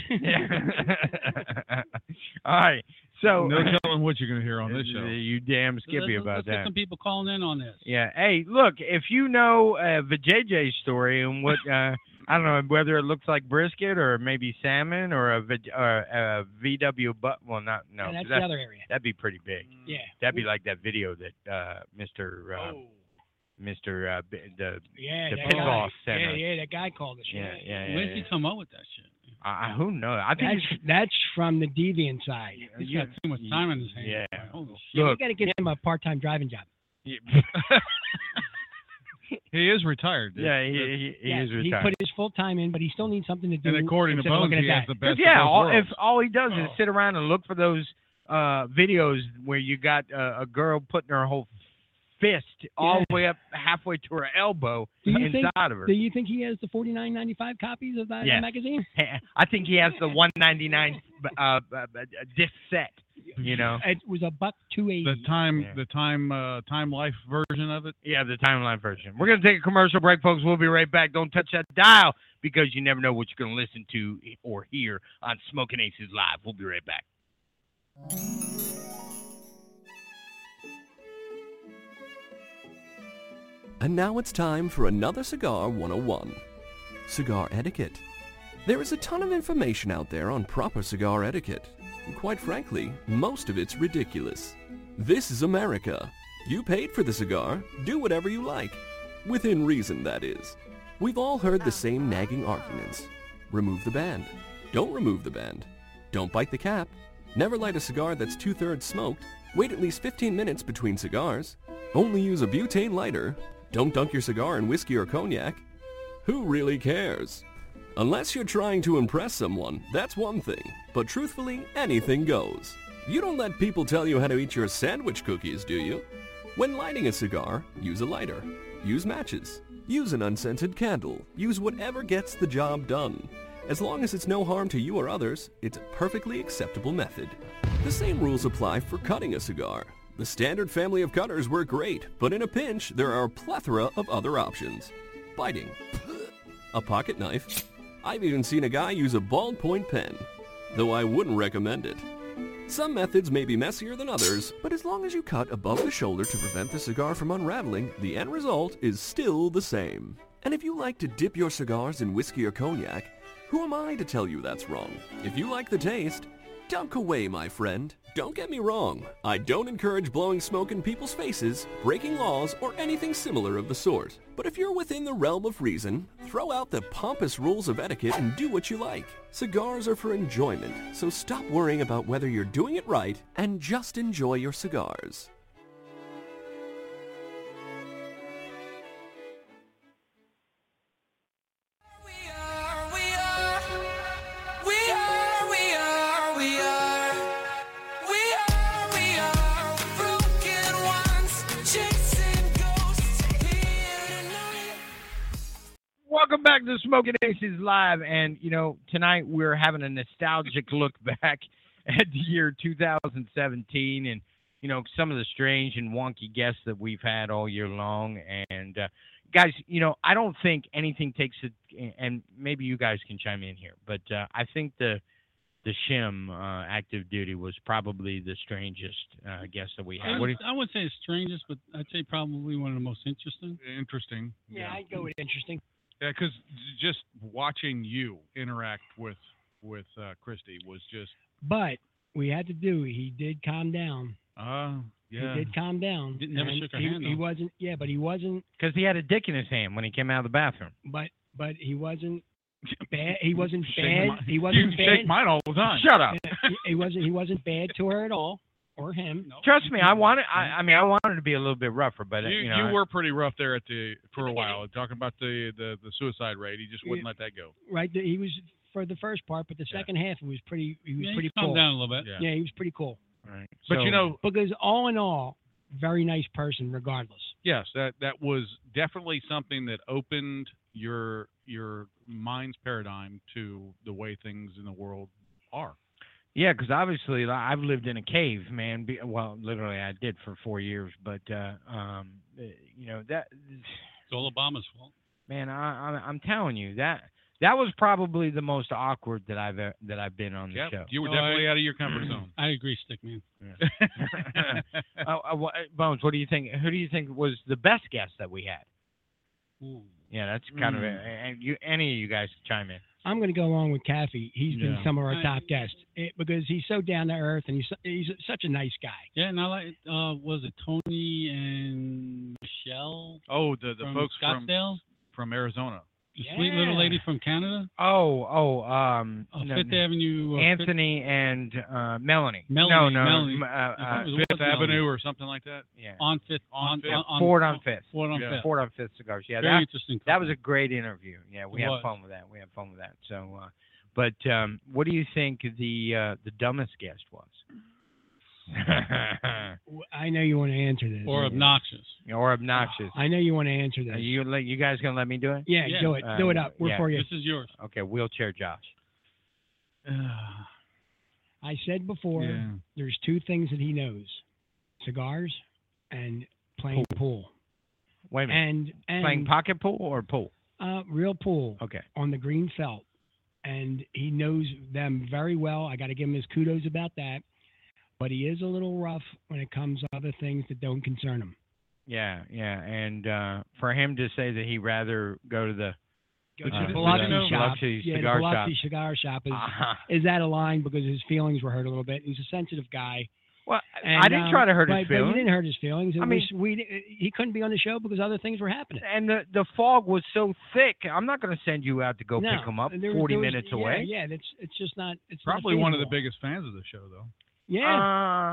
Speaker 1: All right. So
Speaker 4: No telling what you're going to hear on this show.
Speaker 1: (laughs) You damn skippy
Speaker 5: let's,
Speaker 1: about
Speaker 5: let's Get
Speaker 1: that.
Speaker 5: some people calling in on this.
Speaker 1: Yeah. Hey, look, if you know uh, the JJ story and what uh, I don't know whether it looks like brisket or maybe salmon or a, veg- or a VW but well not no
Speaker 2: And that's the
Speaker 1: that-
Speaker 2: other area.
Speaker 1: That'd be pretty big.
Speaker 2: (laughs) yeah.
Speaker 1: That'd be like that video that uh, Mr. Uh, Mr. Uh, B- the
Speaker 2: Yeah,
Speaker 1: the
Speaker 2: that
Speaker 1: pickoff
Speaker 2: guy.
Speaker 1: center.
Speaker 2: Yeah, yeah, that guy called us.
Speaker 1: Yeah, yeah, yeah,
Speaker 5: Where did he
Speaker 1: yeah.
Speaker 5: come up with that shit?
Speaker 1: I, I- who knows? I think
Speaker 2: That's,
Speaker 1: it's-
Speaker 2: that's from the deviant side.
Speaker 5: He's got too much time on his hands.
Speaker 1: yeah.
Speaker 2: Yeah, we
Speaker 1: Look,
Speaker 2: got to get him a part-time driving job.
Speaker 4: (laughs) He is retired. dude.
Speaker 1: yeah, he, he, he
Speaker 2: Yeah,
Speaker 1: is
Speaker 2: He
Speaker 1: retired.
Speaker 2: put his full time in, but he still needs something to do.
Speaker 4: And according to
Speaker 2: instead of
Speaker 4: Bones,
Speaker 2: looking at
Speaker 4: he has
Speaker 2: that.
Speaker 4: the best.
Speaker 1: yeah,
Speaker 4: of both
Speaker 1: all, if
Speaker 4: worlds.
Speaker 1: all he does
Speaker 5: Oh.
Speaker 1: is sit around and look for those uh, videos where you got uh, a girl putting her whole fist all the way up halfway to her elbow
Speaker 2: Do you
Speaker 1: inside
Speaker 2: think?
Speaker 1: of her.
Speaker 2: Do you think he has the forty-nine ninety-five copies of that
Speaker 1: Yes.
Speaker 2: magazine?
Speaker 1: I think he has the 199 uh, uh, uh, disc set. You know,
Speaker 2: It was a buck two eighty.
Speaker 4: the time the time uh, time life version of it.
Speaker 1: yeah, the timeline version. We're gonna take a commercial break, folks. We'll be right back. Don't touch that dial because you never know what you're gonna listen to or hear on Smoking Aces Live. We'll be right back.
Speaker 13: And now it's time for another Cigar 101 Cigar Etiquette. There is a ton of information out there on proper cigar etiquette. and Quite frankly, most of it's ridiculous. This is America. You paid for the cigar, do whatever you like. Within reason, that is. We've all heard the same nagging arguments. Remove the band. Don't remove the band. Don't bite the cap. Never light a cigar that's two-thirds smoked. Wait at least 15 minutes between cigars. Only use a butane lighter. Don't dunk your cigar in whiskey or cognac. Who really cares? Unless you're trying to impress someone, that's one thing. But truthfully, anything goes. You don't let people tell you how to eat your sandwich cookies, do you? When lighting a cigar, use a lighter. Use matches. Use an unscented candle. Use whatever gets the job done. As long as it's no harm to you or others, it's a perfectly acceptable method. The same rules apply for cutting a cigar. The standard family of cutters were great, but in a pinch, there are a plethora of other options. Biting, a pocket knife. I've even seen a guy use a ballpoint pen, though I wouldn't recommend it. Some methods may be messier than others, but as long as you cut above the shoulder to prevent the cigar from unraveling, the end result is still the same. And if you like to dip your cigars in whiskey or cognac, who am I to tell you that's wrong? If you like the taste, Dunk away, my friend. Don't get me wrong. I don't encourage blowing smoke in people's faces, breaking laws, or anything similar of the sort. But if you're within the realm of reason, throw out the pompous rules of etiquette and do what you like. Cigars are for enjoyment, so stop worrying about whether you're doing it right and just enjoy your cigars.
Speaker 14: We are, we are, we are. We are, we are. Broken ones, chasing ghosts here tonight.
Speaker 1: Welcome back to Smoking Aces Live. And, you know, tonight we're having a nostalgic (laughs) look back at the year 2017 and, you know, some of the strange and wonky guests that we've had all year long. And, uh, guys, you know, I don't think anything takes it, and maybe you guys can chime in here, but uh, I think the the Shim uh, active duty was probably the strangest uh, guest that we
Speaker 5: I,
Speaker 1: had. What
Speaker 5: would,
Speaker 1: do you-
Speaker 5: I wouldn't say it's strangest, but I'd say probably one of the most interesting.
Speaker 4: Interesting.
Speaker 2: Yeah, I'd go with interesting.
Speaker 4: Yeah, because just watching you interact with with uh, Christy was just
Speaker 2: But we had to do. He did calm down.
Speaker 4: uh yeah.
Speaker 2: He did calm down.
Speaker 4: Didn't- never
Speaker 2: and
Speaker 4: shook her
Speaker 2: he,
Speaker 4: hand,
Speaker 2: He
Speaker 4: though.
Speaker 2: wasn't. Yeah, but he wasn't.
Speaker 1: Because he had a dick in his hand when he came out of the bathroom.
Speaker 2: But but he wasn't bad. He wasn't
Speaker 1: Shake
Speaker 2: bad.
Speaker 1: my-
Speaker 2: he wasn't
Speaker 1: you
Speaker 2: bad.
Speaker 1: shake mine all the time. Shut up.
Speaker 2: Yeah, (laughs) he, he wasn't. He wasn't bad to her at all, or him.
Speaker 1: Trust me, I wanted. I, I mean, I wanted to be a little bit rougher, but uh,
Speaker 4: You,
Speaker 1: you,
Speaker 4: you,
Speaker 1: know,
Speaker 4: were pretty rough there at the for a while talking about the, the, the suicide rate. He just wouldn't let that go.
Speaker 2: Right. th- He was for the first part, but the second half it was pretty. He was
Speaker 4: Yeah, he
Speaker 2: pretty
Speaker 4: calmed
Speaker 2: cool.
Speaker 4: down a little bit.
Speaker 2: Yeah. he was pretty cool.
Speaker 1: Right.
Speaker 4: But you know,
Speaker 2: because all in all, very nice person, regardless.
Speaker 4: yes, that that was definitely something that opened your your mind's paradigm to the way things in the world are.
Speaker 1: Yeah, because obviously li- I've lived in a cave, man. Be, well, literally I did for four years, but uh, um, eh, you know that. It's
Speaker 5: all Obama's fault.
Speaker 1: Man, I, I'm, I'm telling you that that was probably the most awkward that I've e- that I've been on the
Speaker 4: Yep,
Speaker 1: show. Mm-hmm.
Speaker 4: you were definitely out of your comfort zone.
Speaker 5: I agree, Stickman.
Speaker 1: (laughs) Uh, uh, wha- Bones, what do you think? Who do you think was the best guest that we had?
Speaker 5: Ooh.
Speaker 1: Yeah, that's kind of it.
Speaker 5: Mm.
Speaker 1: And you, any of you guys chime in.
Speaker 2: I'm going to go along with Kathy. He's been
Speaker 1: Yeah.
Speaker 2: some of our
Speaker 5: I-
Speaker 2: top guests eh, because he's so down to earth and he's su- he's such a nice guy.
Speaker 5: (laughs) Yeah, and I like uh, was it Tony and Michelle?
Speaker 4: Oh, the the
Speaker 5: From
Speaker 4: folks
Speaker 5: Scottsdale?
Speaker 4: from from Arizona.
Speaker 5: The sweet little lady from Canada.
Speaker 1: Oh, oh, um,
Speaker 5: Uh,
Speaker 1: no,
Speaker 5: Fifth Avenue. Uh, Fifth-
Speaker 1: Anthony and uh, Melanie. No,
Speaker 5: Melanie,
Speaker 1: no,
Speaker 5: Melanie.
Speaker 1: m- uh,
Speaker 5: I thought
Speaker 1: uh,
Speaker 5: it was Fifth Melanie. Avenue or
Speaker 4: something like that.
Speaker 1: Yeah,
Speaker 5: on Fifth.
Speaker 4: On
Speaker 5: On,
Speaker 4: Fifth.
Speaker 5: on,
Speaker 1: Ford on Fifth.
Speaker 5: Ford on
Speaker 1: Yeah.
Speaker 5: Fifth.
Speaker 1: Ford on Fifth cigars. Yeah,
Speaker 5: Very
Speaker 1: that, (laughs)
Speaker 5: interesting
Speaker 1: That was a great interview. Yeah, we
Speaker 5: It
Speaker 1: had
Speaker 5: was.
Speaker 1: fun with that. We had fun with that. So, uh, but um, what do you think the uh, the dumbest guest
Speaker 2: (laughs)
Speaker 1: was? uh,
Speaker 2: W- I know you want to
Speaker 1: (sighs)
Speaker 2: answer this.
Speaker 1: Or
Speaker 5: obnoxious.
Speaker 1: Or obnoxious.
Speaker 2: I know you want to answer this.
Speaker 1: Are you let you guys gonna let me do it?
Speaker 2: Yeah, Yeah. do it. Do it up. We're for you. This
Speaker 5: is yours.
Speaker 1: Okay, wheelchair Josh.
Speaker 2: I said before,
Speaker 1: Yeah.
Speaker 2: there's two things that he knows: cigars and playing pool.
Speaker 1: Wait a minute.
Speaker 2: And- and-
Speaker 1: playing pocket pool or pool?
Speaker 2: Uh, real pool.
Speaker 1: Okay.
Speaker 2: On the green felt, and he knows them very well. I got to give him his kudos about that. But he is a little rough when it comes to other things that don't concern him.
Speaker 1: Yeah, yeah. And uh, for him to say that he'd rather go to the
Speaker 2: Go to
Speaker 1: uh,
Speaker 2: the Biloxi
Speaker 1: the
Speaker 2: shop.
Speaker 1: Biloxi
Speaker 2: Yeah, the
Speaker 1: cigar shop.
Speaker 2: Biloxi cigar shop is,
Speaker 1: Uh-huh.
Speaker 2: is out of line because his feelings were hurt a little bit. He's a sensitive guy.
Speaker 1: Well, I-
Speaker 2: And, um,
Speaker 1: I didn't try to hurt
Speaker 2: but,
Speaker 1: his
Speaker 2: But
Speaker 1: feelings.
Speaker 2: you didn't hurt his feelings. It
Speaker 1: I mean-
Speaker 2: was- we, he couldn't be on the show because other things were happening.
Speaker 1: And the the fog was so thick. I'm not going to send you out to go
Speaker 2: No,
Speaker 1: pick him up
Speaker 2: uh, there was-
Speaker 1: 40
Speaker 2: there was-
Speaker 1: minutes
Speaker 2: yeah,
Speaker 1: away.
Speaker 2: Yeah, that's it's just not. It's not
Speaker 4: Probably one of the
Speaker 2: feasible.
Speaker 4: biggest fans of the show, though.
Speaker 2: Yeah,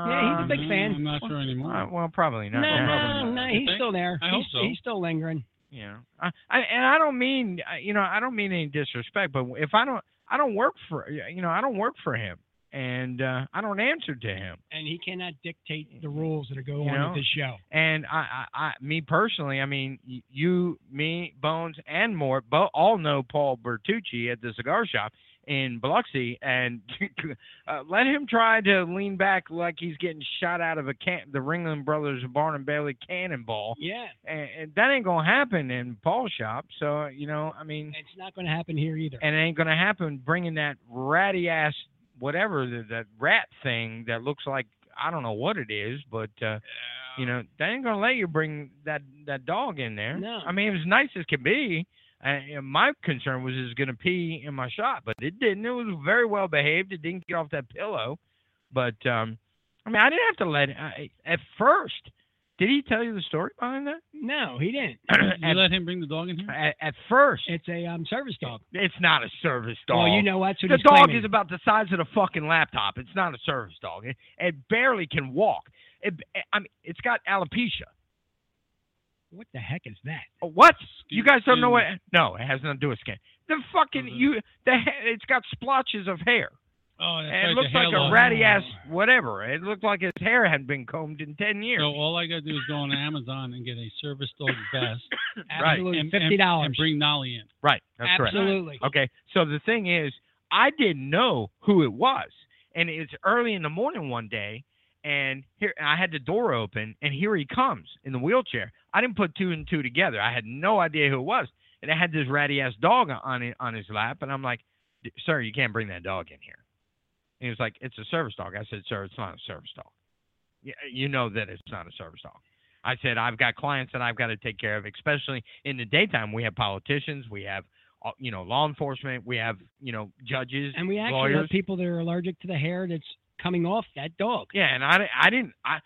Speaker 2: yeah, he's a big
Speaker 4: Um,
Speaker 2: fan.
Speaker 4: I'm not sure anymore.
Speaker 1: Uh, well, probably
Speaker 2: No,
Speaker 1: not.
Speaker 2: no,
Speaker 1: Yeah.
Speaker 2: no, he's still there.
Speaker 1: I hope
Speaker 2: he's,
Speaker 1: so.
Speaker 2: he's still lingering.
Speaker 6: (laughs)
Speaker 1: Yeah, I, Uh, I and I don't mean I- you know I don't mean any disrespect, but if I don't I don't work for you know I don't work for him, and uh, I don't answer to him.
Speaker 2: and he cannot dictate the rules that are going
Speaker 1: Mm-hmm. You
Speaker 2: on
Speaker 1: know?
Speaker 2: at this show.
Speaker 1: And I, I, I, me personally, I mean, y- you, me, Bones, and more, bo- all know Paul Bertucci at the cigar shop in Biloxi, and (laughs) uh, let him try to lean back like he's getting shot out of a can, the Ringling Brothers Barnum Bailey cannonball.
Speaker 2: Yeah,
Speaker 1: And, and that ain't gonna happen in Paul's shop. So you know, I mean,
Speaker 2: it's not going to happen here either.
Speaker 1: and it ain't gonna happen bringing that ratty ass whatever that, that rat thing that looks like I don't know what it is, but uh, you know they ain't gonna let you bring that that dog in there.
Speaker 2: No.
Speaker 1: I mean it was nice as could be. And and my concern was it was gonna pee in my shop, but it didn't. It was very well behaved. It didn't get off that pillow. But um, I mean, I didn't have to let. I, at first, did he tell you the story behind that? (clears throat)
Speaker 2: No, he didn't.
Speaker 1: You At- let
Speaker 5: him bring the dog in here?
Speaker 1: At, first,
Speaker 2: it's a um, service dog.
Speaker 1: It's not a service dog.
Speaker 2: Well, you know what? So
Speaker 1: the
Speaker 2: he's
Speaker 1: dog
Speaker 2: claiming.
Speaker 1: is about the size of the fucking laptop. It's not a service dog. It, it barely can walk. It, I mean, it's got alopecia.
Speaker 2: What the heck is that?
Speaker 1: Oh, What? you guys don't know what? No, it has nothing to do with skin. The fucking
Speaker 2: Uh-huh.
Speaker 1: you. The ha- it's got splotches of hair.
Speaker 5: Oh, that's
Speaker 1: and
Speaker 5: right,
Speaker 1: it
Speaker 5: the
Speaker 1: looks like
Speaker 5: hair
Speaker 1: a
Speaker 5: loss.
Speaker 1: ratty ass whatever. It looked like his hair hadn't been combed in ten years.
Speaker 5: So all I gotta do is go on Amazon and get a service dog vest.
Speaker 1: (coughs) Right. Absolutely,
Speaker 5: and- and-
Speaker 1: $50.
Speaker 5: And bring Nolly in.
Speaker 1: Right. That's
Speaker 5: Absolutely.
Speaker 1: correct. Okay. So the thing is, I didn't know who it was, and it's early in the morning one day, and here I had the door open, and here he comes in the wheelchair. I didn't put two and two together. I had no idea who it was, and I had this ratty ass dog on it, on his lap, and I'm like, "D- "Sir, you can't bring that dog in here." And he was like, "It's a service dog." I said, "Sir, it's not a service dog. Y- You know that it's not a service dog." I said, I've got clients that I've got to take care of, especially in the daytime. We have politicians, we have, uh, you know, law enforcement, we have, you know, judges,
Speaker 2: And we actually
Speaker 1: lawyers.
Speaker 2: have people that are allergic to the hair that's coming off that dog.
Speaker 1: Yeah, and I, di- I didn't, I,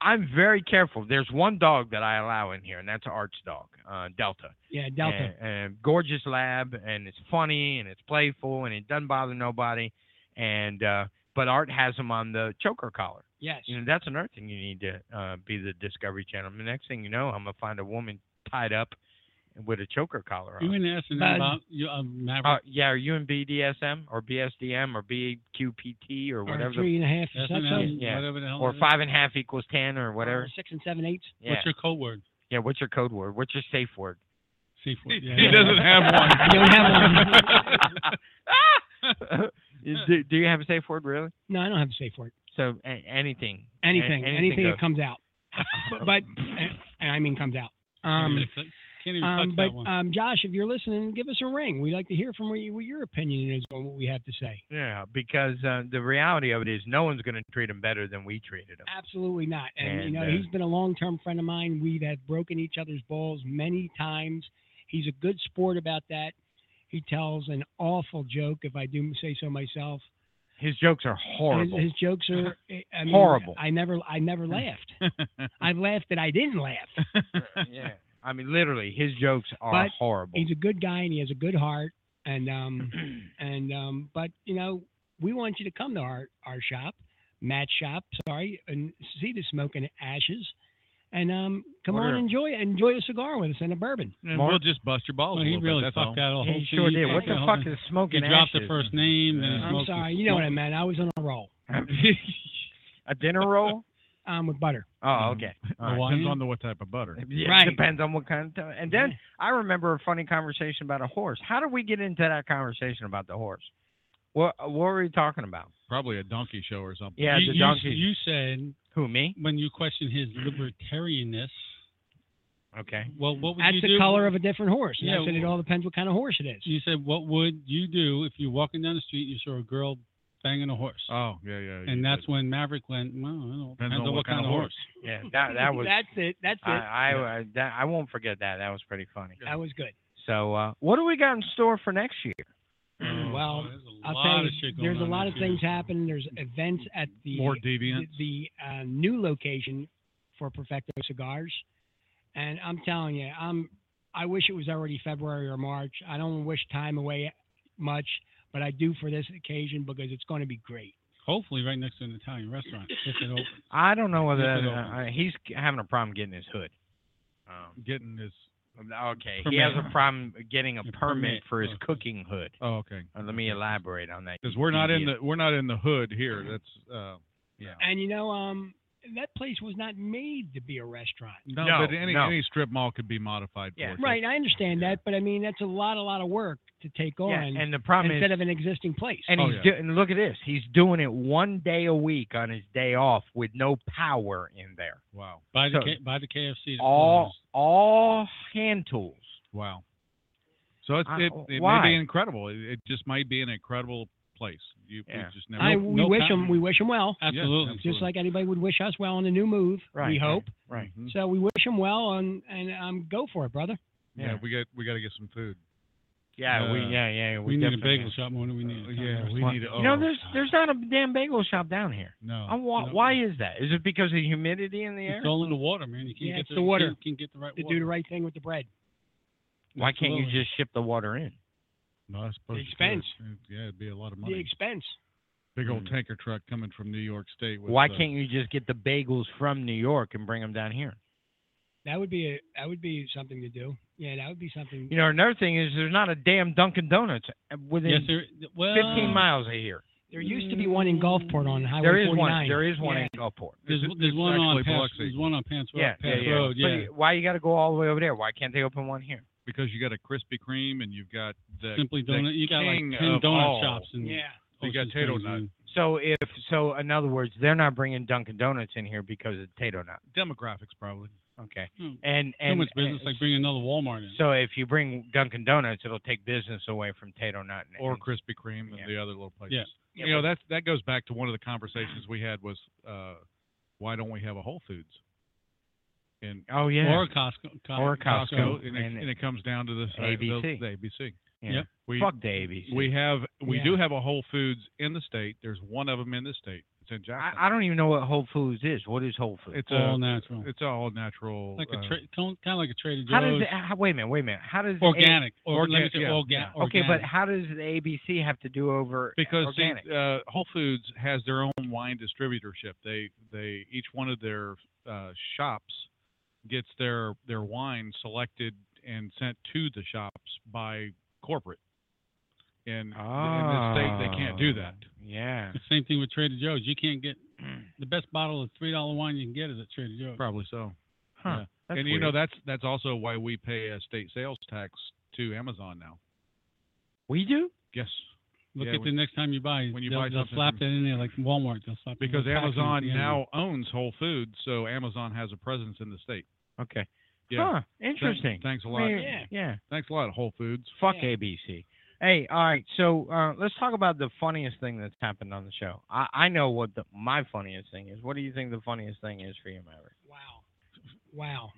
Speaker 1: I'm very careful. There's one dog that I allow in here, and that's Art's dog, uh, Delta.
Speaker 2: Yeah, Delta.
Speaker 1: And, and gorgeous lab, and it's funny and it's playful, and it doesn't bother nobody. And uh, but Art has him on the choker collar.
Speaker 2: Yes.
Speaker 1: You know, that's another thing you need to uh, be the Discovery Channel. The next thing you know, I'm gonna find a woman tied up with a choker collar on.
Speaker 5: You been asking them
Speaker 1: Bud.
Speaker 5: about you, uh, Maverick?
Speaker 1: Uh, yeah, are you in BDSM or BSDM or BQPT or whatever?
Speaker 5: three
Speaker 2: and a half
Speaker 5: That's
Speaker 1: the,
Speaker 5: an L,
Speaker 1: yeah,
Speaker 5: whatever the hell
Speaker 1: or
Speaker 5: it is.
Speaker 1: five and a half equals ten or whatever.
Speaker 2: Six and seven eighths.
Speaker 1: Yeah.
Speaker 5: What's your code word?
Speaker 1: Yeah, what's your code word? What's your safe word?
Speaker 5: Safe word.
Speaker 1: He
Speaker 5: (laughs)
Speaker 1: doesn't have one.
Speaker 2: I don't have one.
Speaker 1: (laughs) do, do you have a safe word really?
Speaker 2: no, I don't have a safe word.
Speaker 1: So a- anything, a-
Speaker 2: Anything, anything,
Speaker 1: goes.
Speaker 2: that comes out. but,
Speaker 1: (laughs)
Speaker 2: but and I mean comes out. Um,
Speaker 5: Can't even
Speaker 2: um,
Speaker 5: touch
Speaker 2: but
Speaker 5: that one.
Speaker 2: um, Josh, if you're listening, give us a ring. We'd like to hear from what, you, what your opinion is on what we have to say.
Speaker 1: Yeah, because uh, the reality of it is, no one's going to treat him better than we treated him.
Speaker 2: Absolutely not. And, you
Speaker 1: And,
Speaker 2: know,
Speaker 1: uh,
Speaker 2: he's been a long-term friend of mine. We've had broken each other's balls many times. He's a good sport about that. He tells an awful joke, if I do say so myself.
Speaker 1: His jokes are horrible.
Speaker 2: His, his jokes are eh, I mean,
Speaker 1: Horrible.
Speaker 2: I never, I never laughed.
Speaker 1: (laughs)
Speaker 2: I laughed that I didn't laugh.
Speaker 1: Uh, yeah, I mean, literally, his jokes are
Speaker 2: But
Speaker 1: horrible.
Speaker 2: He's a good guy and he has a good heart. And
Speaker 1: (clears throat)
Speaker 2: um, and um, but you know, we want you to come to our our shop, Matt's shop. Sorry, and see the smoke and ashes, and um, come
Speaker 5: Order.
Speaker 2: on, enjoy enjoy a cigar with us and a bourbon.
Speaker 5: And
Speaker 4: we'll just bust your balls.
Speaker 5: Well,
Speaker 4: a
Speaker 5: he
Speaker 4: little bit,
Speaker 5: really
Speaker 4: that's
Speaker 5: fucked
Speaker 4: all.
Speaker 5: that whole
Speaker 1: He
Speaker 5: thing.
Speaker 1: sure did. What
Speaker 5: fucked
Speaker 1: the
Speaker 5: whole
Speaker 1: fuck
Speaker 5: thing.
Speaker 1: is smoking
Speaker 5: He dropped the
Speaker 1: ashes?
Speaker 5: first name. Then he
Speaker 2: I'm
Speaker 5: smoked the
Speaker 2: sorry,
Speaker 5: (laughs)
Speaker 2: you know what I
Speaker 5: smoke.
Speaker 2: meant. I was on a roll.
Speaker 1: a dinner
Speaker 2: (laughs)
Speaker 1: roll?
Speaker 2: Um, with butter.
Speaker 1: Oh, okay. All right.
Speaker 4: Mm-hmm. Depends on the what type of butter.
Speaker 1: (laughs) Yeah, it
Speaker 2: Right.
Speaker 1: Depends on what kind of. time. And then I remember a funny conversation about a horse. How did we get into that conversation about the horse? What What were we talking about?
Speaker 4: Probably a donkey show or something.
Speaker 1: Yeah,
Speaker 5: you,
Speaker 1: the
Speaker 5: you-
Speaker 1: donkey.
Speaker 5: You said
Speaker 1: Who me?
Speaker 5: when you questioned his libertarianness.
Speaker 1: Okay.
Speaker 5: Well, what would
Speaker 2: That's
Speaker 5: you
Speaker 2: the
Speaker 5: do?
Speaker 2: color of a different horse. And
Speaker 5: Yeah,
Speaker 2: I said it
Speaker 5: well-
Speaker 2: all depends what kind of horse it is.
Speaker 5: You said, what would you do if you're walking down the street and you saw a girl banging a horse?
Speaker 4: Oh, yeah, yeah.
Speaker 5: and that's when Maverick went. Well, I don't know, depends, on, what kind, of horse.
Speaker 1: Yeah,
Speaker 2: (laughs)
Speaker 1: that that was.
Speaker 2: That's it. That's it.
Speaker 1: I I, I, that, I won't forget that. That was pretty funny.
Speaker 2: that was good.
Speaker 1: So, uh, what do we got in store for next year? Mm-hmm.
Speaker 2: Um, well, I'll
Speaker 5: lot
Speaker 2: tell
Speaker 5: of
Speaker 2: you,
Speaker 5: shit going
Speaker 2: there's a
Speaker 5: on
Speaker 2: lot
Speaker 5: this
Speaker 2: of things happening. There's events at the
Speaker 4: More deviants.
Speaker 2: the, the, uh, new location for Perfecto Cigars, and I'm telling you, I'm I wish it was already February or March. I don't wish time away much, but I do for this occasion because it's going to be great.
Speaker 5: Hopefully, right next to an Italian
Speaker 2: (laughs)
Speaker 5: restaurant. If it opens.
Speaker 1: I don't know whether
Speaker 5: Flip it
Speaker 1: that,
Speaker 5: over.
Speaker 1: uh, he's having a problem getting his hood. Um,
Speaker 4: Getting his.
Speaker 1: okay, he
Speaker 4: Permit.
Speaker 1: has a problem getting a
Speaker 4: Your
Speaker 1: permit,
Speaker 4: permit.
Speaker 1: for his
Speaker 4: Okay.
Speaker 1: cooking hood.
Speaker 4: Oh, okay.
Speaker 1: Uh, let me elaborate on that.
Speaker 4: Because we're not in
Speaker 1: idiot. Mm-hmm.
Speaker 4: the we're not in the hood here. That's uh, yeah.
Speaker 2: And you know, um, that place was not made to be a restaurant.
Speaker 4: No,
Speaker 1: No,
Speaker 4: but any
Speaker 1: no.
Speaker 4: any strip mall could be modified for it.
Speaker 2: Right, I understand that, but I mean that's a lot, a lot of work to take on
Speaker 1: Yeah, and the problem
Speaker 2: instead
Speaker 1: is,
Speaker 2: of an existing place.
Speaker 1: and he's do, and look at this, he's doing it one day a week on his day off with no power in there.
Speaker 4: Wow.
Speaker 5: By the
Speaker 1: So-
Speaker 5: K, by the KFC. that
Speaker 1: All
Speaker 5: closes.
Speaker 1: all hand tools.
Speaker 4: Wow. So it's,
Speaker 1: I-
Speaker 4: it it may
Speaker 1: why?
Speaker 4: be incredible. It, it just may be an incredible place. You, we
Speaker 1: Yeah.
Speaker 4: just never.
Speaker 2: I, we
Speaker 4: know.
Speaker 2: wish him, we wish him well.
Speaker 5: Absolutely.
Speaker 2: just like anybody would wish us well on a new move.
Speaker 1: Mm-hmm. Right,
Speaker 2: we
Speaker 1: right.
Speaker 2: hope.
Speaker 1: Right.
Speaker 2: So we wish him well and and um, go for it, brother.
Speaker 4: Mm-hmm. yeah.
Speaker 1: yeah.
Speaker 4: we got we got to get some food. Uh,
Speaker 1: Yeah, we- yeah, yeah,
Speaker 5: We,
Speaker 1: we
Speaker 5: need a
Speaker 1: definitely- Uh,
Speaker 5: bagel shop more than we need. A yeah,
Speaker 1: you know, there's there's not a damn bagel shop down here.
Speaker 5: No,
Speaker 1: Uh, why,
Speaker 5: no.
Speaker 1: why is that? Is it because of the humidity in the air?
Speaker 5: It's all in the water, man. You can't
Speaker 1: Yeah,
Speaker 5: get
Speaker 1: it's
Speaker 5: the,
Speaker 1: the water.
Speaker 5: You can't get the right
Speaker 2: to
Speaker 5: water.
Speaker 2: do the right thing with the bread.
Speaker 1: Why can't you
Speaker 5: Absolutely.
Speaker 1: just ship the water in?
Speaker 4: No, I
Speaker 2: The
Speaker 4: suppose you could.
Speaker 2: expense.
Speaker 4: Yeah, it'd be a lot of
Speaker 2: The
Speaker 4: money.
Speaker 2: expense.
Speaker 4: Big old
Speaker 1: Mm.
Speaker 4: tanker truck coming from New York State. With,
Speaker 1: Why
Speaker 4: uh,
Speaker 1: can't you just get the bagels from New York and bring them down here?
Speaker 2: That would be a that would be something to do. Yeah, that would be something.
Speaker 1: You know, another thing is there's not a damn Dunkin' Donuts uh, within
Speaker 2: Yes, there- well-
Speaker 1: 15 miles of here.
Speaker 2: there used to be one in Gulfport on Highway
Speaker 1: There is
Speaker 2: 49.
Speaker 1: one. There is one
Speaker 2: Yeah.
Speaker 1: in Gulfport.
Speaker 5: There's, there's one on Pants, there's one on Pants Road.
Speaker 1: Yeah, yeah,
Speaker 5: Pants
Speaker 1: yeah.
Speaker 5: Road,
Speaker 1: But
Speaker 5: yeah.
Speaker 1: you- why you got to go all the way over there? Why can't they open one here?
Speaker 4: Because you got a Krispy Kreme and you've got the
Speaker 5: Simply
Speaker 4: the
Speaker 5: donut- you got, like,
Speaker 4: king
Speaker 5: 10
Speaker 4: of
Speaker 5: donut
Speaker 4: all.
Speaker 5: shops and Yeah.
Speaker 4: You got
Speaker 5: Ocean
Speaker 4: Tato
Speaker 5: Springs,
Speaker 4: Nut.
Speaker 1: Oh, So if so, in other words, they're not bringing Dunkin' Donuts in here because of Tato Nut.
Speaker 4: Demographics probably. Hmm.
Speaker 1: Okay. And and
Speaker 5: Too much business, like bringing another Walmart in.
Speaker 1: so if you bring Dunkin' Donuts, it'll take business away from Tato Nut. and-
Speaker 4: Or Krispy Kreme and the other little places.
Speaker 1: Yeah. Yeah,
Speaker 4: You know,
Speaker 1: but-
Speaker 4: that's that goes back to one of the conversations we had was uh, why don't we have a Whole Foods? And
Speaker 1: Oh, yeah.
Speaker 5: Or Costco. Co-
Speaker 1: Or Costco,
Speaker 4: and, it,
Speaker 1: and-
Speaker 4: and it comes down to this uh,
Speaker 1: ABC.
Speaker 4: The, the ABC.
Speaker 1: Yeah. Yep. Fuck the ABC.
Speaker 4: We have we
Speaker 1: Yeah.
Speaker 4: do have a Whole Foods in the state. There's one of them in the state. It's in Jackson.
Speaker 1: I, I don't even know what Whole Foods is. What is Whole Foods? Uh,
Speaker 4: it's a- It's all natural.
Speaker 5: Like a
Speaker 4: uh,
Speaker 5: tra- kind of like a Trader Joe's.
Speaker 1: How does it, how, wait a minute, wait a minute. How does A-
Speaker 5: Organic, or let me say
Speaker 1: yeah,
Speaker 5: orga-
Speaker 1: yeah. Okay, but
Speaker 5: organic.
Speaker 1: how does the ABC have to do over
Speaker 4: because see,
Speaker 1: organic?
Speaker 4: uh, Whole Foods has their own wine distributorship. They they each one of their uh, shops gets their their wine selected and sent to the shops by corporate. And in this state, they can't do that.
Speaker 1: Yeah. Mm.
Speaker 5: The same thing with Trader Joe's. You can't get the best bottle of three dollar wine you can get is at Trader Joe's.
Speaker 4: Probably so.
Speaker 5: Huh,
Speaker 4: Yeah.
Speaker 5: that's
Speaker 4: And you know
Speaker 5: weird.
Speaker 4: that's that's also why we pay a state sales tax to Amazon now.
Speaker 1: We do.
Speaker 4: Yes.
Speaker 5: Look
Speaker 4: Yeah,
Speaker 5: at
Speaker 4: we-
Speaker 5: the next time you buy.
Speaker 4: when you
Speaker 5: they'll,
Speaker 4: buy
Speaker 5: they'll
Speaker 4: something
Speaker 5: slap
Speaker 4: from-
Speaker 5: that in there like Walmart. They'll slap.
Speaker 4: because
Speaker 5: the tax in at
Speaker 4: Amazon
Speaker 5: the end.
Speaker 4: now owns Whole Foods, so Amazon has a presence in the state.
Speaker 1: Okay.
Speaker 4: Yeah.
Speaker 1: Huh,
Speaker 4: Thank-
Speaker 1: interesting.
Speaker 4: thanks a
Speaker 1: I
Speaker 4: lot.
Speaker 1: mean, Yeah. yeah.
Speaker 4: Thanks a lot, Whole Foods.
Speaker 1: Fuck ABC. Hey, all right. So uh, let's talk about the funniest thing that's happened on the show. I, I know what the, my funniest thing is. What do you think the funniest thing is for you, Maverick?
Speaker 2: Wow.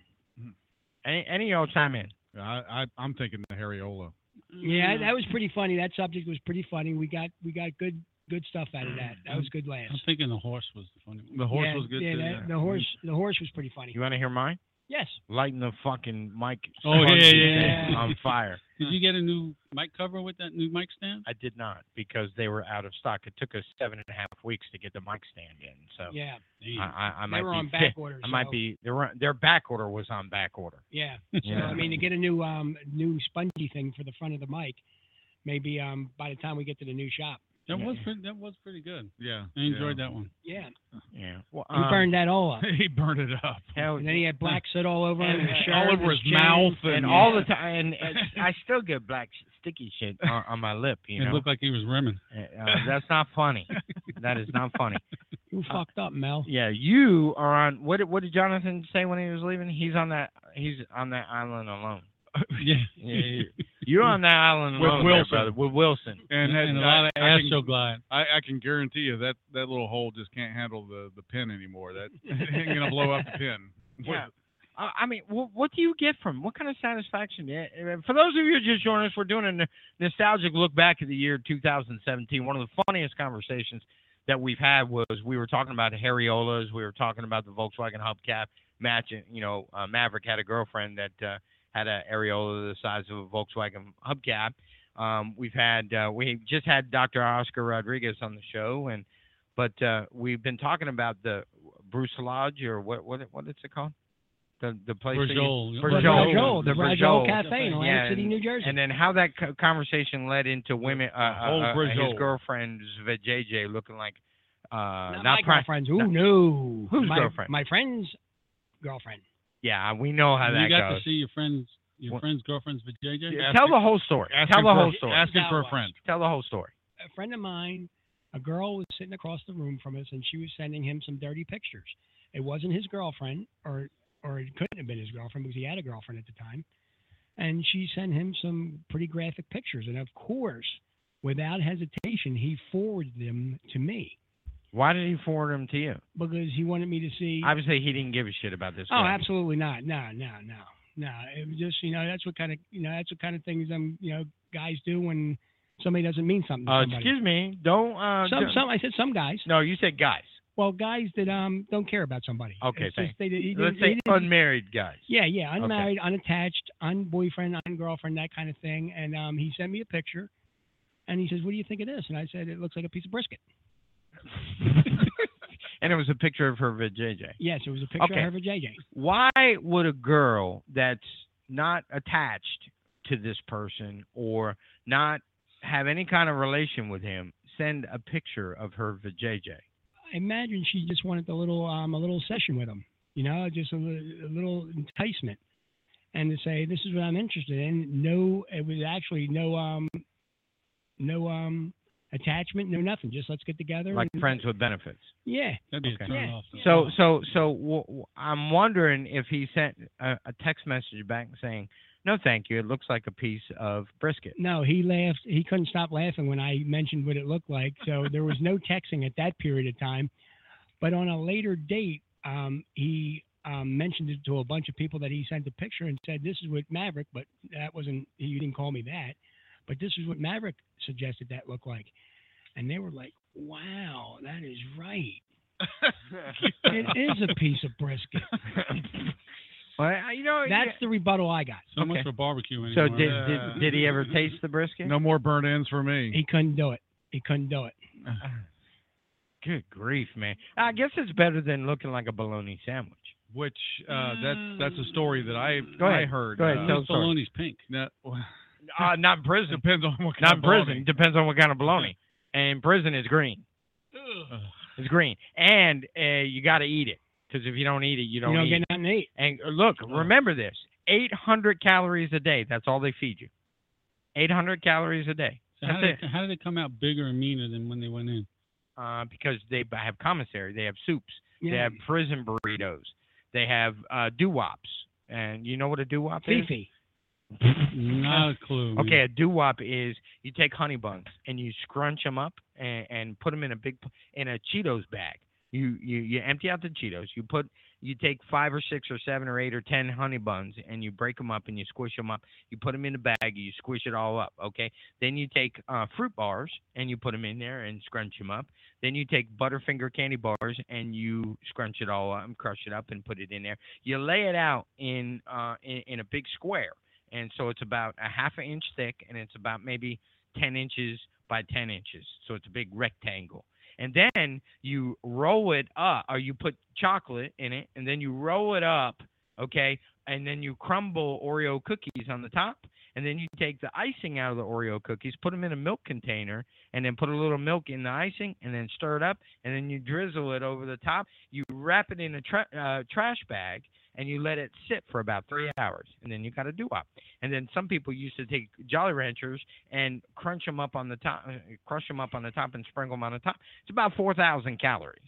Speaker 1: Any, any of y'all chime in. Uh,
Speaker 4: I, I I'm thinking the Harriola.
Speaker 2: Yeah,
Speaker 4: Mm-hmm.
Speaker 2: that was pretty funny. That subject was pretty funny. We got we got good good stuff out of that. That was good laughs.
Speaker 5: I'm thinking the horse was the funny one.
Speaker 4: The horse
Speaker 2: Yeah,
Speaker 4: was good
Speaker 2: yeah,
Speaker 4: too.
Speaker 2: that- the horse the horse was pretty funny.
Speaker 1: You want to hear mine?
Speaker 2: Yes.
Speaker 1: Lighten the fucking mic.
Speaker 5: Oh, yeah,
Speaker 1: Fucking
Speaker 5: yeah,
Speaker 1: thing
Speaker 5: yeah.
Speaker 1: On fire.
Speaker 5: Did you get a new mic cover with that new mic stand?
Speaker 1: I did not because they were out of stock. It took us seven and a half weeks to get the mic stand in. So
Speaker 2: Yeah.
Speaker 1: I, I, (laughs) I
Speaker 2: They
Speaker 1: might
Speaker 2: were
Speaker 1: be
Speaker 2: on
Speaker 1: fi-
Speaker 2: back order,
Speaker 1: I might
Speaker 2: so-
Speaker 1: be their their back order was on back order.
Speaker 2: Yeah. So
Speaker 1: Yeah.
Speaker 2: I mean to get a new um new spongy thing for the front of the mic, maybe um by the time we get to the new shop.
Speaker 5: That was pretty. That was pretty good.
Speaker 4: Yeah.
Speaker 5: I enjoyed that one.
Speaker 2: Yeah.
Speaker 1: Yeah.
Speaker 2: He burned that all
Speaker 1: (laughs)
Speaker 2: up.
Speaker 4: he burned it up.
Speaker 2: and then he had black soot all over him.
Speaker 1: And-
Speaker 2: his
Speaker 1: and
Speaker 2: shirt,
Speaker 1: all over his
Speaker 2: chin.
Speaker 1: mouth and, all the time. And, (laughs) it's- I still get black sh- sticky shit (laughs) on, on my lip. You
Speaker 5: it
Speaker 1: know,
Speaker 5: looked like he was rimming.
Speaker 1: Uh, that's not funny. that is not funny.
Speaker 2: You fucked up, Mel.
Speaker 1: Uh, Yeah, you are on. What did, what did Jonathan say when he was leaving? He's on that. He's on that island (laughs) alone.
Speaker 5: (laughs) yeah.
Speaker 1: yeah. You're on that island
Speaker 4: With
Speaker 1: alone,
Speaker 4: Wilson.
Speaker 1: There, brother, with Wilson.
Speaker 4: And, had-
Speaker 5: And a
Speaker 4: I-
Speaker 5: lot of
Speaker 4: I can-
Speaker 5: Astroglide.
Speaker 4: I, I can guarantee you that that little hole just can't handle the the pin anymore. That (laughs) it's gonna blow up the pin.
Speaker 1: Yeah. I I mean, what, what do you get from what kind of satisfaction? Yeah, I mean, For those of you who just joining us, we're doing a n- nostalgic look back at the year 2017. One of the funniest conversations that we've had was we were talking about Harriolas, we were talking about the Volkswagen hubcap match. and, You know, uh, Maverick had a girlfriend that uh, had a areola the size of a Volkswagen hubcap. Um, we've had uh, we just had Dr. Oscar Rodriguez on the show, and but uh, we've been talking about the Brucelage or what what what is it called? The the place that you-
Speaker 5: Brujol.
Speaker 1: Brujol,
Speaker 5: Brujol,
Speaker 1: the
Speaker 5: the Brujol
Speaker 1: Brujol
Speaker 5: Cafe in Atlantic
Speaker 1: Yeah,
Speaker 5: City,
Speaker 1: and-
Speaker 5: New Jersey.
Speaker 1: And then how that co- conversation led into women, uh, uh,
Speaker 5: Old
Speaker 1: uh, his
Speaker 5: Brujol.
Speaker 1: girlfriend's JJ looking like uh, not,
Speaker 2: my
Speaker 1: pri-
Speaker 2: girlfriend's. Who
Speaker 1: not-
Speaker 2: knew?
Speaker 1: Whose
Speaker 2: my,
Speaker 1: girlfriend?
Speaker 2: My friend's girlfriend.
Speaker 1: Yeah, we know how
Speaker 5: you
Speaker 1: that
Speaker 5: got
Speaker 1: goes.
Speaker 5: to see your friends, your friends' girlfriends with JJ.
Speaker 1: Yeah, tell the whole story. Tell the whole story.
Speaker 2: asking for a friend.
Speaker 1: Tell the whole story.
Speaker 2: a friend of mine, a girl was sitting across the room from us, and she was sending him some dirty pictures. It wasn't his girlfriend, or or it couldn't have been his girlfriend because he had a girlfriend at the time. And she sent him some pretty graphic pictures, and of course, without hesitation, he forwarded them to me
Speaker 1: Why did he forward them to you?
Speaker 2: because he wanted me to see.
Speaker 1: Obviously, he didn't give a shit about this.
Speaker 2: Oh,
Speaker 1: girl.
Speaker 2: absolutely not. No, no, no, no. It was just you know that's what kind of you know that's what kind of things I'm you know guys do when somebody doesn't mean something. To
Speaker 1: Uh,
Speaker 2: somebody.
Speaker 1: excuse me. Don't. Uh,
Speaker 2: Some-
Speaker 1: don't-
Speaker 2: some- I said some guys.
Speaker 1: No, you said guys.
Speaker 2: Well, guys that um don't care about somebody.
Speaker 1: Okay,
Speaker 2: It's
Speaker 1: thanks.
Speaker 2: just they- he didn't-
Speaker 1: Let's
Speaker 2: he
Speaker 1: say
Speaker 2: didn't-
Speaker 1: unmarried guys.
Speaker 2: Yeah, yeah,
Speaker 1: Okay.
Speaker 2: unmarried, unattached, unboyfriend, ungirlfriend, that kind of thing. And um, he sent me a picture, and he says, "What do you think of this?" And I said, "It looks like a piece of brisket."
Speaker 1: And it was a picture of her with JJ.
Speaker 2: Yes, it was a picture
Speaker 1: Okay.
Speaker 2: of her with JJ.
Speaker 1: Why would a girl that's not attached to this person or not have any kind of relation with him send a picture of her with JJ?
Speaker 2: I imagine she just wanted a little um, a little session with him, you know, just a, li- a little enticement, and to say this is what I'm interested in. No, it was actually no um no um attachment, no nothing. Just let's get together.
Speaker 1: Like
Speaker 2: and-
Speaker 1: friends with benefits.
Speaker 2: Yeah.
Speaker 5: That'd
Speaker 1: be a Okay.
Speaker 2: Mm-hmm. yeah.
Speaker 1: So, so, so w- w- I'm wondering if he sent a, a text message back saying, "No, thank you. It looks like a piece of brisket."
Speaker 2: No, he laughed. He couldn't stop laughing when I mentioned what it looked like. So there was no texting at that period of time. But on a later date, um, he um, mentioned it to a bunch of people that he sent a picture and said, "This is what Maverick." But that wasn't. You didn't call me that. But this is what Maverick suggested that looked like. And they were
Speaker 1: (laughs)
Speaker 2: like, "Wow, that is right. It is
Speaker 1: (laughs)
Speaker 2: a piece of brisket."
Speaker 1: you know,
Speaker 2: that's the rebuttal I got.
Speaker 5: So much for barbecue
Speaker 1: So
Speaker 5: anymore.
Speaker 1: did, did did he ever taste the brisket?
Speaker 4: No more burnt ends for me.
Speaker 2: He couldn't do it. He couldn't do it.
Speaker 1: Good grief, man! I guess it's better than looking like a bologna sandwich.
Speaker 4: Which uh,
Speaker 2: Mm.
Speaker 4: that's that's a story that I
Speaker 1: Go
Speaker 4: I
Speaker 1: ahead.
Speaker 4: heard.
Speaker 1: Go ahead,
Speaker 4: Uh,
Speaker 1: tell the story.
Speaker 5: Bologna's pink.
Speaker 4: (laughs) No,
Speaker 1: Uh, not in prison.
Speaker 4: Depends on what kind
Speaker 1: Not in
Speaker 4: of
Speaker 1: prison.
Speaker 4: bologna.
Speaker 1: Depends on what kind of bologna. And prison is green. It's green, and uh, you got to eat it because if you don't eat it, you don't,
Speaker 2: you don't
Speaker 1: eat.
Speaker 2: get
Speaker 1: it.
Speaker 2: nothing to eat.
Speaker 1: And uh, look, remember this: 800 calories a day. That's all they feed you. 800 calories a day.
Speaker 5: So
Speaker 1: That's
Speaker 5: how,
Speaker 1: it.
Speaker 5: did, how did they come out bigger and meaner than when they went
Speaker 1: (laughs)
Speaker 5: in?
Speaker 1: Uh, because they b- have commissary, they have soups, they
Speaker 5: Yeah.
Speaker 1: have prison burritos, they have uh, doo wops. And you know what a doo wop is?
Speaker 5: Fifi. Not a clue. man.
Speaker 1: Okay, a doo wop is you take honey buns and you scrunch them up and, and put them in a big p- in a Cheetos bag. You you you empty out the Cheetos. You put you take five or six or seven or eight or ten honey buns and you break them up and you squish them up. You put them in a bag. and You squish it all up. Okay. Then you take uh, fruit bars and you put them in there and scrunch them up. Then you take Butterfinger candy bars and you scrunch it all up and crush it up and put it in there. You lay it out in uh, in, in a big square, and so it's about a half an inch thick and it's about maybe 10 inches by 10 inches, so it's a big rectangle. And then you roll it up, or you put chocolate in it, and then you roll it up, okay, and then you crumble Oreo cookies on the top, and then you take the icing out of the Oreo cookies, put them in a milk container, and then put a little milk in the icing, and then stir it up, and then you drizzle it over the top. You wrap it in a tra- uh, trash bag, and you let it sit for about three hours, and then you got a doo wop. And then some people used to take Jolly Ranchers and crunch them up on the top, uh, crush them up on the top, and sprinkle them on the top. It's about four thousand calories.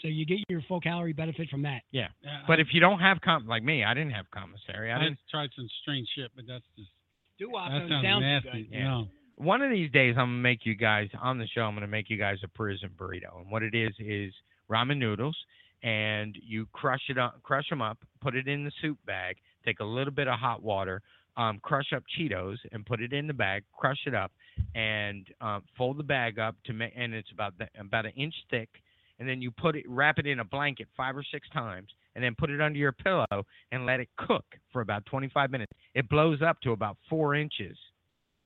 Speaker 2: So you get your full calorie benefit from that. Uh,
Speaker 1: Yeah,
Speaker 5: Yeah,
Speaker 1: but if you don't have com like me, I didn't have commissary. I
Speaker 5: I
Speaker 1: didn't.
Speaker 5: tried some strange shit, but that's just
Speaker 2: Do
Speaker 5: that sounds nasty.
Speaker 1: Yeah.
Speaker 5: No.
Speaker 1: One of these days, I'm gonna make you guys on the show. I'm gonna make you guys a prison burrito, and what it is is ramen noodles, and you crush it up, crush them up, put it in the soup bag, take a little bit of hot water, um, crush up Cheetos, and put it in the bag, crush it up, and um, fold the bag up to make, and it's about the, about an inch thick, and then you put it, wrap it in a blanket five or six times, and then put it under your pillow and let it cook for about 25 minutes. It blows up to about four inches,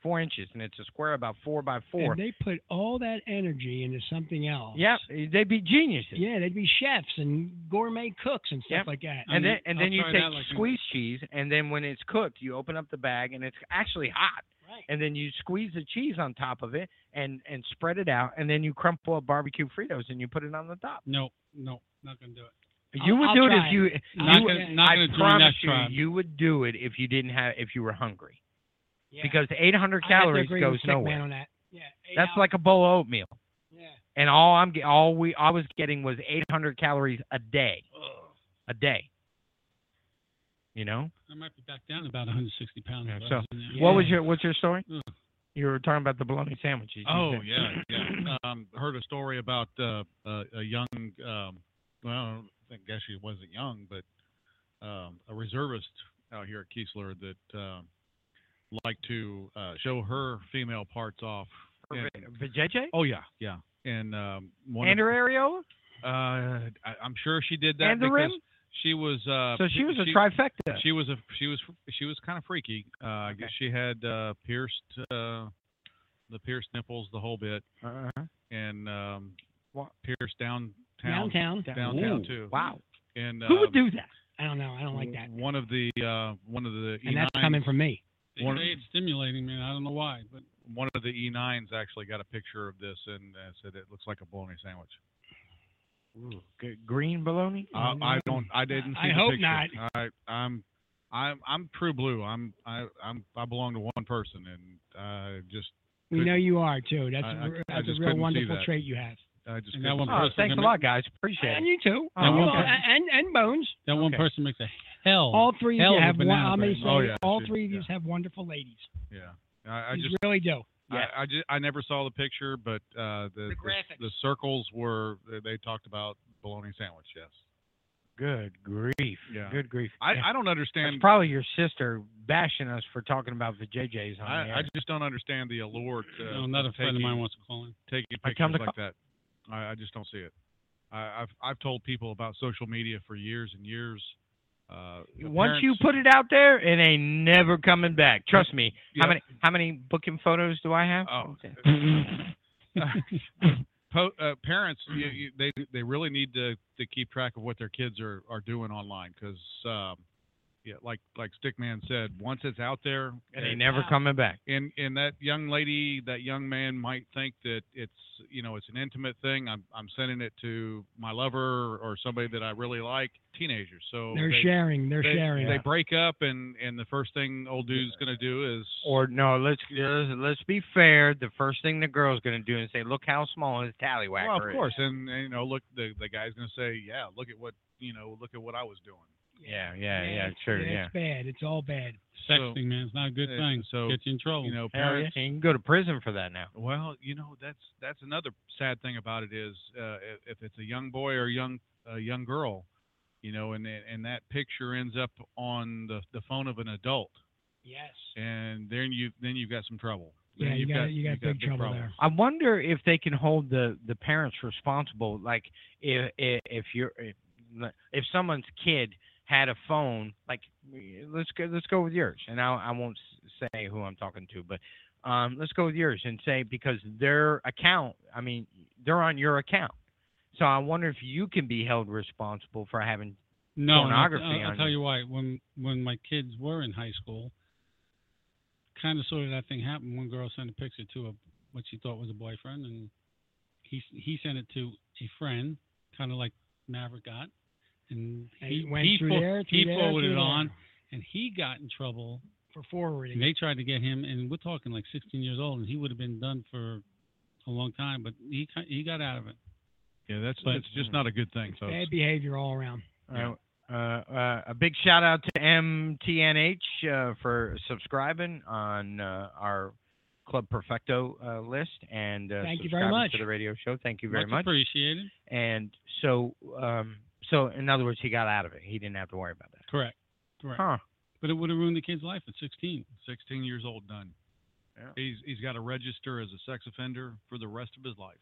Speaker 1: four inches, and it's a square about four by four.
Speaker 2: And they put all that energy into something else.
Speaker 1: Yep, they'd be geniuses.
Speaker 2: Yeah, they'd be chefs and gourmet cooks and stuff
Speaker 1: Yep.
Speaker 2: like that.
Speaker 1: And then and then you take
Speaker 2: squeeze.
Speaker 1: squeeze cheese, and then when it's cooked, you open up the bag, and it's actually hot. Right. And then you squeeze the cheese on top of it, and and spread it out, and then you crumple up barbecue Fritos, and you put it on the top.
Speaker 5: No, no, not gonna do it.
Speaker 1: You
Speaker 5: I'll-
Speaker 1: would
Speaker 5: I'll
Speaker 1: do it
Speaker 5: try
Speaker 1: if you.
Speaker 5: it.
Speaker 1: you
Speaker 5: Not
Speaker 1: would-
Speaker 5: gonna- not
Speaker 1: I
Speaker 5: gonna join
Speaker 1: promise
Speaker 5: that
Speaker 1: you,
Speaker 5: tribe.
Speaker 1: you would do it if you didn't have if you were hungry. Because 800 calories goes nowhere.
Speaker 2: Yeah,
Speaker 1: That's like a bowl of oatmeal.
Speaker 2: Yeah.
Speaker 1: And all I'm ge- all we I was getting was 800 calories a day. A day. You know.
Speaker 5: I might be back down about 160 pounds. if I
Speaker 1: So
Speaker 5: was in there.
Speaker 1: what was your what's your story?
Speaker 5: Ugh.
Speaker 1: You were talking about the bologna sandwiches. you
Speaker 4: Oh
Speaker 1: said.
Speaker 4: yeah, yeah. Um, heard a story about uh, uh, a young, um, well, I don't think I guess she wasn't young, but um, a reservist out here at Keesler that um like to uh, show her female parts off.
Speaker 1: Her
Speaker 4: And-
Speaker 1: va- vajayjay?
Speaker 4: Oh yeah, yeah. And um, one
Speaker 1: And
Speaker 4: of,
Speaker 1: her areola?
Speaker 4: uh, I, I'm sure she did that
Speaker 1: And the
Speaker 4: because
Speaker 1: rim?
Speaker 4: she was. Uh,
Speaker 1: So she was a trifecta.
Speaker 4: She was a she was she was kind of freaky. Uh, I guess she had uh, pierced uh, the pierced nipples, the whole bit,
Speaker 1: Uh-huh.
Speaker 4: and um, pierced downtown.
Speaker 2: Downtown?
Speaker 4: downtown
Speaker 2: Ooh,
Speaker 4: too.
Speaker 2: wow.
Speaker 4: And
Speaker 2: Who would
Speaker 4: um,
Speaker 2: do that? I don't know. I don't like that.
Speaker 4: One of the uh, one of the
Speaker 2: And that's
Speaker 4: E9
Speaker 2: coming from me.
Speaker 4: They One- say
Speaker 5: it's stimulating me. E I don't know why, but
Speaker 4: one of the E9s actually got a picture of this and uh, said it looks like a bologna sandwich.
Speaker 1: G- green bologna?
Speaker 4: Uh,
Speaker 2: Mm-hmm.
Speaker 4: I don't. I didn't. See
Speaker 1: I
Speaker 4: the
Speaker 1: hope
Speaker 4: picture. Uh,
Speaker 1: not.
Speaker 4: I, I'm. I'm. I'm true blue. I'm. I, I'm. I belong to one person, and uh, just.
Speaker 2: We know you are too. That's
Speaker 4: I-
Speaker 2: a
Speaker 4: I-
Speaker 2: re-
Speaker 4: I
Speaker 2: that's
Speaker 4: just
Speaker 2: a real
Speaker 4: couldn't see
Speaker 2: wonderful
Speaker 4: that.
Speaker 2: trait you have.
Speaker 4: I just.
Speaker 5: And that
Speaker 4: couldn't-
Speaker 5: one person
Speaker 1: Oh, thanks a
Speaker 5: can
Speaker 1: lot, guys. Appreciate it.
Speaker 2: And you too.
Speaker 1: Oh,
Speaker 2: Come on.
Speaker 1: okay.
Speaker 2: And and Bones.
Speaker 5: That one
Speaker 2: Okay.
Speaker 5: person makes a hell.
Speaker 2: All three of
Speaker 5: Oh, hell
Speaker 2: you
Speaker 5: a
Speaker 2: have. One,
Speaker 5: banana
Speaker 2: I'm gonna
Speaker 5: bread.
Speaker 2: say all three of you have wonderful ladies.
Speaker 4: Yeah. I, I
Speaker 2: You
Speaker 4: just
Speaker 2: really do.
Speaker 4: I, I just. I never saw the picture, but uh, the the,
Speaker 2: graphics.
Speaker 4: the circles were. they- They talked about bologna sandwich. Yes.
Speaker 1: Good grief.
Speaker 4: Yeah.
Speaker 1: Good grief.
Speaker 4: I,
Speaker 1: Yeah.
Speaker 4: I don't
Speaker 1: That's
Speaker 4: understand.
Speaker 1: probably your sister bashing us for talking about the JJ's on the
Speaker 4: I, I
Speaker 1: air.
Speaker 4: just don't understand the allure. To,
Speaker 5: No, another friend of mine
Speaker 4: taking-
Speaker 5: wants to call in.
Speaker 4: taking
Speaker 5: I
Speaker 4: pictures
Speaker 5: come to
Speaker 4: like that. I, I just don't see it. I, I've I've told people about social media for years and years. Uh, the
Speaker 1: Once you
Speaker 4: parents-
Speaker 1: put it out there, it ain't never coming back. Trust me.
Speaker 4: Yeah.
Speaker 1: How many how many booking photos do I (laughs) have?
Speaker 4: Oh.
Speaker 1: Okay.
Speaker 4: po- uh, parents, you, you, they they really need to, to keep track of what their kids are, are doing online because, um, yeah, like like Stickman said, once it's out there,
Speaker 1: And they
Speaker 4: it-
Speaker 1: never coming back.
Speaker 4: And and that young lady, that young man might think that it's you know it's an intimate thing. I'm I'm sending it to my lover or somebody that I really like. Teenagers, so
Speaker 2: They're
Speaker 4: they-
Speaker 2: sharing, they're
Speaker 4: they-
Speaker 2: sharing.
Speaker 4: They
Speaker 2: Yeah.
Speaker 4: break up, and and the first thing old dude's gonna do is
Speaker 1: Or no, let's let's let's be fair. The first thing the girl's gonna do is say, "Look how small his tallywhacker
Speaker 4: Well, of
Speaker 1: is."
Speaker 4: course, and, and you know, look, the the guy's gonna say, yeah, look at what you know, look at what I was doing.
Speaker 1: Yeah, yeah, yeah, sure, yeah.
Speaker 2: It's bad. It's all bad.
Speaker 5: Sexting, man, it's not a good
Speaker 4: uh,
Speaker 5: thing.
Speaker 4: So
Speaker 5: Get you in trouble.
Speaker 4: you know,
Speaker 1: Hell yeah,
Speaker 4: parents.
Speaker 1: and you can go to prison for that now.
Speaker 4: Well, you know, that's that's another sad thing about it is uh, if- if it's a young boy or a young a young girl, you know, and that- and that picture ends up on the the phone of an adult,
Speaker 2: Yes.
Speaker 4: and then you then you've got some trouble.
Speaker 2: Yeah,
Speaker 4: Then
Speaker 2: you
Speaker 4: you've
Speaker 2: got-
Speaker 4: got,
Speaker 2: you got
Speaker 4: you've
Speaker 2: big trouble
Speaker 4: problems.
Speaker 1: I wonder if they can hold the the parents responsible. Like if if, if you're if, if someone's kid had a phone, like let's go let's go with yours, and I I won't s- say who I'm talking to, but um let's go with yours and say because their account, I mean they're on your account, so I wonder if you can be held responsible for having
Speaker 5: no, uh, and I'll-
Speaker 1: pornography
Speaker 5: I'll, I'll
Speaker 1: on
Speaker 5: tell
Speaker 1: you.
Speaker 5: you why. When when my kids were in high school, kind of sort of that thing happened. One girl sent a picture to a what she thought was a boyfriend, and he he sent it to a friend, kind of like Maverick got, and
Speaker 2: And
Speaker 5: he
Speaker 2: it went
Speaker 5: he,
Speaker 2: through
Speaker 5: fo-
Speaker 2: there,
Speaker 5: he
Speaker 2: through there,
Speaker 5: forwarded
Speaker 2: through
Speaker 5: it
Speaker 2: there.
Speaker 5: on, and he got in trouble.
Speaker 2: For forwarding.
Speaker 5: And they tried to get him, and we're talking like 16 years old, and he would have been done for a long time, but he ki- he got out of it.
Speaker 4: Yeah, that's
Speaker 5: But-
Speaker 4: that's just not a good thing, folks.
Speaker 2: Bad behavior all around.
Speaker 1: Uh, uh, uh, a big shout out to MTNH uh, for subscribing on uh, our Club Perfecto uh, list and uh,
Speaker 5: Thank you very
Speaker 1: subscribing
Speaker 5: much.
Speaker 1: to the radio show. Thank you very
Speaker 5: Much
Speaker 1: much.
Speaker 5: appreciated.
Speaker 1: And so, um, so in other words, he got out of it. He didn't have to worry about that.
Speaker 5: Correct. Correct.
Speaker 1: Huh.
Speaker 5: But it would have ruined the kid's life at 16.
Speaker 4: 16 years old, done. He's he's got to register as a sex offender for the rest of his life.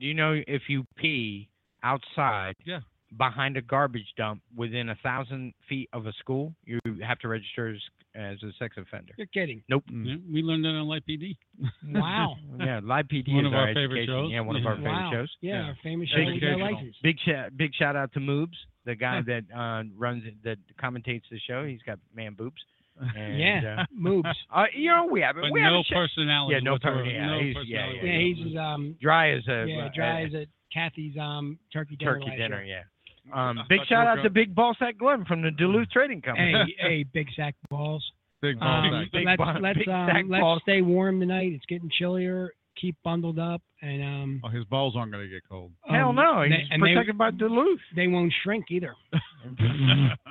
Speaker 1: Do you know if you pee outside
Speaker 4: Yeah.
Speaker 1: behind a garbage dump within a thousand feet of a school, you have to register as, as a sex offender?
Speaker 2: You're
Speaker 1: (laughs)
Speaker 2: kidding.
Speaker 1: Nope.
Speaker 5: Yeah, we learned that on Light PD.
Speaker 2: Wow.
Speaker 1: Yeah, live PD
Speaker 5: One
Speaker 1: is
Speaker 5: of our favorite
Speaker 1: education.
Speaker 5: shows.
Speaker 1: Yeah, one of our favorite
Speaker 2: Wow.
Speaker 1: shows.
Speaker 2: Yeah, our famous show.
Speaker 1: Big,
Speaker 2: We got license.
Speaker 1: big shout, big shout out to Moobs, the guy
Speaker 2: Huh.
Speaker 1: that uh, runs it, that commentates the show. He's got man boobs.
Speaker 2: (laughs)
Speaker 1: And,
Speaker 2: Yeah,
Speaker 1: uh,
Speaker 2: (laughs) Moobs.
Speaker 1: (laughs) Uh, you know we have it.
Speaker 5: But
Speaker 1: we
Speaker 5: no
Speaker 1: have a show-
Speaker 5: personality.
Speaker 1: Yeah, no, per-
Speaker 5: whatsoever.
Speaker 1: yeah,
Speaker 5: No
Speaker 1: he's, yeah,
Speaker 5: personality.
Speaker 1: yeah,
Speaker 2: Yeah, he's his, um.
Speaker 1: dry as a
Speaker 2: Yeah,
Speaker 1: uh,
Speaker 2: dry
Speaker 1: uh,
Speaker 2: as a Kathy's um turkey dinner.
Speaker 1: turkey
Speaker 2: last
Speaker 1: dinner.
Speaker 2: year.
Speaker 1: Yeah. Um,
Speaker 2: I thought
Speaker 1: big
Speaker 2: you
Speaker 1: shout
Speaker 2: were
Speaker 1: out to
Speaker 2: drunk.
Speaker 1: Big Ball Sack Glenn from the Duluth Trading Company. (laughs)
Speaker 2: Hey, hey, big sack balls.
Speaker 4: Big
Speaker 2: Um, let's
Speaker 1: ball-
Speaker 2: let's
Speaker 1: (laughs) big sack
Speaker 2: um, let's (laughs)
Speaker 1: balls.
Speaker 2: stay warm tonight. It's getting chillier. Keep bundled up, and um,
Speaker 4: Oh, his balls aren't going to get cold.
Speaker 1: Hell
Speaker 2: um,
Speaker 1: no,
Speaker 2: they-
Speaker 1: he's
Speaker 2: and they,
Speaker 1: protected by Duluth.
Speaker 2: They won't shrink
Speaker 1: (laughs)
Speaker 2: either. (laughs)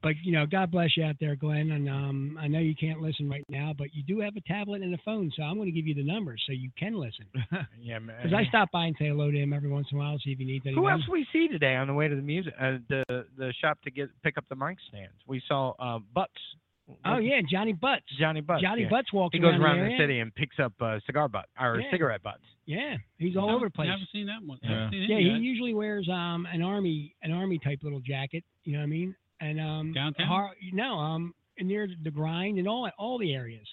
Speaker 2: But you know, God bless you out there, Glenn. And um, I know you can't listen right now, but you do have a tablet and a phone, so I'm going to give you the numbers so you can listen.
Speaker 1: yeah,
Speaker 2: Because
Speaker 1: man.
Speaker 2: I stop by and say hello to him every once in a while, see if he needs anything.
Speaker 1: Who else we see today on the way to the music uh, the the shop to get pick up the mic stands? We saw uh, Butts
Speaker 2: Oh yeah, Johnny Butts.
Speaker 1: Johnny Butts.
Speaker 2: Johnny
Speaker 1: yeah.
Speaker 2: Butts walks
Speaker 1: He goes
Speaker 2: around the
Speaker 1: around the
Speaker 2: area.
Speaker 1: city and picks up uh, cigar butt or
Speaker 2: Yeah.
Speaker 1: cigarette butts.
Speaker 2: Yeah, he's all
Speaker 5: Never-
Speaker 2: over the place.
Speaker 5: never seen that one. Never
Speaker 1: Yeah.
Speaker 5: seen it
Speaker 2: yeah, he
Speaker 5: yet.
Speaker 2: usually wears um an army an army type little jacket. You know what I mean? And um
Speaker 5: Downtown?
Speaker 2: Har- no, um near the grind and all all the areas.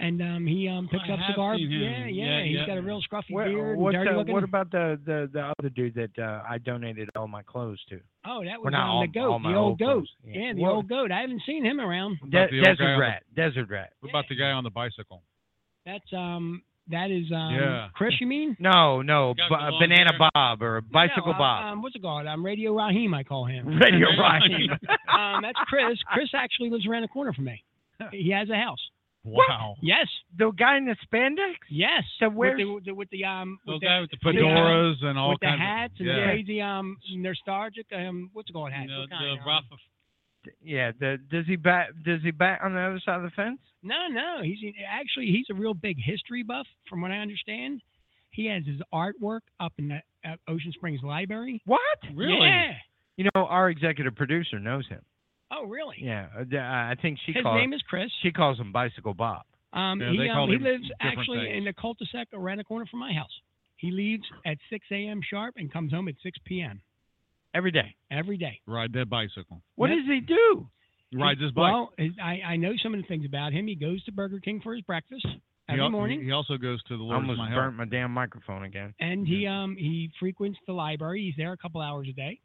Speaker 2: And um he um picks
Speaker 1: I
Speaker 2: up
Speaker 1: have
Speaker 2: cigar.
Speaker 1: seen him.
Speaker 2: Yeah,
Speaker 1: Yeah,
Speaker 2: yeah, He's
Speaker 1: yeah.
Speaker 2: got a real scruffy
Speaker 1: What,
Speaker 2: beard. and
Speaker 1: what's,
Speaker 2: dirty
Speaker 1: uh,
Speaker 2: looking.
Speaker 1: what about the, the, the other dude that uh, I donated all my clothes to?
Speaker 2: Oh, that
Speaker 1: Well,
Speaker 2: was
Speaker 1: not
Speaker 2: um,
Speaker 1: all-
Speaker 2: the goat,
Speaker 1: all my
Speaker 2: the
Speaker 1: old
Speaker 2: old goat.
Speaker 1: clothes, yeah.
Speaker 2: Yeah, the
Speaker 1: What-
Speaker 2: old goat. I haven't seen him around.
Speaker 1: De-
Speaker 4: About the old guy
Speaker 1: desert
Speaker 4: on the-
Speaker 1: rat. Desert rat.
Speaker 4: What about the guy on the bicycle?
Speaker 2: That's um that is um
Speaker 4: Yeah.
Speaker 2: Chris. You mean?
Speaker 1: No, no.
Speaker 2: Got
Speaker 1: B-
Speaker 2: the long
Speaker 1: banana
Speaker 2: hair.
Speaker 1: Bob or bicycle
Speaker 2: no, uh,
Speaker 1: Bob.
Speaker 2: Um, what's it called? Um, Radio Raheem, I call him.
Speaker 1: (laughs) Radio Raheem.
Speaker 2: (laughs) um, that's Chris. Chris actually lives around the corner from me. He has a house.
Speaker 4: Wow.
Speaker 2: Yes.
Speaker 1: The guy in the spandex.
Speaker 2: Yes.
Speaker 1: So
Speaker 2: with
Speaker 1: where's
Speaker 2: the, with the, with the um
Speaker 4: The
Speaker 2: with
Speaker 4: guy with the
Speaker 2: um,
Speaker 4: fedoras and all
Speaker 2: with the
Speaker 4: kinds of-
Speaker 2: hats and
Speaker 4: yeah.
Speaker 2: the crazy um nostalgic um what's it called hat? What kind, um,
Speaker 1: yeah. The, does he bat? Does he bat on the other side of the fence?
Speaker 2: No, no. He's actually he's a real big history buff, from what I understand. He has his artwork up in the uh, Ocean Springs Library.
Speaker 1: What?
Speaker 2: Really? Yeah.
Speaker 1: You know, our executive producer knows him.
Speaker 2: Oh, really?
Speaker 1: Yeah, uh, th- I think she
Speaker 2: His
Speaker 1: calls.
Speaker 2: name is Chris.
Speaker 1: She calls him Bicycle Bob.
Speaker 2: Um, he, um, he lives actually in the cul-de-sac around the corner from my house. He leaves at 6 a.m. sharp and comes home at 6 p.m.
Speaker 1: every day.
Speaker 2: Every day.
Speaker 4: Ride that bicycle.
Speaker 1: What does he do?
Speaker 4: Rides his bike.
Speaker 2: Well, his- I, I know some of the things about him. He goes to Burger King for his breakfast
Speaker 4: He
Speaker 2: every
Speaker 4: al-
Speaker 2: morning,
Speaker 4: He, he also goes to the Lord's
Speaker 1: almost
Speaker 4: My
Speaker 1: burnt my damn microphone again.
Speaker 2: and he um he frequents the library. He's there a couple hours a day.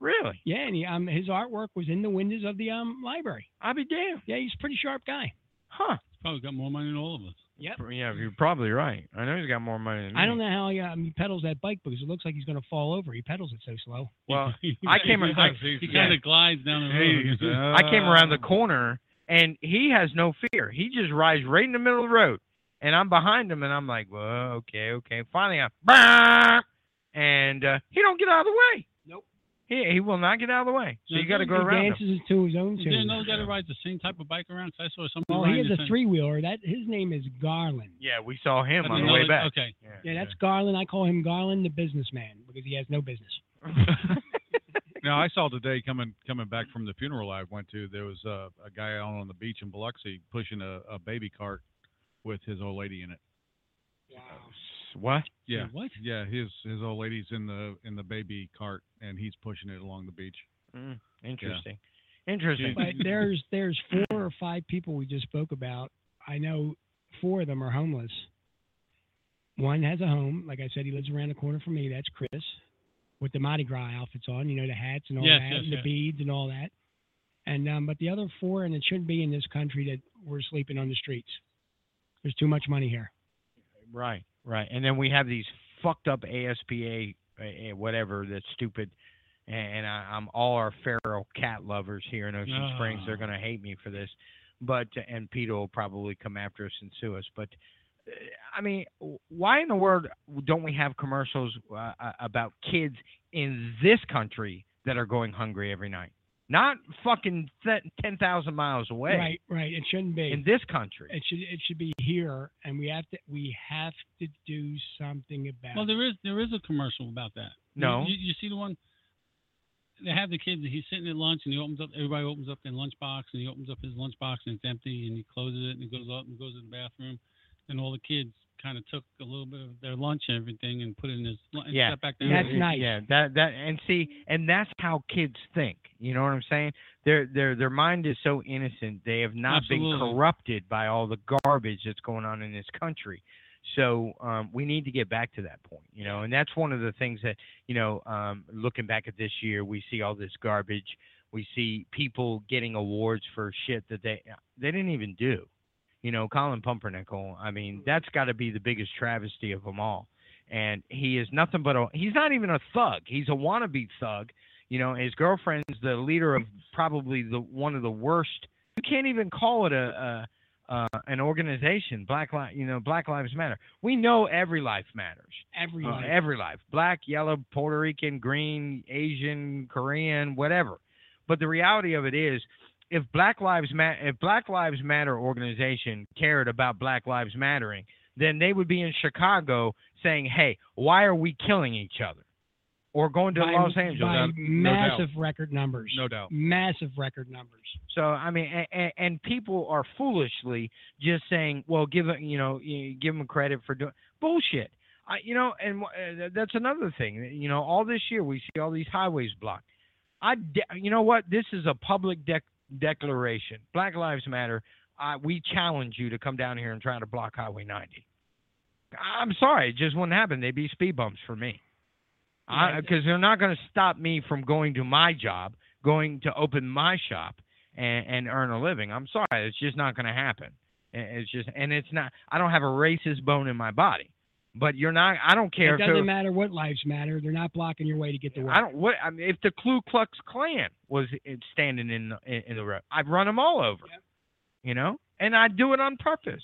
Speaker 1: Really?
Speaker 2: Yeah, and he, um his artwork was in the windows of the um library.
Speaker 1: I'll be damned.
Speaker 2: Yeah, he's a pretty sharp guy.
Speaker 1: Huh?
Speaker 5: Probably got more money than all of us.
Speaker 2: Yep.
Speaker 1: Yeah, you're probably right. I know he's got more money than me.
Speaker 2: I don't know how he, um, he pedals that bike because it looks like he's going to fall over. He pedals it so slow.
Speaker 1: (laughs) Well, I came.
Speaker 5: He
Speaker 1: I,
Speaker 5: does. He
Speaker 1: yeah.
Speaker 5: kinda glides down the (laughs) road. He's, uh,
Speaker 1: I came around the corner, and he has no fear. He just rides right in the middle of the road, and I'm behind him, and I'm like, "Well, okay, okay." Finally, I "Bah!" and uh, he don't get out of the way.
Speaker 2: Nope.
Speaker 1: He he will not get out of the way. So
Speaker 5: Now,
Speaker 1: you got to
Speaker 5: doesn't
Speaker 1: go
Speaker 5: he
Speaker 1: around. him.
Speaker 2: Dances to his own
Speaker 5: Is there
Speaker 2: tune.
Speaker 5: another guy that rides the same type of bike around? 'Cause I saw somebody.
Speaker 2: Oh, he
Speaker 5: riding
Speaker 2: has
Speaker 5: the
Speaker 2: a
Speaker 5: same-
Speaker 2: three wheeler. That his name is Garland.
Speaker 1: Yeah, we saw him
Speaker 5: I
Speaker 1: on the
Speaker 5: know
Speaker 1: way
Speaker 5: it-
Speaker 1: back.
Speaker 5: Okay.
Speaker 2: Yeah, that's Garland. I call him Garland the businessman because he has no business.
Speaker 4: Now I saw today coming coming back from the funeral I went to. There was a, a guy out on the beach in Biloxi pushing a, a baby cart with his old lady in it.
Speaker 1: What?
Speaker 4: Yeah.
Speaker 5: What?
Speaker 4: Yeah, his his old lady's in the in the baby cart and he's pushing it along the beach.
Speaker 1: Mm, interesting. Interesting.
Speaker 2: But there's there's four or five people we just spoke about. I know four of them are homeless. One has a home. Like I said, he lives around the corner from me. That's Chris, with the Mardi Gras outfits on. You know the hats and all
Speaker 5: Yes,
Speaker 2: that,
Speaker 5: yes,
Speaker 2: and the
Speaker 5: yes.
Speaker 2: beads and all that. And um, but the other four, and it shouldn't be in this country that we're sleeping on the streets. There's too much money here.
Speaker 1: Right, right. And then we have these fucked up ASPA, uh, uh, whatever, that's stupid. And I, I'm all our feral cat lovers here in Ocean Springs.
Speaker 2: Ah.
Speaker 1: They're going to hate me for this. But, uh, and PETA will probably come after us and sue us. But, uh, I mean, w- why in the world don't we have commercials uh, uh, about kids in this country that are going hungry every night? Not fucking th- 10,000 miles away.
Speaker 2: Right, right. It shouldn't be
Speaker 1: In this country.
Speaker 2: It should it should be here, and we have to we have to do something about.
Speaker 5: Well, there is there is a commercial about that. You-
Speaker 1: No.
Speaker 5: You, you see the one? They have the kids. He's sitting at lunch, and he opens up. Everybody opens up their lunchbox, and he opens up his lunchbox, and it's empty. And he closes it, and he goes up and goes to the bathroom, and all the kids kind of took a little bit of their lunch and everything, and put it in his. lun- and
Speaker 1: yeah,
Speaker 5: sat back down.
Speaker 1: Yeah, Yeah, that that and see, and that's how kids think. You know what I'm saying? Their their their mind is so innocent. They have not been
Speaker 5: Absolutely.
Speaker 1: corrupted by all the garbage that's going on in this country. So um, we need to get back to that point, you know, and that's one of the things that you know. Um, looking back at this year, we see all this garbage. We see people getting awards for shit that they they didn't even do. You know, Colin Pumpernickel. I mean, that's got to be the biggest travesty of them all and he is nothing but a he's not even a thug he's a wannabe thug you know his girlfriend's the leader of probably the one of the worst you can't even call it a, a uh, an organization black lives you know black lives matter we know every life matters
Speaker 2: Every
Speaker 1: Uh,
Speaker 2: life.
Speaker 1: every life black yellow puerto rican green asian korean whatever but the reality of it is if black lives matter if black lives matter organization cared about black lives mattering then they would be in Chicago saying, "Hey, why are we killing each other?" or going to
Speaker 2: By-
Speaker 1: Los Angeles.
Speaker 2: by
Speaker 1: uh, no doubt.
Speaker 2: massive record numbers.
Speaker 1: No doubt.
Speaker 2: Massive record numbers.
Speaker 1: So I mean, and, and people are foolishly just saying, "Well, give it, you know, you give them credit for doing bullshit." I, you know, and uh, that's another thing. You know, all this year we see all these highways blocked. I, de- you know what? This is a public dec- declaration. Black Lives Matter. I, we challenge you to come down here and try to block Highway 90. I'm sorry, it just wouldn't happen. They'd be speed bumps for me.
Speaker 2: Yeah.
Speaker 1: Because they're not going to stop me from going to my job, going to open my shop and, and earn a living. I'm sorry, it's just not going to happen. And It's just, and it's not. I don't have a racist bone in my body. But you're not. I don't care.
Speaker 2: It
Speaker 1: if
Speaker 2: doesn't matter what lives matter. They're not blocking your way to get to work.
Speaker 1: I don't. What I mean, if the Ku Klux Klan was in- standing in the, in, in the road, I'd run them all over. You know, and I do it on purpose.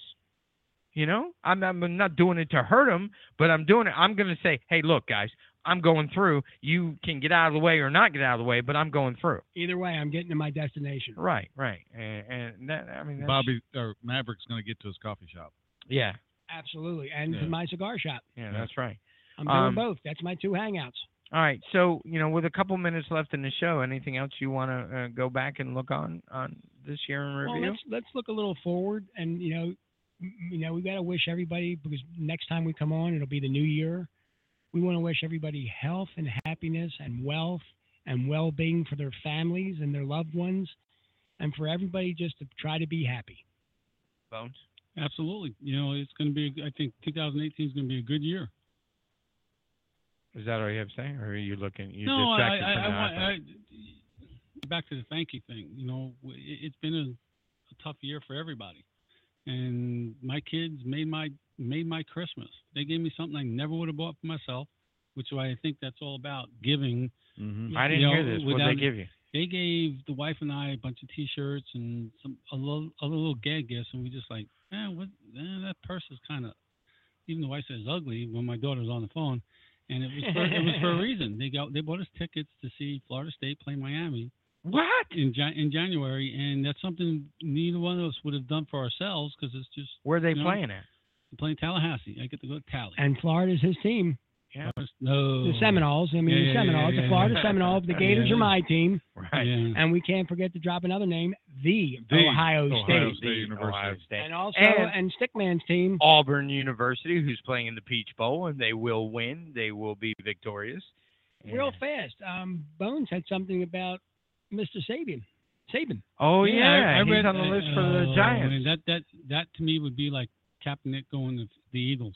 Speaker 1: You know, I'm, I'm not doing it to hurt them, but I'm doing it. I'm going to say, hey, look, guys, I'm going through. You can get out of the way or not get out of the way, but I'm going through.
Speaker 2: Either way, I'm getting to my destination.
Speaker 1: Right, right. And, and that, I mean, that's,
Speaker 4: Bobby or Maverick's going to get to his coffee shop.
Speaker 1: Yeah,
Speaker 2: Absolutely. And
Speaker 1: Yeah.
Speaker 2: to my cigar shop.
Speaker 1: yeah, that's right.
Speaker 2: I'm doing
Speaker 1: Um,
Speaker 2: both. That's my two hangouts.
Speaker 1: All right. So, you know, with a couple minutes left in the show, anything else you want to uh, go back and look on on this year in
Speaker 2: Well,
Speaker 1: review?
Speaker 2: let's let's look a little forward, and you know, m- you know, we got to wish everybody because next time we come on, it'll be the new year. We want to wish everybody health and happiness and wealth and well-being for their families and their loved ones, and for everybody just to try to be happy.
Speaker 1: Bones.
Speaker 5: Absolutely. You know, it's going to be. I think 2018 is going to be a good year.
Speaker 1: Is that all you have to say, or are you looking? You
Speaker 5: no, I,
Speaker 1: distracted
Speaker 5: I,
Speaker 1: from
Speaker 5: I,
Speaker 1: the
Speaker 5: want-
Speaker 1: iPhone?
Speaker 5: I- back to the thank you thing. You know, w- it, it's been a, a tough year for everybody, and my kids made my made my Christmas. They gave me something I never would have bought for myself, which is why I think that's all about giving.
Speaker 1: Mhm.
Speaker 5: you
Speaker 1: I didn't
Speaker 5: know,
Speaker 1: hear this. What did they
Speaker 5: without-
Speaker 1: give you?
Speaker 5: They gave the wife and I a bunch of T-shirts and some a little, a little gag gifts, and we just like, eh, what? Eh, that purse is kind of. Even the wife says ugly when my daughter's on the phone, and it was for, it was
Speaker 1: (laughs)
Speaker 5: for a reason. They got they bought us tickets to see Florida State play Miami.
Speaker 1: What
Speaker 5: in Jan- in January, and that's something neither one of us would have done for ourselves because it's just
Speaker 1: where are they
Speaker 5: you know,
Speaker 1: playing at?
Speaker 5: they're Playing Tallahassee, I get to go to Tally.
Speaker 2: And Florida's his team.
Speaker 1: Yeah.
Speaker 5: No,
Speaker 2: The Seminoles. I mean,
Speaker 5: Yeah, yeah,
Speaker 2: the Seminoles.
Speaker 5: yeah, yeah,
Speaker 2: the Florida
Speaker 5: yeah.
Speaker 2: Seminoles. The
Speaker 5: (laughs)
Speaker 2: Gators
Speaker 5: Yeah.
Speaker 2: are my team.
Speaker 1: Right.
Speaker 2: And we can't forget to drop another name: the,
Speaker 1: The
Speaker 2: Ohio State.
Speaker 1: The Ohio State.
Speaker 2: And also,
Speaker 1: And-
Speaker 2: and Stickman's team.
Speaker 1: Auburn University, who's playing in the Peach Bowl, and they will win. They will be victorious.
Speaker 2: real fast. Um, Bones had something about Mr. Sabian. Saban.
Speaker 1: Oh yeah, uh,
Speaker 5: I, I
Speaker 1: he's
Speaker 5: read,
Speaker 1: on the list for the
Speaker 5: oh,
Speaker 1: Giants.
Speaker 5: man, that that that to me would be like Kaepernick going to the Eagles.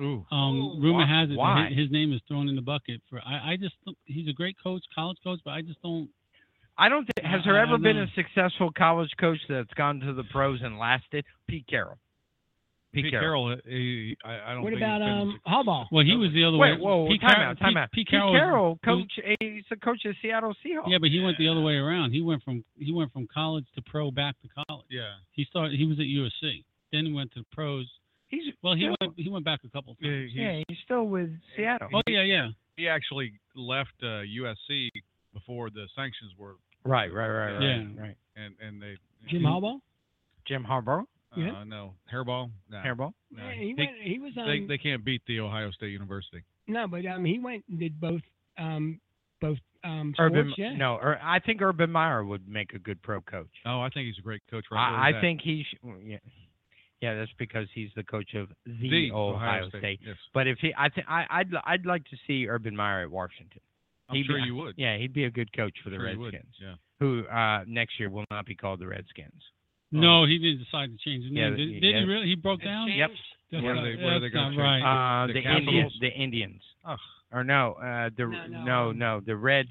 Speaker 1: Ooh.
Speaker 5: Um,
Speaker 1: Ooh,
Speaker 5: rumor
Speaker 1: why-
Speaker 5: has it
Speaker 1: why?
Speaker 5: that hi- his name is thrown in the bucket for. I, I just don't- he's a great coach, college coach, but I just don't.
Speaker 1: I don't think has there
Speaker 5: I- I
Speaker 1: ever
Speaker 5: don't
Speaker 1: been
Speaker 5: know.
Speaker 1: a successful college coach that's gone to the pros and lasted? Pete Carroll. Pete, Carroll.
Speaker 4: Carroll, he, I, I don't
Speaker 1: What
Speaker 4: think
Speaker 2: uh,
Speaker 1: about,
Speaker 4: he's been
Speaker 1: um,
Speaker 4: successful.
Speaker 2: Harbaugh?
Speaker 5: Well, he was the other
Speaker 1: Wait,
Speaker 5: way.
Speaker 1: whoa,
Speaker 5: Pete
Speaker 1: time
Speaker 5: Car-
Speaker 1: out, time
Speaker 5: Pete-
Speaker 1: out.
Speaker 5: Pete Carroll,
Speaker 1: Carroll,
Speaker 5: was-
Speaker 1: coach, he's the coach of Seattle Seahawks.
Speaker 5: Yeah, but he went the other way around. He went from he went from college to pro, back to college.
Speaker 4: Yeah.
Speaker 5: He started. He was at USC. Then he went to the pros.
Speaker 1: He's
Speaker 5: well. He
Speaker 4: still-
Speaker 5: went. He went back a couple of times.
Speaker 1: Yeah, he's still with Seattle.
Speaker 5: Oh yeah, yeah.
Speaker 4: He actually left uh, USC before the sanctions were.
Speaker 1: Right, right, right, right,
Speaker 4: Yeah.
Speaker 1: right.
Speaker 4: And and they.
Speaker 2: Jim Harbaugh.
Speaker 1: Jim Harbaugh.
Speaker 4: Uh, No, Hairball. Nah.
Speaker 1: Hairball?
Speaker 4: Nah.
Speaker 2: Yeah, he
Speaker 4: They-
Speaker 2: went- he was
Speaker 4: They,
Speaker 2: on-
Speaker 4: they can't beat the Ohio State University.
Speaker 2: No, but um, he went and did both. Um, both. Um, sports,
Speaker 1: Urban,
Speaker 2: yeah.
Speaker 1: no, or I think Urban Meyer would make a good pro coach.
Speaker 4: Oh, I think he's a great coach. Right there
Speaker 1: I,
Speaker 4: with
Speaker 1: I
Speaker 4: that.
Speaker 1: think he, sh- well, yeah, yeah, that's because he's the coach of the,
Speaker 4: The
Speaker 1: Ohio,
Speaker 4: Ohio
Speaker 1: State.
Speaker 4: State, yes.
Speaker 1: But if he, I think I'd, li- I'd like to see Urban Meyer at Washington.
Speaker 4: I'm
Speaker 1: He'd
Speaker 4: sure
Speaker 1: be,
Speaker 4: you would.
Speaker 1: Yeah, he'd be a good coach for the
Speaker 4: Sure he would,
Speaker 1: Redskins,
Speaker 4: yeah.
Speaker 1: who uh, next year will not be called the Redskins.
Speaker 5: No, he didn't decide to change his
Speaker 1: Oh. Yeah,
Speaker 5: name. Did,
Speaker 1: y-
Speaker 5: did
Speaker 1: yeah.
Speaker 5: he really? He broke down.
Speaker 1: Yep.
Speaker 5: That's
Speaker 1: Where
Speaker 5: not,
Speaker 1: are they-
Speaker 4: where are they
Speaker 5: that's not
Speaker 4: gonna change?
Speaker 5: right.
Speaker 1: Uh,
Speaker 4: The
Speaker 1: the
Speaker 4: Capitals?
Speaker 1: Indians. The Indians. Or no, uh, the no no, the red.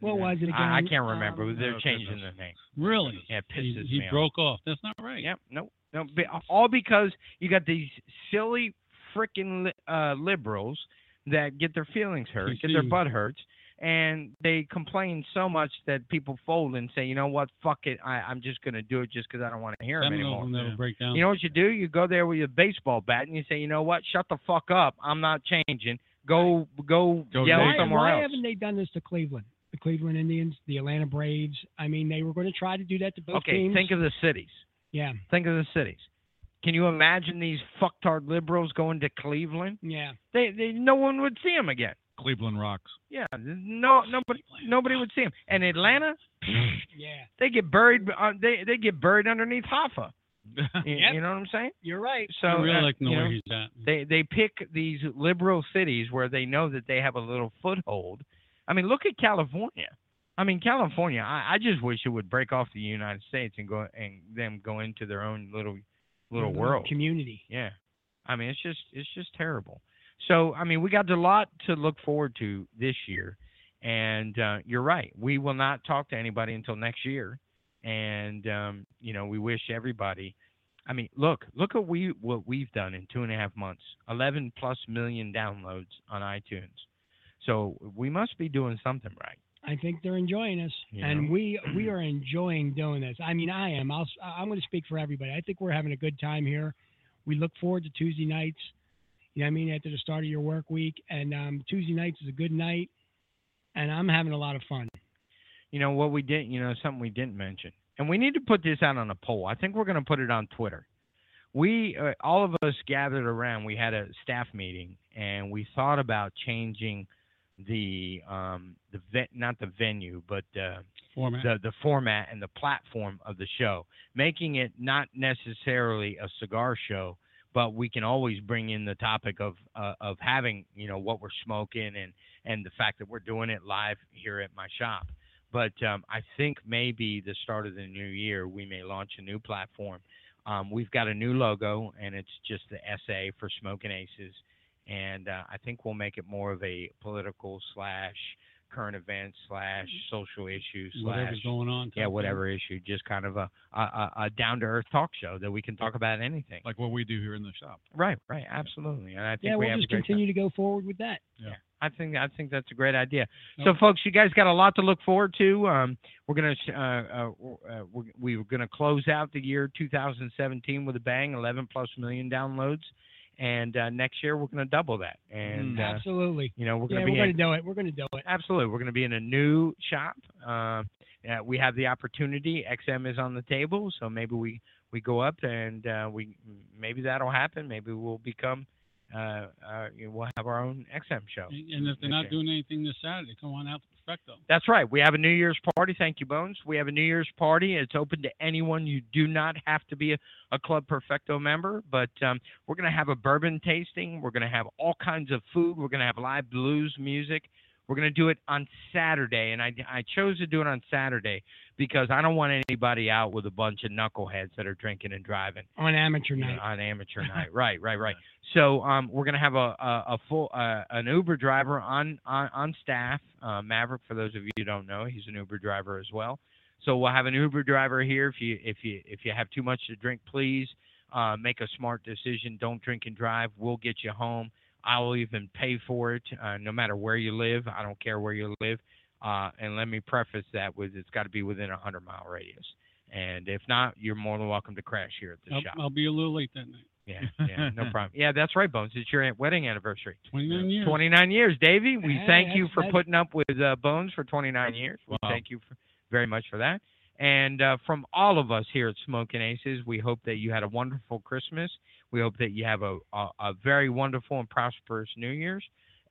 Speaker 2: What was it again?
Speaker 1: I, I can't remember.
Speaker 2: Um,
Speaker 1: They're
Speaker 4: Oh,
Speaker 1: changing
Speaker 4: goodness.
Speaker 1: the name.
Speaker 5: Really?
Speaker 1: Yeah, it
Speaker 5: He-
Speaker 1: pisses
Speaker 5: he
Speaker 1: me
Speaker 5: broke off. That's not right.
Speaker 1: Yep. Nope. No, be- all because you got these silly freaking li- uh, liberals that get their feelings hurt, get their
Speaker 5: PC.
Speaker 1: butt hurt, and they complain so much that people fold and say, you know what, fuck it, I, I'm just gonna do it just because I don't want to hear them
Speaker 5: Seminoles
Speaker 1: anymore.
Speaker 5: will never break down.
Speaker 1: You know what you do? You go there with your baseball bat and you say, you know what, shut the fuck up, I'm not changing. Go go, yell
Speaker 2: why,
Speaker 1: somewhere
Speaker 2: why
Speaker 1: else.
Speaker 2: haven't they done this to Cleveland? The Cleveland Indians, the Atlanta Braves. I mean, they were going to try to do that to both
Speaker 1: okay,
Speaker 2: teams.
Speaker 1: think of the cities.
Speaker 2: Yeah.
Speaker 1: Think of the cities. Can you imagine these fucktard liberals going to Cleveland?
Speaker 2: Yeah.
Speaker 1: They, they no one would see them again.
Speaker 4: Cleveland rocks.
Speaker 1: Yeah, no, nobody, nobody would see him. And Atlanta,
Speaker 2: Yeah.
Speaker 1: they get buried. Uh, they they get buried underneath
Speaker 4: (laughs)
Speaker 1: Hoffa. You-
Speaker 2: Yep.
Speaker 1: You know what I'm saying?
Speaker 2: You're right.
Speaker 1: So
Speaker 5: I really
Speaker 1: uh,
Speaker 5: like to know
Speaker 1: you
Speaker 5: where
Speaker 1: know,
Speaker 5: he's at.
Speaker 1: They they pick these liberal cities where they know that they have a little foothold. I mean, look at California. I mean, California. I, I just wish it would break off the United States and go and them go into their own little little
Speaker 2: Mm-hmm.
Speaker 1: world.
Speaker 2: Community.
Speaker 1: Yeah. I mean, it's just it's just terrible. So I mean, we got a lot to look forward to this year, and uh, you're right. We will not talk to anybody until next year, and um, you know, we wish everybody. I mean, look, look at we what we've done in two and a half months. Eleven plus million downloads on iTunes. So we must be doing something right.
Speaker 2: I think they're enjoying us,
Speaker 1: You
Speaker 2: and
Speaker 1: know? (clears throat)
Speaker 2: we we are enjoying doing this. I mean, I am. I'll, s- I- I'm going to speak for everybody. I think we're having a good time here. We look forward to Tuesday nights. You know, what I mean, after the start of your work week, and um, Tuesday nights is a good night, and I'm having a lot of fun.
Speaker 1: you know what we didn't you know something we didn't mention and we need to put this out on a poll i think we're going to put it on twitter we uh, all of us gathered around we had a staff meeting and we thought about changing the um the vet not the venue but uh
Speaker 5: Format.
Speaker 1: the the format and the platform of the show making it not necessarily a cigar show but we can always bring in the topic of uh, of having you know what we're smoking and and the fact that we're doing it live here at my shop but um, I think maybe the start of the new year we may launch a new platform. Um, we've got a new logo, and it's just the SA for Smoking Aces, and uh, I think we'll make it more of a political slash current event slash
Speaker 4: Mm-hmm.
Speaker 1: social issue slash
Speaker 5: Whatever's going on.
Speaker 1: yeah
Speaker 5: type
Speaker 1: whatever issue, just kind of a a, a, a down to earth talk show that we can talk about anything.
Speaker 4: Like what we do here in the shop.
Speaker 1: Right, right, absolutely, and I think
Speaker 2: Yeah,
Speaker 1: we
Speaker 2: we'll
Speaker 1: have a
Speaker 2: just
Speaker 1: great time.
Speaker 2: continue to go forward with that.
Speaker 4: Yeah.
Speaker 1: I think I think that's a great idea.
Speaker 2: Nope.
Speaker 1: So, folks, you guys got a lot to look forward to. Um, we're gonna uh, uh, uh, we're, we were gonna close out the year 2017 with a bang, 11 plus million downloads, and uh, next year we're gonna double that.
Speaker 2: Mm,
Speaker 1: And uh,
Speaker 2: Absolutely.
Speaker 1: you know we're
Speaker 2: yeah,
Speaker 1: gonna
Speaker 2: we're
Speaker 1: be
Speaker 2: going
Speaker 1: in-
Speaker 2: to do it. We're going to do it.
Speaker 1: Absolutely. We're going to be in a new shop. Uh, uh, we have the opportunity. XM is on the table, so maybe we, we go up and uh, we maybe that'll happen. Maybe we'll become uh, uh, you know, we'll have our own XM show.
Speaker 5: And and if they're not
Speaker 1: Okay.
Speaker 5: doing anything this Saturday, come on out to Perfecto.
Speaker 1: That's right. We have a New Year's party. Thank you, Bones. We have a New Year's party. It's open to anyone. You do not have to be a, a Club Perfecto member, but um, we're going to have a bourbon tasting. We're going to have all kinds of food. We're going to have live blues music. We're going to do it on Saturday, and I, I chose to do it on Saturday because I don't want anybody out with a bunch of knuckleheads that are drinking and driving
Speaker 2: On amateur
Speaker 1: you know,
Speaker 2: night. (laughs)
Speaker 1: on amateur night. Right, right, right. So um, we're gonna have a a, a full uh, an Uber driver on on, on staff. Uh, Maverick, for those of you who don't know, he's an Uber driver as well. So we'll have an Uber driver here. If you if you if you have too much to drink, please uh, make a smart decision. Don't drink and drive. We'll get you home. I'll even pay for it, uh, no matter where you live. I don't care where you live. Uh, and let me preface that with it's got to be within a hundred mile radius. And if not, you're more than welcome to crash here at the
Speaker 5: I'll,
Speaker 1: shop.
Speaker 5: I'll be a little late that night.
Speaker 1: Yeah, yeah,
Speaker 5: (laughs)
Speaker 4: (laughs)
Speaker 1: no problem. Yeah, that's right, Bones. It's your wedding anniversary.
Speaker 5: 29 years.
Speaker 1: 29 years, Davey. We
Speaker 5: Hey,
Speaker 1: thank you
Speaker 5: that's-
Speaker 1: for
Speaker 5: that's-
Speaker 1: putting up with uh, Bones for 29 years. We
Speaker 5: Wow.
Speaker 1: thank you for, very much for that. And uh, from all of us here at Smoking Aces, we hope that you had a wonderful Christmas. We hope that you have a, a, a very wonderful and prosperous New Year's.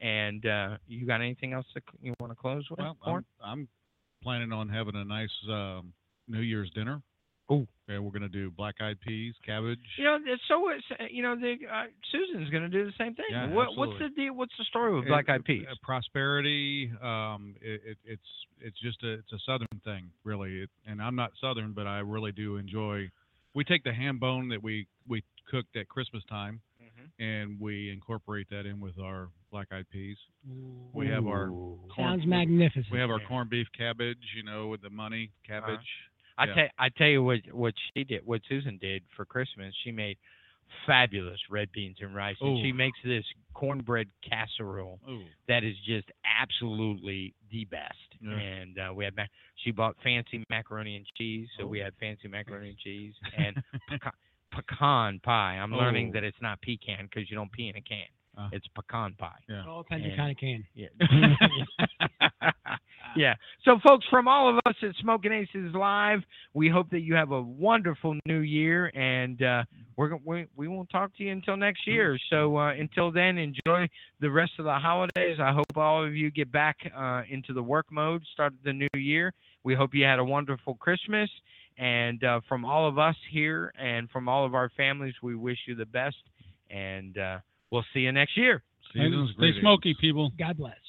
Speaker 1: And uh, you got anything else that you want to close with?
Speaker 4: Well,
Speaker 1: Warren?
Speaker 4: I'm, I'm planning on having a nice um, New Year's dinner.
Speaker 1: Oh.
Speaker 4: And we're gonna do black eyed peas, cabbage.
Speaker 1: You know, it's so it's, uh, you know, the, uh, Susan's going to do the same thing.
Speaker 4: Yeah,
Speaker 1: what, what's the
Speaker 4: absolutely.
Speaker 1: deal? What's the story with
Speaker 4: It-
Speaker 1: Black Eyed
Speaker 4: it-
Speaker 1: Peas?
Speaker 4: uh, prosperity. Um, it, it, it's it's just a it's a southern thing, really. It, and I'm not southern, but I really do enjoy. We take the ham bone that we we cooked at Christmas time, and we incorporate that in with our black eyed peas. We have our corn,
Speaker 2: Sounds magnificent.
Speaker 4: We have our
Speaker 1: Yeah.
Speaker 4: corned beef cabbage, you know, with the money cabbage.
Speaker 1: I
Speaker 4: Yeah.
Speaker 1: tell I tell you what what she did what Susan did for Christmas she made fabulous red beans and rice and she
Speaker 4: Ooh.
Speaker 1: makes this cornbread casserole
Speaker 4: Ooh.
Speaker 1: that is just absolutely the best
Speaker 4: Yeah.
Speaker 1: and uh, we had mac- she bought fancy macaroni and cheese so
Speaker 4: Oh.
Speaker 1: we had fancy macaroni and
Speaker 4: (laughs)
Speaker 1: cheese and peca- pecan pie I'm learning
Speaker 2: Oh.
Speaker 1: that it's not pecan because you don't pee in a can it's pecan pie
Speaker 4: Uh. yeah.
Speaker 2: All kinds of
Speaker 1: And-
Speaker 2: kind of can.
Speaker 1: yeah. (laughs) yeah. So, folks, from all of us at Smoking Aces Live, we hope that you have a wonderful new year, and uh, we're gon- we we won't talk to you until next year. So uh, until then, enjoy the rest of the holidays. I hope all of you get back uh, into the work mode, start the new year. We hope you had a wonderful Christmas, and uh, from all of us here and from all of our families, we wish you the best, and uh, we'll see you next year.
Speaker 5: Stay smoky, people.
Speaker 2: God bless.